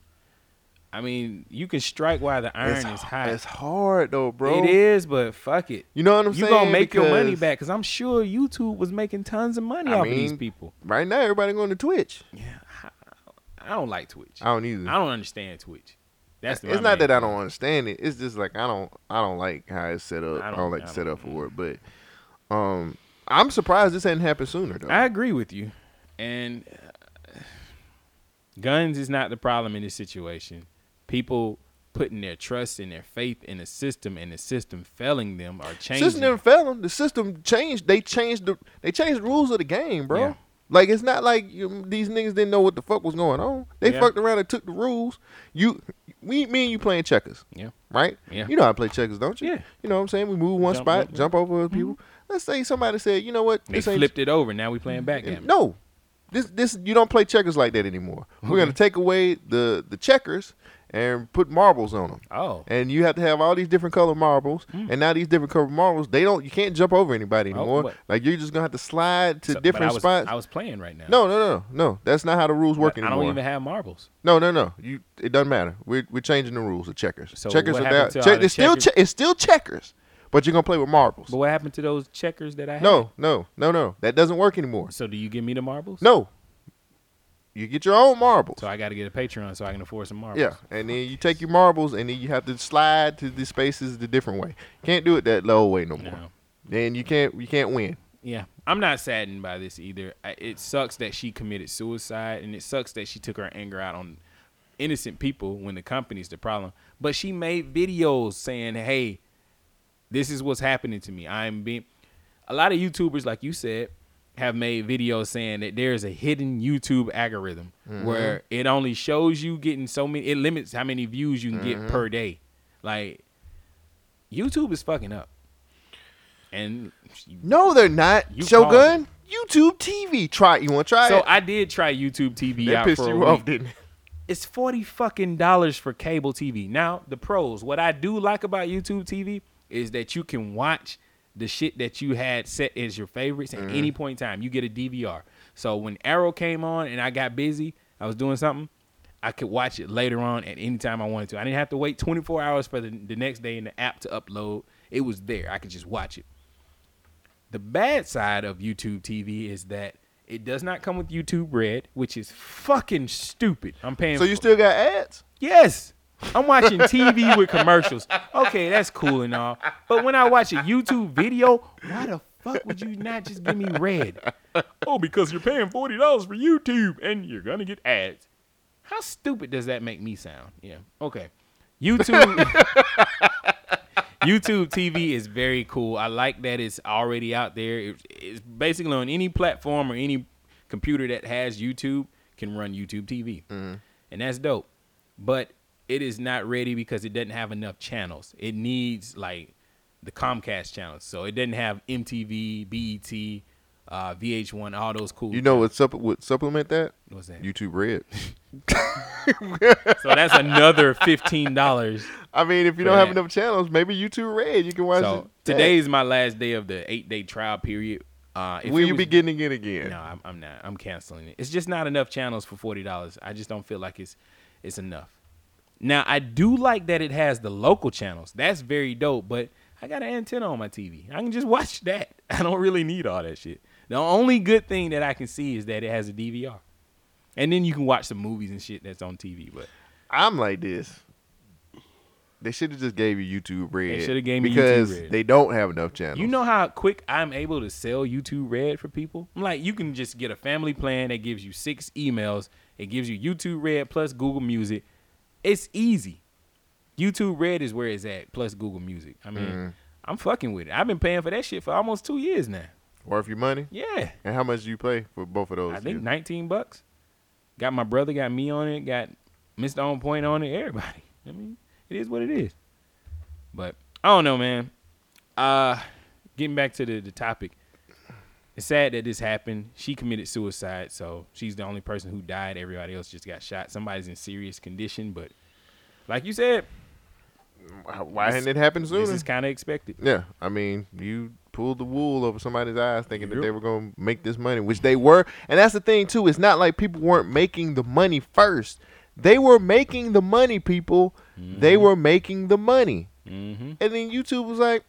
[SPEAKER 2] I mean, you can strike while the iron
[SPEAKER 1] It's
[SPEAKER 2] is hot.
[SPEAKER 1] it's hard though, bro.
[SPEAKER 2] It is, but fuck it.
[SPEAKER 1] You know what I'm
[SPEAKER 2] you
[SPEAKER 1] saying?
[SPEAKER 2] gonna make your money
[SPEAKER 1] Because-
[SPEAKER 2] back because I'm sure YouTube was making tons of money
[SPEAKER 1] I
[SPEAKER 2] off of these
[SPEAKER 1] mean,
[SPEAKER 2] people.
[SPEAKER 1] Right now, everybody going to Twitch.
[SPEAKER 2] Yeah, I, I don't like Twitch.
[SPEAKER 1] I don't either.
[SPEAKER 2] I don't understand Twitch. That's the
[SPEAKER 1] it's not that I don't understand it. It's just like I don't I don't like how it's set up. I don't,
[SPEAKER 2] don't-
[SPEAKER 1] like
[SPEAKER 2] I
[SPEAKER 1] the setup for it. But um, I'm surprised this hadn't happened sooner though.
[SPEAKER 2] I agree with you. And uh, guns is not the problem in this situation. People putting their trust and their faith in a system and the system failing them are changing.
[SPEAKER 1] System didn't fail 'em. The system changed. They changed the they changed the rules of the game, bro. Like it's not like you, these niggas didn't know what the fuck was going on. They
[SPEAKER 2] Yeah.
[SPEAKER 1] fucked around and took the rules. You, we, me and you playing checkers.
[SPEAKER 2] Yeah.
[SPEAKER 1] Right.
[SPEAKER 2] Yeah.
[SPEAKER 1] You know how to play checkers, don't you? Yeah. You know what I'm saying? We move one
[SPEAKER 2] Jump,
[SPEAKER 1] spot,
[SPEAKER 2] jump,
[SPEAKER 1] jump over other people. Let's say somebody said, you know what?
[SPEAKER 2] They flipped it over. Now we playing backgammon.
[SPEAKER 1] No, this this you don't play checkers like that anymore. We're gonna take away the the checkers and put marbles on them.
[SPEAKER 2] Oh. Hmm.
[SPEAKER 1] and you have to have all these different color marbles, and now these different color marbles they don't you can't jump over anybody
[SPEAKER 2] Oh,
[SPEAKER 1] anymore.
[SPEAKER 2] what?
[SPEAKER 1] like you're just gonna have to slide to
[SPEAKER 2] So- but
[SPEAKER 1] different
[SPEAKER 2] I was,
[SPEAKER 1] spots.
[SPEAKER 2] I was playing right now.
[SPEAKER 1] no, no, no, no. That's not how the rules work
[SPEAKER 2] I
[SPEAKER 1] anymore.
[SPEAKER 2] don't even have marbles.
[SPEAKER 1] No, no, no. You it doesn't matter. We're we're changing the rules of checkers.
[SPEAKER 2] So
[SPEAKER 1] checkers
[SPEAKER 2] what
[SPEAKER 1] are down.
[SPEAKER 2] happened to all
[SPEAKER 1] Check,
[SPEAKER 2] the
[SPEAKER 1] it's still
[SPEAKER 2] checkers?
[SPEAKER 1] che- it's still checkers, but you're gonna play with marbles.
[SPEAKER 2] But what happened to those checkers that I had?
[SPEAKER 1] No, no, no, no. That doesn't work anymore.
[SPEAKER 2] So do you give me the marbles?
[SPEAKER 1] No. You get your own marbles.
[SPEAKER 2] So I got to get a Patreon so I can afford some marbles.
[SPEAKER 1] Yeah, and then you take your marbles and then you have to slide to the spaces the different way. Can't do it that low way no more. Then you can't you can't win.
[SPEAKER 2] Yeah, I'm not saddened by this either. I, it sucks that she committed suicide, and it sucks that she took her anger out on innocent people when the company's the problem. But she made videos saying, "Hey, this is what's happening to me. I'm being." A lot of YouTubers, like you said, have made videos saying that there is a hidden YouTube algorithm
[SPEAKER 1] Mhm.
[SPEAKER 2] where it only shows you getting so many. It limits how many views you can
[SPEAKER 1] Mhm.
[SPEAKER 2] get per day. Like YouTube is fucking up. And
[SPEAKER 1] No, they're not.
[SPEAKER 2] You
[SPEAKER 1] Shogun, YouTube TV. Try you want to try
[SPEAKER 2] so
[SPEAKER 1] it?
[SPEAKER 2] I did try YouTube TV
[SPEAKER 1] That
[SPEAKER 2] out
[SPEAKER 1] pissed
[SPEAKER 2] for a
[SPEAKER 1] you off,
[SPEAKER 2] week.
[SPEAKER 1] didn't it?
[SPEAKER 2] It's forty fucking dollars for cable TV. Now the pros. What I do like about YouTube TV is that you can watch the shit that you had set as your favorites at
[SPEAKER 1] Mm-hmm.
[SPEAKER 2] any point in time. You get a DVR. So when Arrow came on and I got busy, I was doing something. I could watch it later on at any time I wanted to. I didn't have to wait 24 hours for the, the next day in the app to upload. It was there. I could just watch it. The bad side of YouTube TV is that it does not come with YouTube Red, which is fucking stupid. I'm paying.
[SPEAKER 1] So you still got ads?
[SPEAKER 2] Yes. I'm watching
[SPEAKER 1] (laughs)
[SPEAKER 2] TV with commercials. Okay, that's cool and all. But when I watch a YouTube video, why the fuck would you not just give me red? (laughs) Oh, because you're paying forty dollars for YouTube and you're gonna get ads. How stupid does that make me sound? Yeah. Okay. YouTube (laughs) YouTube TV is very cool. I like that it's already out there. It, it's basically on any platform or any computer that has YouTube can run YouTube TV.
[SPEAKER 1] Mm-hmm.
[SPEAKER 2] And that's dope. But it is not ready because it doesn't have enough channels. It needs like the Comcast channels. So it doesn't have MTV, BET, E uh, VH1, all those cool
[SPEAKER 1] You know what supp- would supplement that?
[SPEAKER 2] What's that?
[SPEAKER 1] YouTube Red. (laughs)
[SPEAKER 2] so that's another fifteen
[SPEAKER 1] (laughs)
[SPEAKER 2] dollars.
[SPEAKER 1] I mean, if you don't have enough channels, maybe YouTube Red. You can watch
[SPEAKER 2] So
[SPEAKER 1] it.
[SPEAKER 2] today is my last day of the eight day trial period. Uh,
[SPEAKER 1] Will
[SPEAKER 2] it
[SPEAKER 1] you be getting it again?
[SPEAKER 2] No, I'm, I'm not. I'm canceling it. It's just not enough channels for forty dollars. I just don't feel like it's it's enough. Now I do like that it has the local channels. That's very dope. But I got an antenna on my TV. I can just (laughs) watch that. I don't really need all that shit. The only good thing that I can see is that it has a DVR, and then you can watch some movies and shit that's on TV. But
[SPEAKER 1] I'm like this. They should have just gave you YouTube Red.
[SPEAKER 2] shoulda gave me YouTube
[SPEAKER 1] because
[SPEAKER 2] Red.
[SPEAKER 1] they don't have enough channels.
[SPEAKER 2] You know how quick I'm able to sell YouTube Red for people? I'm like, you can just get a family plan that gives you six emails. It gives you YouTube Red plus Google Music. It's easy. YouTube Red is where it's at, plus Google Music. I mean,
[SPEAKER 1] Mhm.
[SPEAKER 2] I'm fucking with it. I've been paying for that shit for almost two years now.
[SPEAKER 1] Worth your money?
[SPEAKER 2] Yeah.
[SPEAKER 1] And how much do you pay for both of those?
[SPEAKER 2] I think 19 bucks. Got my brother, got me on it, got Mr. On Point on it, everybody. (laughs) I mean, it is what it is. But I don't know, man. Uh getting back to the, the topic. It's sad that this happened. She committed suicide, so she's the only person who died. Everybody else just got shot. Somebody's in serious condition, but like you said,
[SPEAKER 1] why hadn't it happened
[SPEAKER 2] This
[SPEAKER 1] sooner?
[SPEAKER 2] is kind of expected.
[SPEAKER 1] Yeah, I mean, you pulled the wool over somebody's eyes thinking that they were going to make this money, which they were. And that's the thing too. It's not like people weren't making the money first. They were making the money, people. They were making the money.
[SPEAKER 2] Mm-hmm.
[SPEAKER 1] And then YouTube was like,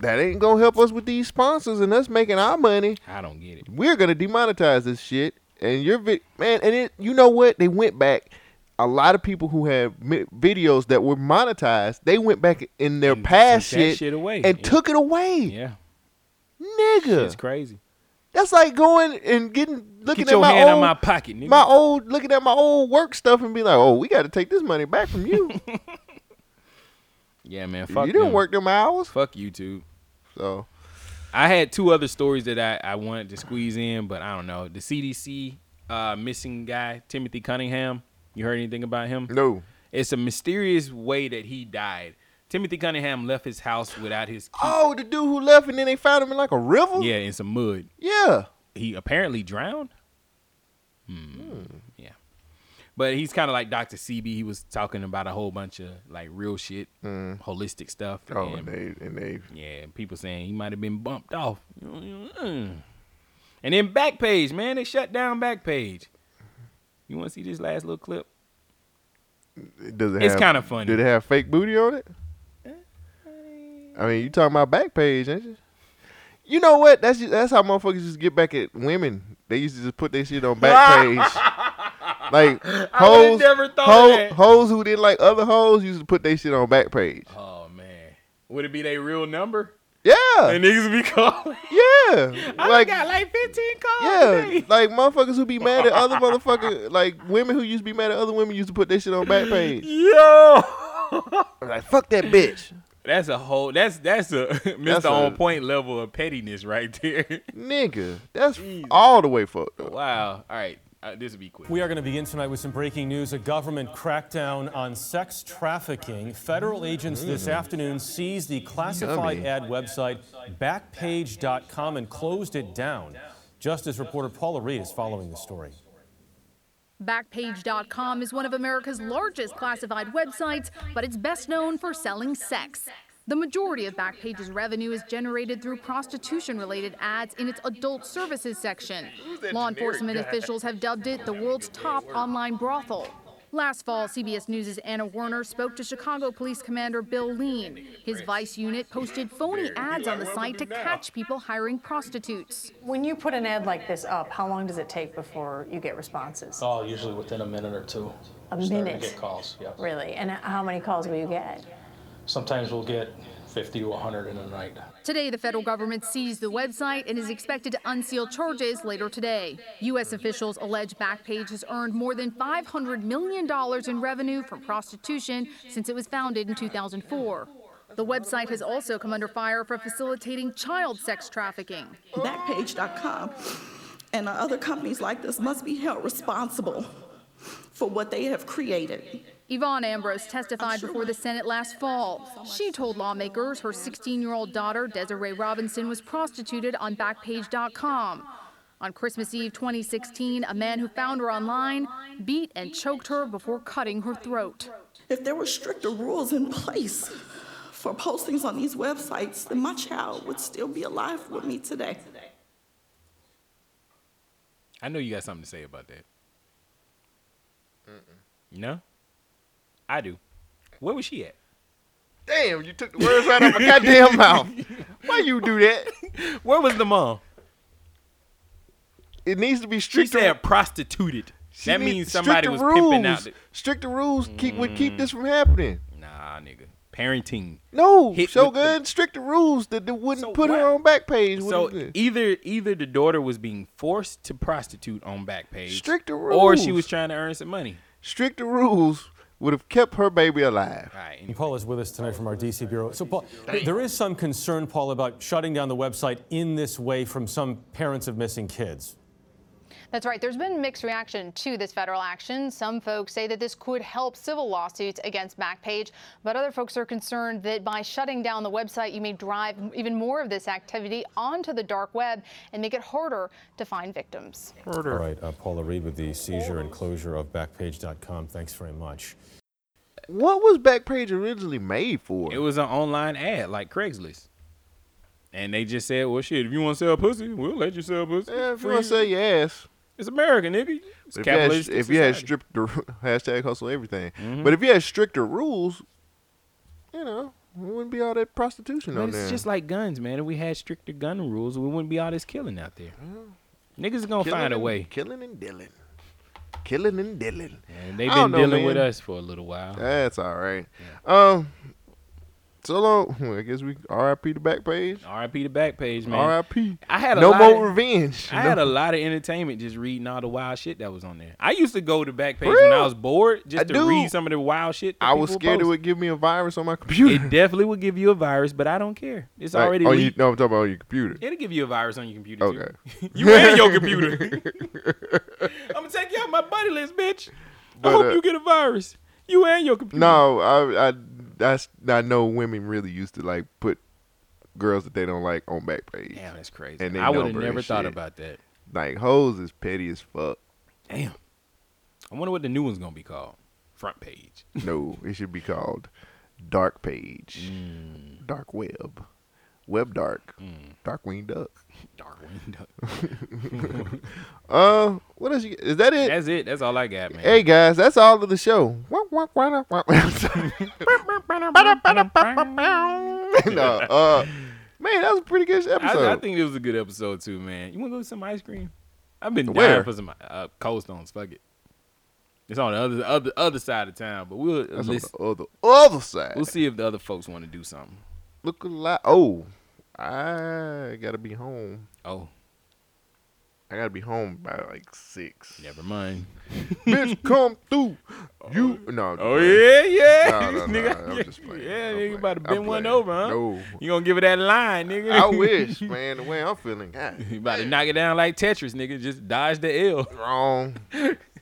[SPEAKER 1] that ain't going to help us with these sponsors and us making our money.
[SPEAKER 2] I don't get it.
[SPEAKER 1] We're going to demonetize this shit. And your vid- man, and it, you know what? They went back. A lot of people who had mi- videos that were monetized, they went back in their past
[SPEAKER 2] took that
[SPEAKER 1] shit,
[SPEAKER 2] shit away.
[SPEAKER 1] and
[SPEAKER 2] Yeah.
[SPEAKER 1] took it away.
[SPEAKER 2] Yeah.
[SPEAKER 1] Nigga.
[SPEAKER 2] It's crazy.
[SPEAKER 1] That's like going and getting looking
[SPEAKER 2] Get your
[SPEAKER 1] at my
[SPEAKER 2] hand out
[SPEAKER 1] old,
[SPEAKER 2] my pocket, nigga.
[SPEAKER 1] my old looking at my old work stuff and be like, oh, we got to take this money back from
[SPEAKER 2] (laughs)
[SPEAKER 1] you.
[SPEAKER 2] Yeah, man. Fuck
[SPEAKER 1] you didn't
[SPEAKER 2] them.
[SPEAKER 1] work them hours.
[SPEAKER 2] Fuck YouTube.
[SPEAKER 1] So,
[SPEAKER 2] I had two other stories that I, I wanted to squeeze in, but I don't know. The CDC uh, missing guy, Timothy Cunningham. You heard anything about him?
[SPEAKER 1] No.
[SPEAKER 2] It's a mysterious way that he died. Timothy Cunningham left his house without his
[SPEAKER 1] Oh, the dude who left and then they found him in like a river.
[SPEAKER 2] yeah in some mud.
[SPEAKER 1] Yeah.
[SPEAKER 2] He apparently drowned. Hmm.
[SPEAKER 1] Hmm.
[SPEAKER 2] Yeah. But he's kind of like Dr. CB. He was talking about a whole bunch of like real shit, holistic stuff.
[SPEAKER 1] Mm. Oh, and they and they
[SPEAKER 2] yeah, and people saying he might have been bumped off. Mm. And then Backpage, man, they shut down Backpage. You want to see this last little clip?
[SPEAKER 1] Does it
[SPEAKER 2] It's
[SPEAKER 1] have-
[SPEAKER 2] kinda funny.
[SPEAKER 1] Did it have fake booty on it? I mean, you talking about back page, ain't you? You know what? That's just, that's how motherfuckers used to get back at women. They used to just put their shit
[SPEAKER 2] (laughs)
[SPEAKER 1] on back page. like
[SPEAKER 2] I would've
[SPEAKER 1] hoes,
[SPEAKER 2] never thought
[SPEAKER 1] ho-
[SPEAKER 2] of that.
[SPEAKER 1] hoes who didn't like other hoes used to put their shit on back page.
[SPEAKER 2] Oh man, would it be their real number?
[SPEAKER 1] Yeah,
[SPEAKER 2] and niggas be calling.
[SPEAKER 1] Yeah,
[SPEAKER 2] I
[SPEAKER 1] like
[SPEAKER 2] got (laughs) like fifteen calls.
[SPEAKER 1] yeah, like motherfuckers who be mad at other motherfuckers, like women who used to be mad at other women used to put their shit on back page.
[SPEAKER 2] Yo,
[SPEAKER 1] like fuck that bitch.
[SPEAKER 2] That's a whole. That's that's a (laughs) Mr.
[SPEAKER 1] That's a-
[SPEAKER 2] on point level of pettiness right there. (laughs)
[SPEAKER 1] Nigga, that's all the way fucked up.
[SPEAKER 2] Wow. All right, uh, this will be quick.
[SPEAKER 7] We are going to begin tonight with some breaking news. A government crackdown on sex trafficking. Federal agents this
[SPEAKER 8] Mm.
[SPEAKER 7] afternoon seized the classified
[SPEAKER 8] Yummy.
[SPEAKER 7] ad website backpage.com and closed it down. Justice reporter Paula Reed is following the story.
[SPEAKER 10] Backpage.com is one of America's largest classified websites, but it's best known for selling sex.
[SPEAKER 26] The majority of Backpage's revenue is generated through prostitution related ads in its adult services section.
[SPEAKER 27] that
[SPEAKER 26] Law
[SPEAKER 27] generic
[SPEAKER 26] enforcement
[SPEAKER 27] guy?
[SPEAKER 26] officials have dubbed it the world's top online brothel. Last fall, CBS News' Anna Werner spoke to Chicago Police Commander Bill Lean. His Vice unit posted phony ads on the site to catch people hiring prostitutes.
[SPEAKER 8] When you put an ad like this up, how long does it take before you get responses?
[SPEAKER 15] Oh, usually within a minute or two.
[SPEAKER 8] A
[SPEAKER 15] we're starting
[SPEAKER 8] minute?
[SPEAKER 15] To get calls, yeah.
[SPEAKER 8] Really? And how many calls will you get?
[SPEAKER 15] Sometimes we'll get 50 to 100 in a night.
[SPEAKER 26] Today, the federal government seized the website and is expected to unseal charges later today. U.S. officials allege Backpage has earned more than $500 million in revenue from prostitution since it was founded in 2004. The website has also come under fire for facilitating child sex trafficking.
[SPEAKER 12] Backpage.com and other companies like this must be held responsible for what they have created.
[SPEAKER 26] Yvonne Ambrose testified before the Senate last fall. She told lawmakers her 16 year old daughter, Desiree Robinson, was prostituted on Backpage.com. On Christmas Eve 2016, a man who found her online beat and choked her before cutting her throat.
[SPEAKER 12] If there were stricter rules in place for postings on these websites, then my child would still be alive with me today.
[SPEAKER 2] I know you got something to say about that. No, I do. Where was she at?
[SPEAKER 1] Damn, you took the words out of
[SPEAKER 2] (laughs)
[SPEAKER 1] my goddamn mouth. Why you do that?
[SPEAKER 2] Where was the mom?
[SPEAKER 1] It needs to be strict.
[SPEAKER 2] She said prostituted.
[SPEAKER 1] She
[SPEAKER 2] that
[SPEAKER 1] need
[SPEAKER 2] means somebody was
[SPEAKER 1] stricter
[SPEAKER 2] pimping out.
[SPEAKER 1] rules.
[SPEAKER 2] The,
[SPEAKER 1] Stricter rules keep would keep
[SPEAKER 2] Mm.
[SPEAKER 1] this from happening.
[SPEAKER 2] nah, nigga. Parenting.
[SPEAKER 1] No,
[SPEAKER 2] Hit with
[SPEAKER 1] Shogun, stricter rules that they wouldn't put her on back page.
[SPEAKER 2] So e-,
[SPEAKER 1] So,
[SPEAKER 2] either either the daughter was being forced to prostitute on Backpage,
[SPEAKER 1] Stricter
[SPEAKER 2] or she
[SPEAKER 1] rules.
[SPEAKER 2] was trying to earn some money.
[SPEAKER 1] stricter rules would have kept her baby alive.
[SPEAKER 7] Paul is with us tonight from our DC bureau. So, Paul, there is some concern, Paul, about shutting down the website in this way from some parents of missing kids.
[SPEAKER 28] That's right. There's been mixed reaction to this federal action. Some folks say that this could help civil lawsuits against Backpage, but other folks are concerned that by shutting down the website, you may drive even more of this activity onto the dark web and make it harder to find victims.
[SPEAKER 7] All right, uh, Paula Reed with the seizure and closure of Backpage.com. Thanks very much.
[SPEAKER 1] What was Backpage originally made for?
[SPEAKER 2] It was an online ad like Craigslist, and they just said, "Well, shit, if you want to sell pussy, we'll let you sell pussy.
[SPEAKER 1] Yeah, Eh, if you want to sell your ass,
[SPEAKER 2] it's American, nigga. It's
[SPEAKER 1] If you, had,
[SPEAKER 2] capitalist
[SPEAKER 1] if you had
[SPEAKER 2] society. Mm-hmm.
[SPEAKER 1] stricter (laughs) hashtag hustle everything, but if you had stricter rules, you know, it wouldn't be all that prostitution
[SPEAKER 2] But
[SPEAKER 1] on
[SPEAKER 2] it's
[SPEAKER 1] there.
[SPEAKER 2] just like guns, man. If we had stricter gun rules, we wouldn't be all this killing out there. Niggas are gonna
[SPEAKER 1] Killing
[SPEAKER 2] find a
[SPEAKER 1] and-
[SPEAKER 2] way.
[SPEAKER 1] Killing and dealing. Killing and dealing.
[SPEAKER 2] And they've
[SPEAKER 1] I don't
[SPEAKER 2] been
[SPEAKER 1] know,
[SPEAKER 2] dealing with
[SPEAKER 1] man.
[SPEAKER 2] us for a little while.
[SPEAKER 1] That's all right. Um, so long. (laughs) I guess we R.I.P. the back page.
[SPEAKER 2] R.I.P. the back page, man.
[SPEAKER 1] R.I.P.
[SPEAKER 2] I had a
[SPEAKER 1] no
[SPEAKER 2] lot
[SPEAKER 1] more
[SPEAKER 2] of-
[SPEAKER 1] revenge.
[SPEAKER 2] I
[SPEAKER 1] No-
[SPEAKER 2] had a lot of entertainment just reading all the wild shit that was on there. I used to go to back page when I
[SPEAKER 1] Real?
[SPEAKER 2] was bored just
[SPEAKER 1] I
[SPEAKER 2] to
[SPEAKER 1] do.
[SPEAKER 2] read some of the wild shit. that
[SPEAKER 1] I was
[SPEAKER 2] people
[SPEAKER 1] scared it
[SPEAKER 2] post.
[SPEAKER 1] would give me a virus on my computer.
[SPEAKER 2] It definitely would give you a virus, but I don't care. It's
[SPEAKER 1] (laughs) Like,
[SPEAKER 2] already
[SPEAKER 1] Oh,
[SPEAKER 2] leaked.
[SPEAKER 1] you, no, I'm talking about on your computer.
[SPEAKER 2] It'll give you a virus on your computer. Too.
[SPEAKER 1] Okay.
[SPEAKER 2] (laughs) you and
[SPEAKER 1] (laughs)
[SPEAKER 2] your computer. I'm gonna take you out my buddy list, bitch.
[SPEAKER 1] But,
[SPEAKER 2] I hope
[SPEAKER 1] uh,
[SPEAKER 2] you get a virus. You and your computer.
[SPEAKER 1] No, I, I, that's I know women really used to like put girls that they don't like on back page.
[SPEAKER 2] Damn, that's crazy.
[SPEAKER 1] And they
[SPEAKER 2] I would've
[SPEAKER 1] number and
[SPEAKER 2] never thought
[SPEAKER 1] shit.
[SPEAKER 2] about that.
[SPEAKER 1] Like hoes is petty as fuck.
[SPEAKER 2] Damn. I wonder what the new one's gonna be called. Front page. (laughs)
[SPEAKER 1] no, it should be called dark page,
[SPEAKER 2] Mm.
[SPEAKER 1] dark web, web dark, dark winged duck.
[SPEAKER 2] Dark winged
[SPEAKER 1] duck. uh, what else? You, is that it?
[SPEAKER 2] That's it. That's all I got, man.
[SPEAKER 1] Hey guys, that's all of the show. (laughs) no, uh, man, that was a pretty good episode.
[SPEAKER 2] I, I think it was a good episode too, man. You want to go get some ice cream? I've been dying
[SPEAKER 1] Where?
[SPEAKER 2] for some uh, Cold Stones. Fuck it. It's on the other other other side of town, but we'll
[SPEAKER 1] That's on
[SPEAKER 2] listen.
[SPEAKER 1] the other other side.
[SPEAKER 2] We'll see if the other folks want to do something.
[SPEAKER 1] Look a lot. Oh, I gotta be home.
[SPEAKER 2] Oh,
[SPEAKER 1] I gotta be home by like six.
[SPEAKER 2] Never mind.
[SPEAKER 1] (laughs) Bitch, come through. You no. I'm
[SPEAKER 2] Oh yeah,
[SPEAKER 1] playing.
[SPEAKER 2] (laughs) yeah,
[SPEAKER 1] No, no, no,
[SPEAKER 2] nigga.
[SPEAKER 1] I'm just playing.
[SPEAKER 2] yeah, nigga, you about to
[SPEAKER 1] I'm
[SPEAKER 2] bend one
[SPEAKER 1] playing.
[SPEAKER 2] over, huh?
[SPEAKER 1] No.
[SPEAKER 2] You gonna give it that line, nigga? (laughs)
[SPEAKER 1] I wish, man. The way I'm feeling, God,
[SPEAKER 2] you about to knock it down like Tetris, nigga. Just dodge the L.
[SPEAKER 1] Wrong.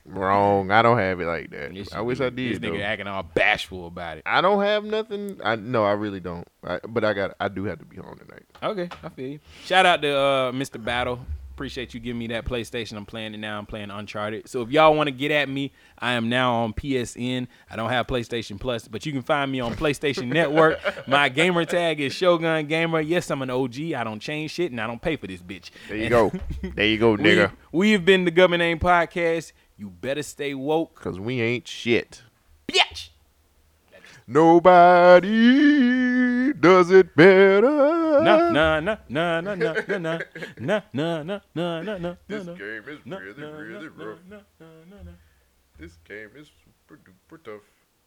[SPEAKER 1] wrong. I don't have it like that. I wish I did.
[SPEAKER 2] This nigga
[SPEAKER 1] though.
[SPEAKER 2] acting all bashful about it.
[SPEAKER 1] I don't have nothing. I no, I really don't. I, but I got. I do have to be home tonight.
[SPEAKER 2] Okay, I feel you. Shout out to uh, Mr. Battle Appreciate you giving me that PlayStation. I'm playing it now. I'm playing Uncharted. So if y'all want to get at me, I am now on PSN. I don't have PlayStation Plus, but you can find me on PlayStation Network. My gamer tag is Shogun Gamer. Yes, I'm an OG. I don't change shit and I don't pay for this bitch.
[SPEAKER 1] There
[SPEAKER 2] (laughs)
[SPEAKER 1] you go. There you go, nigga.
[SPEAKER 2] We, we have been the Government Name Podcast. You better stay woke.
[SPEAKER 1] Cause we ain't shit.
[SPEAKER 2] Bitch.
[SPEAKER 1] Nobody does it better.
[SPEAKER 2] No, no, no, no, no, no, no, no, no, no, no, no, no, no.
[SPEAKER 1] This game is really, really rough. This game is super duper tough.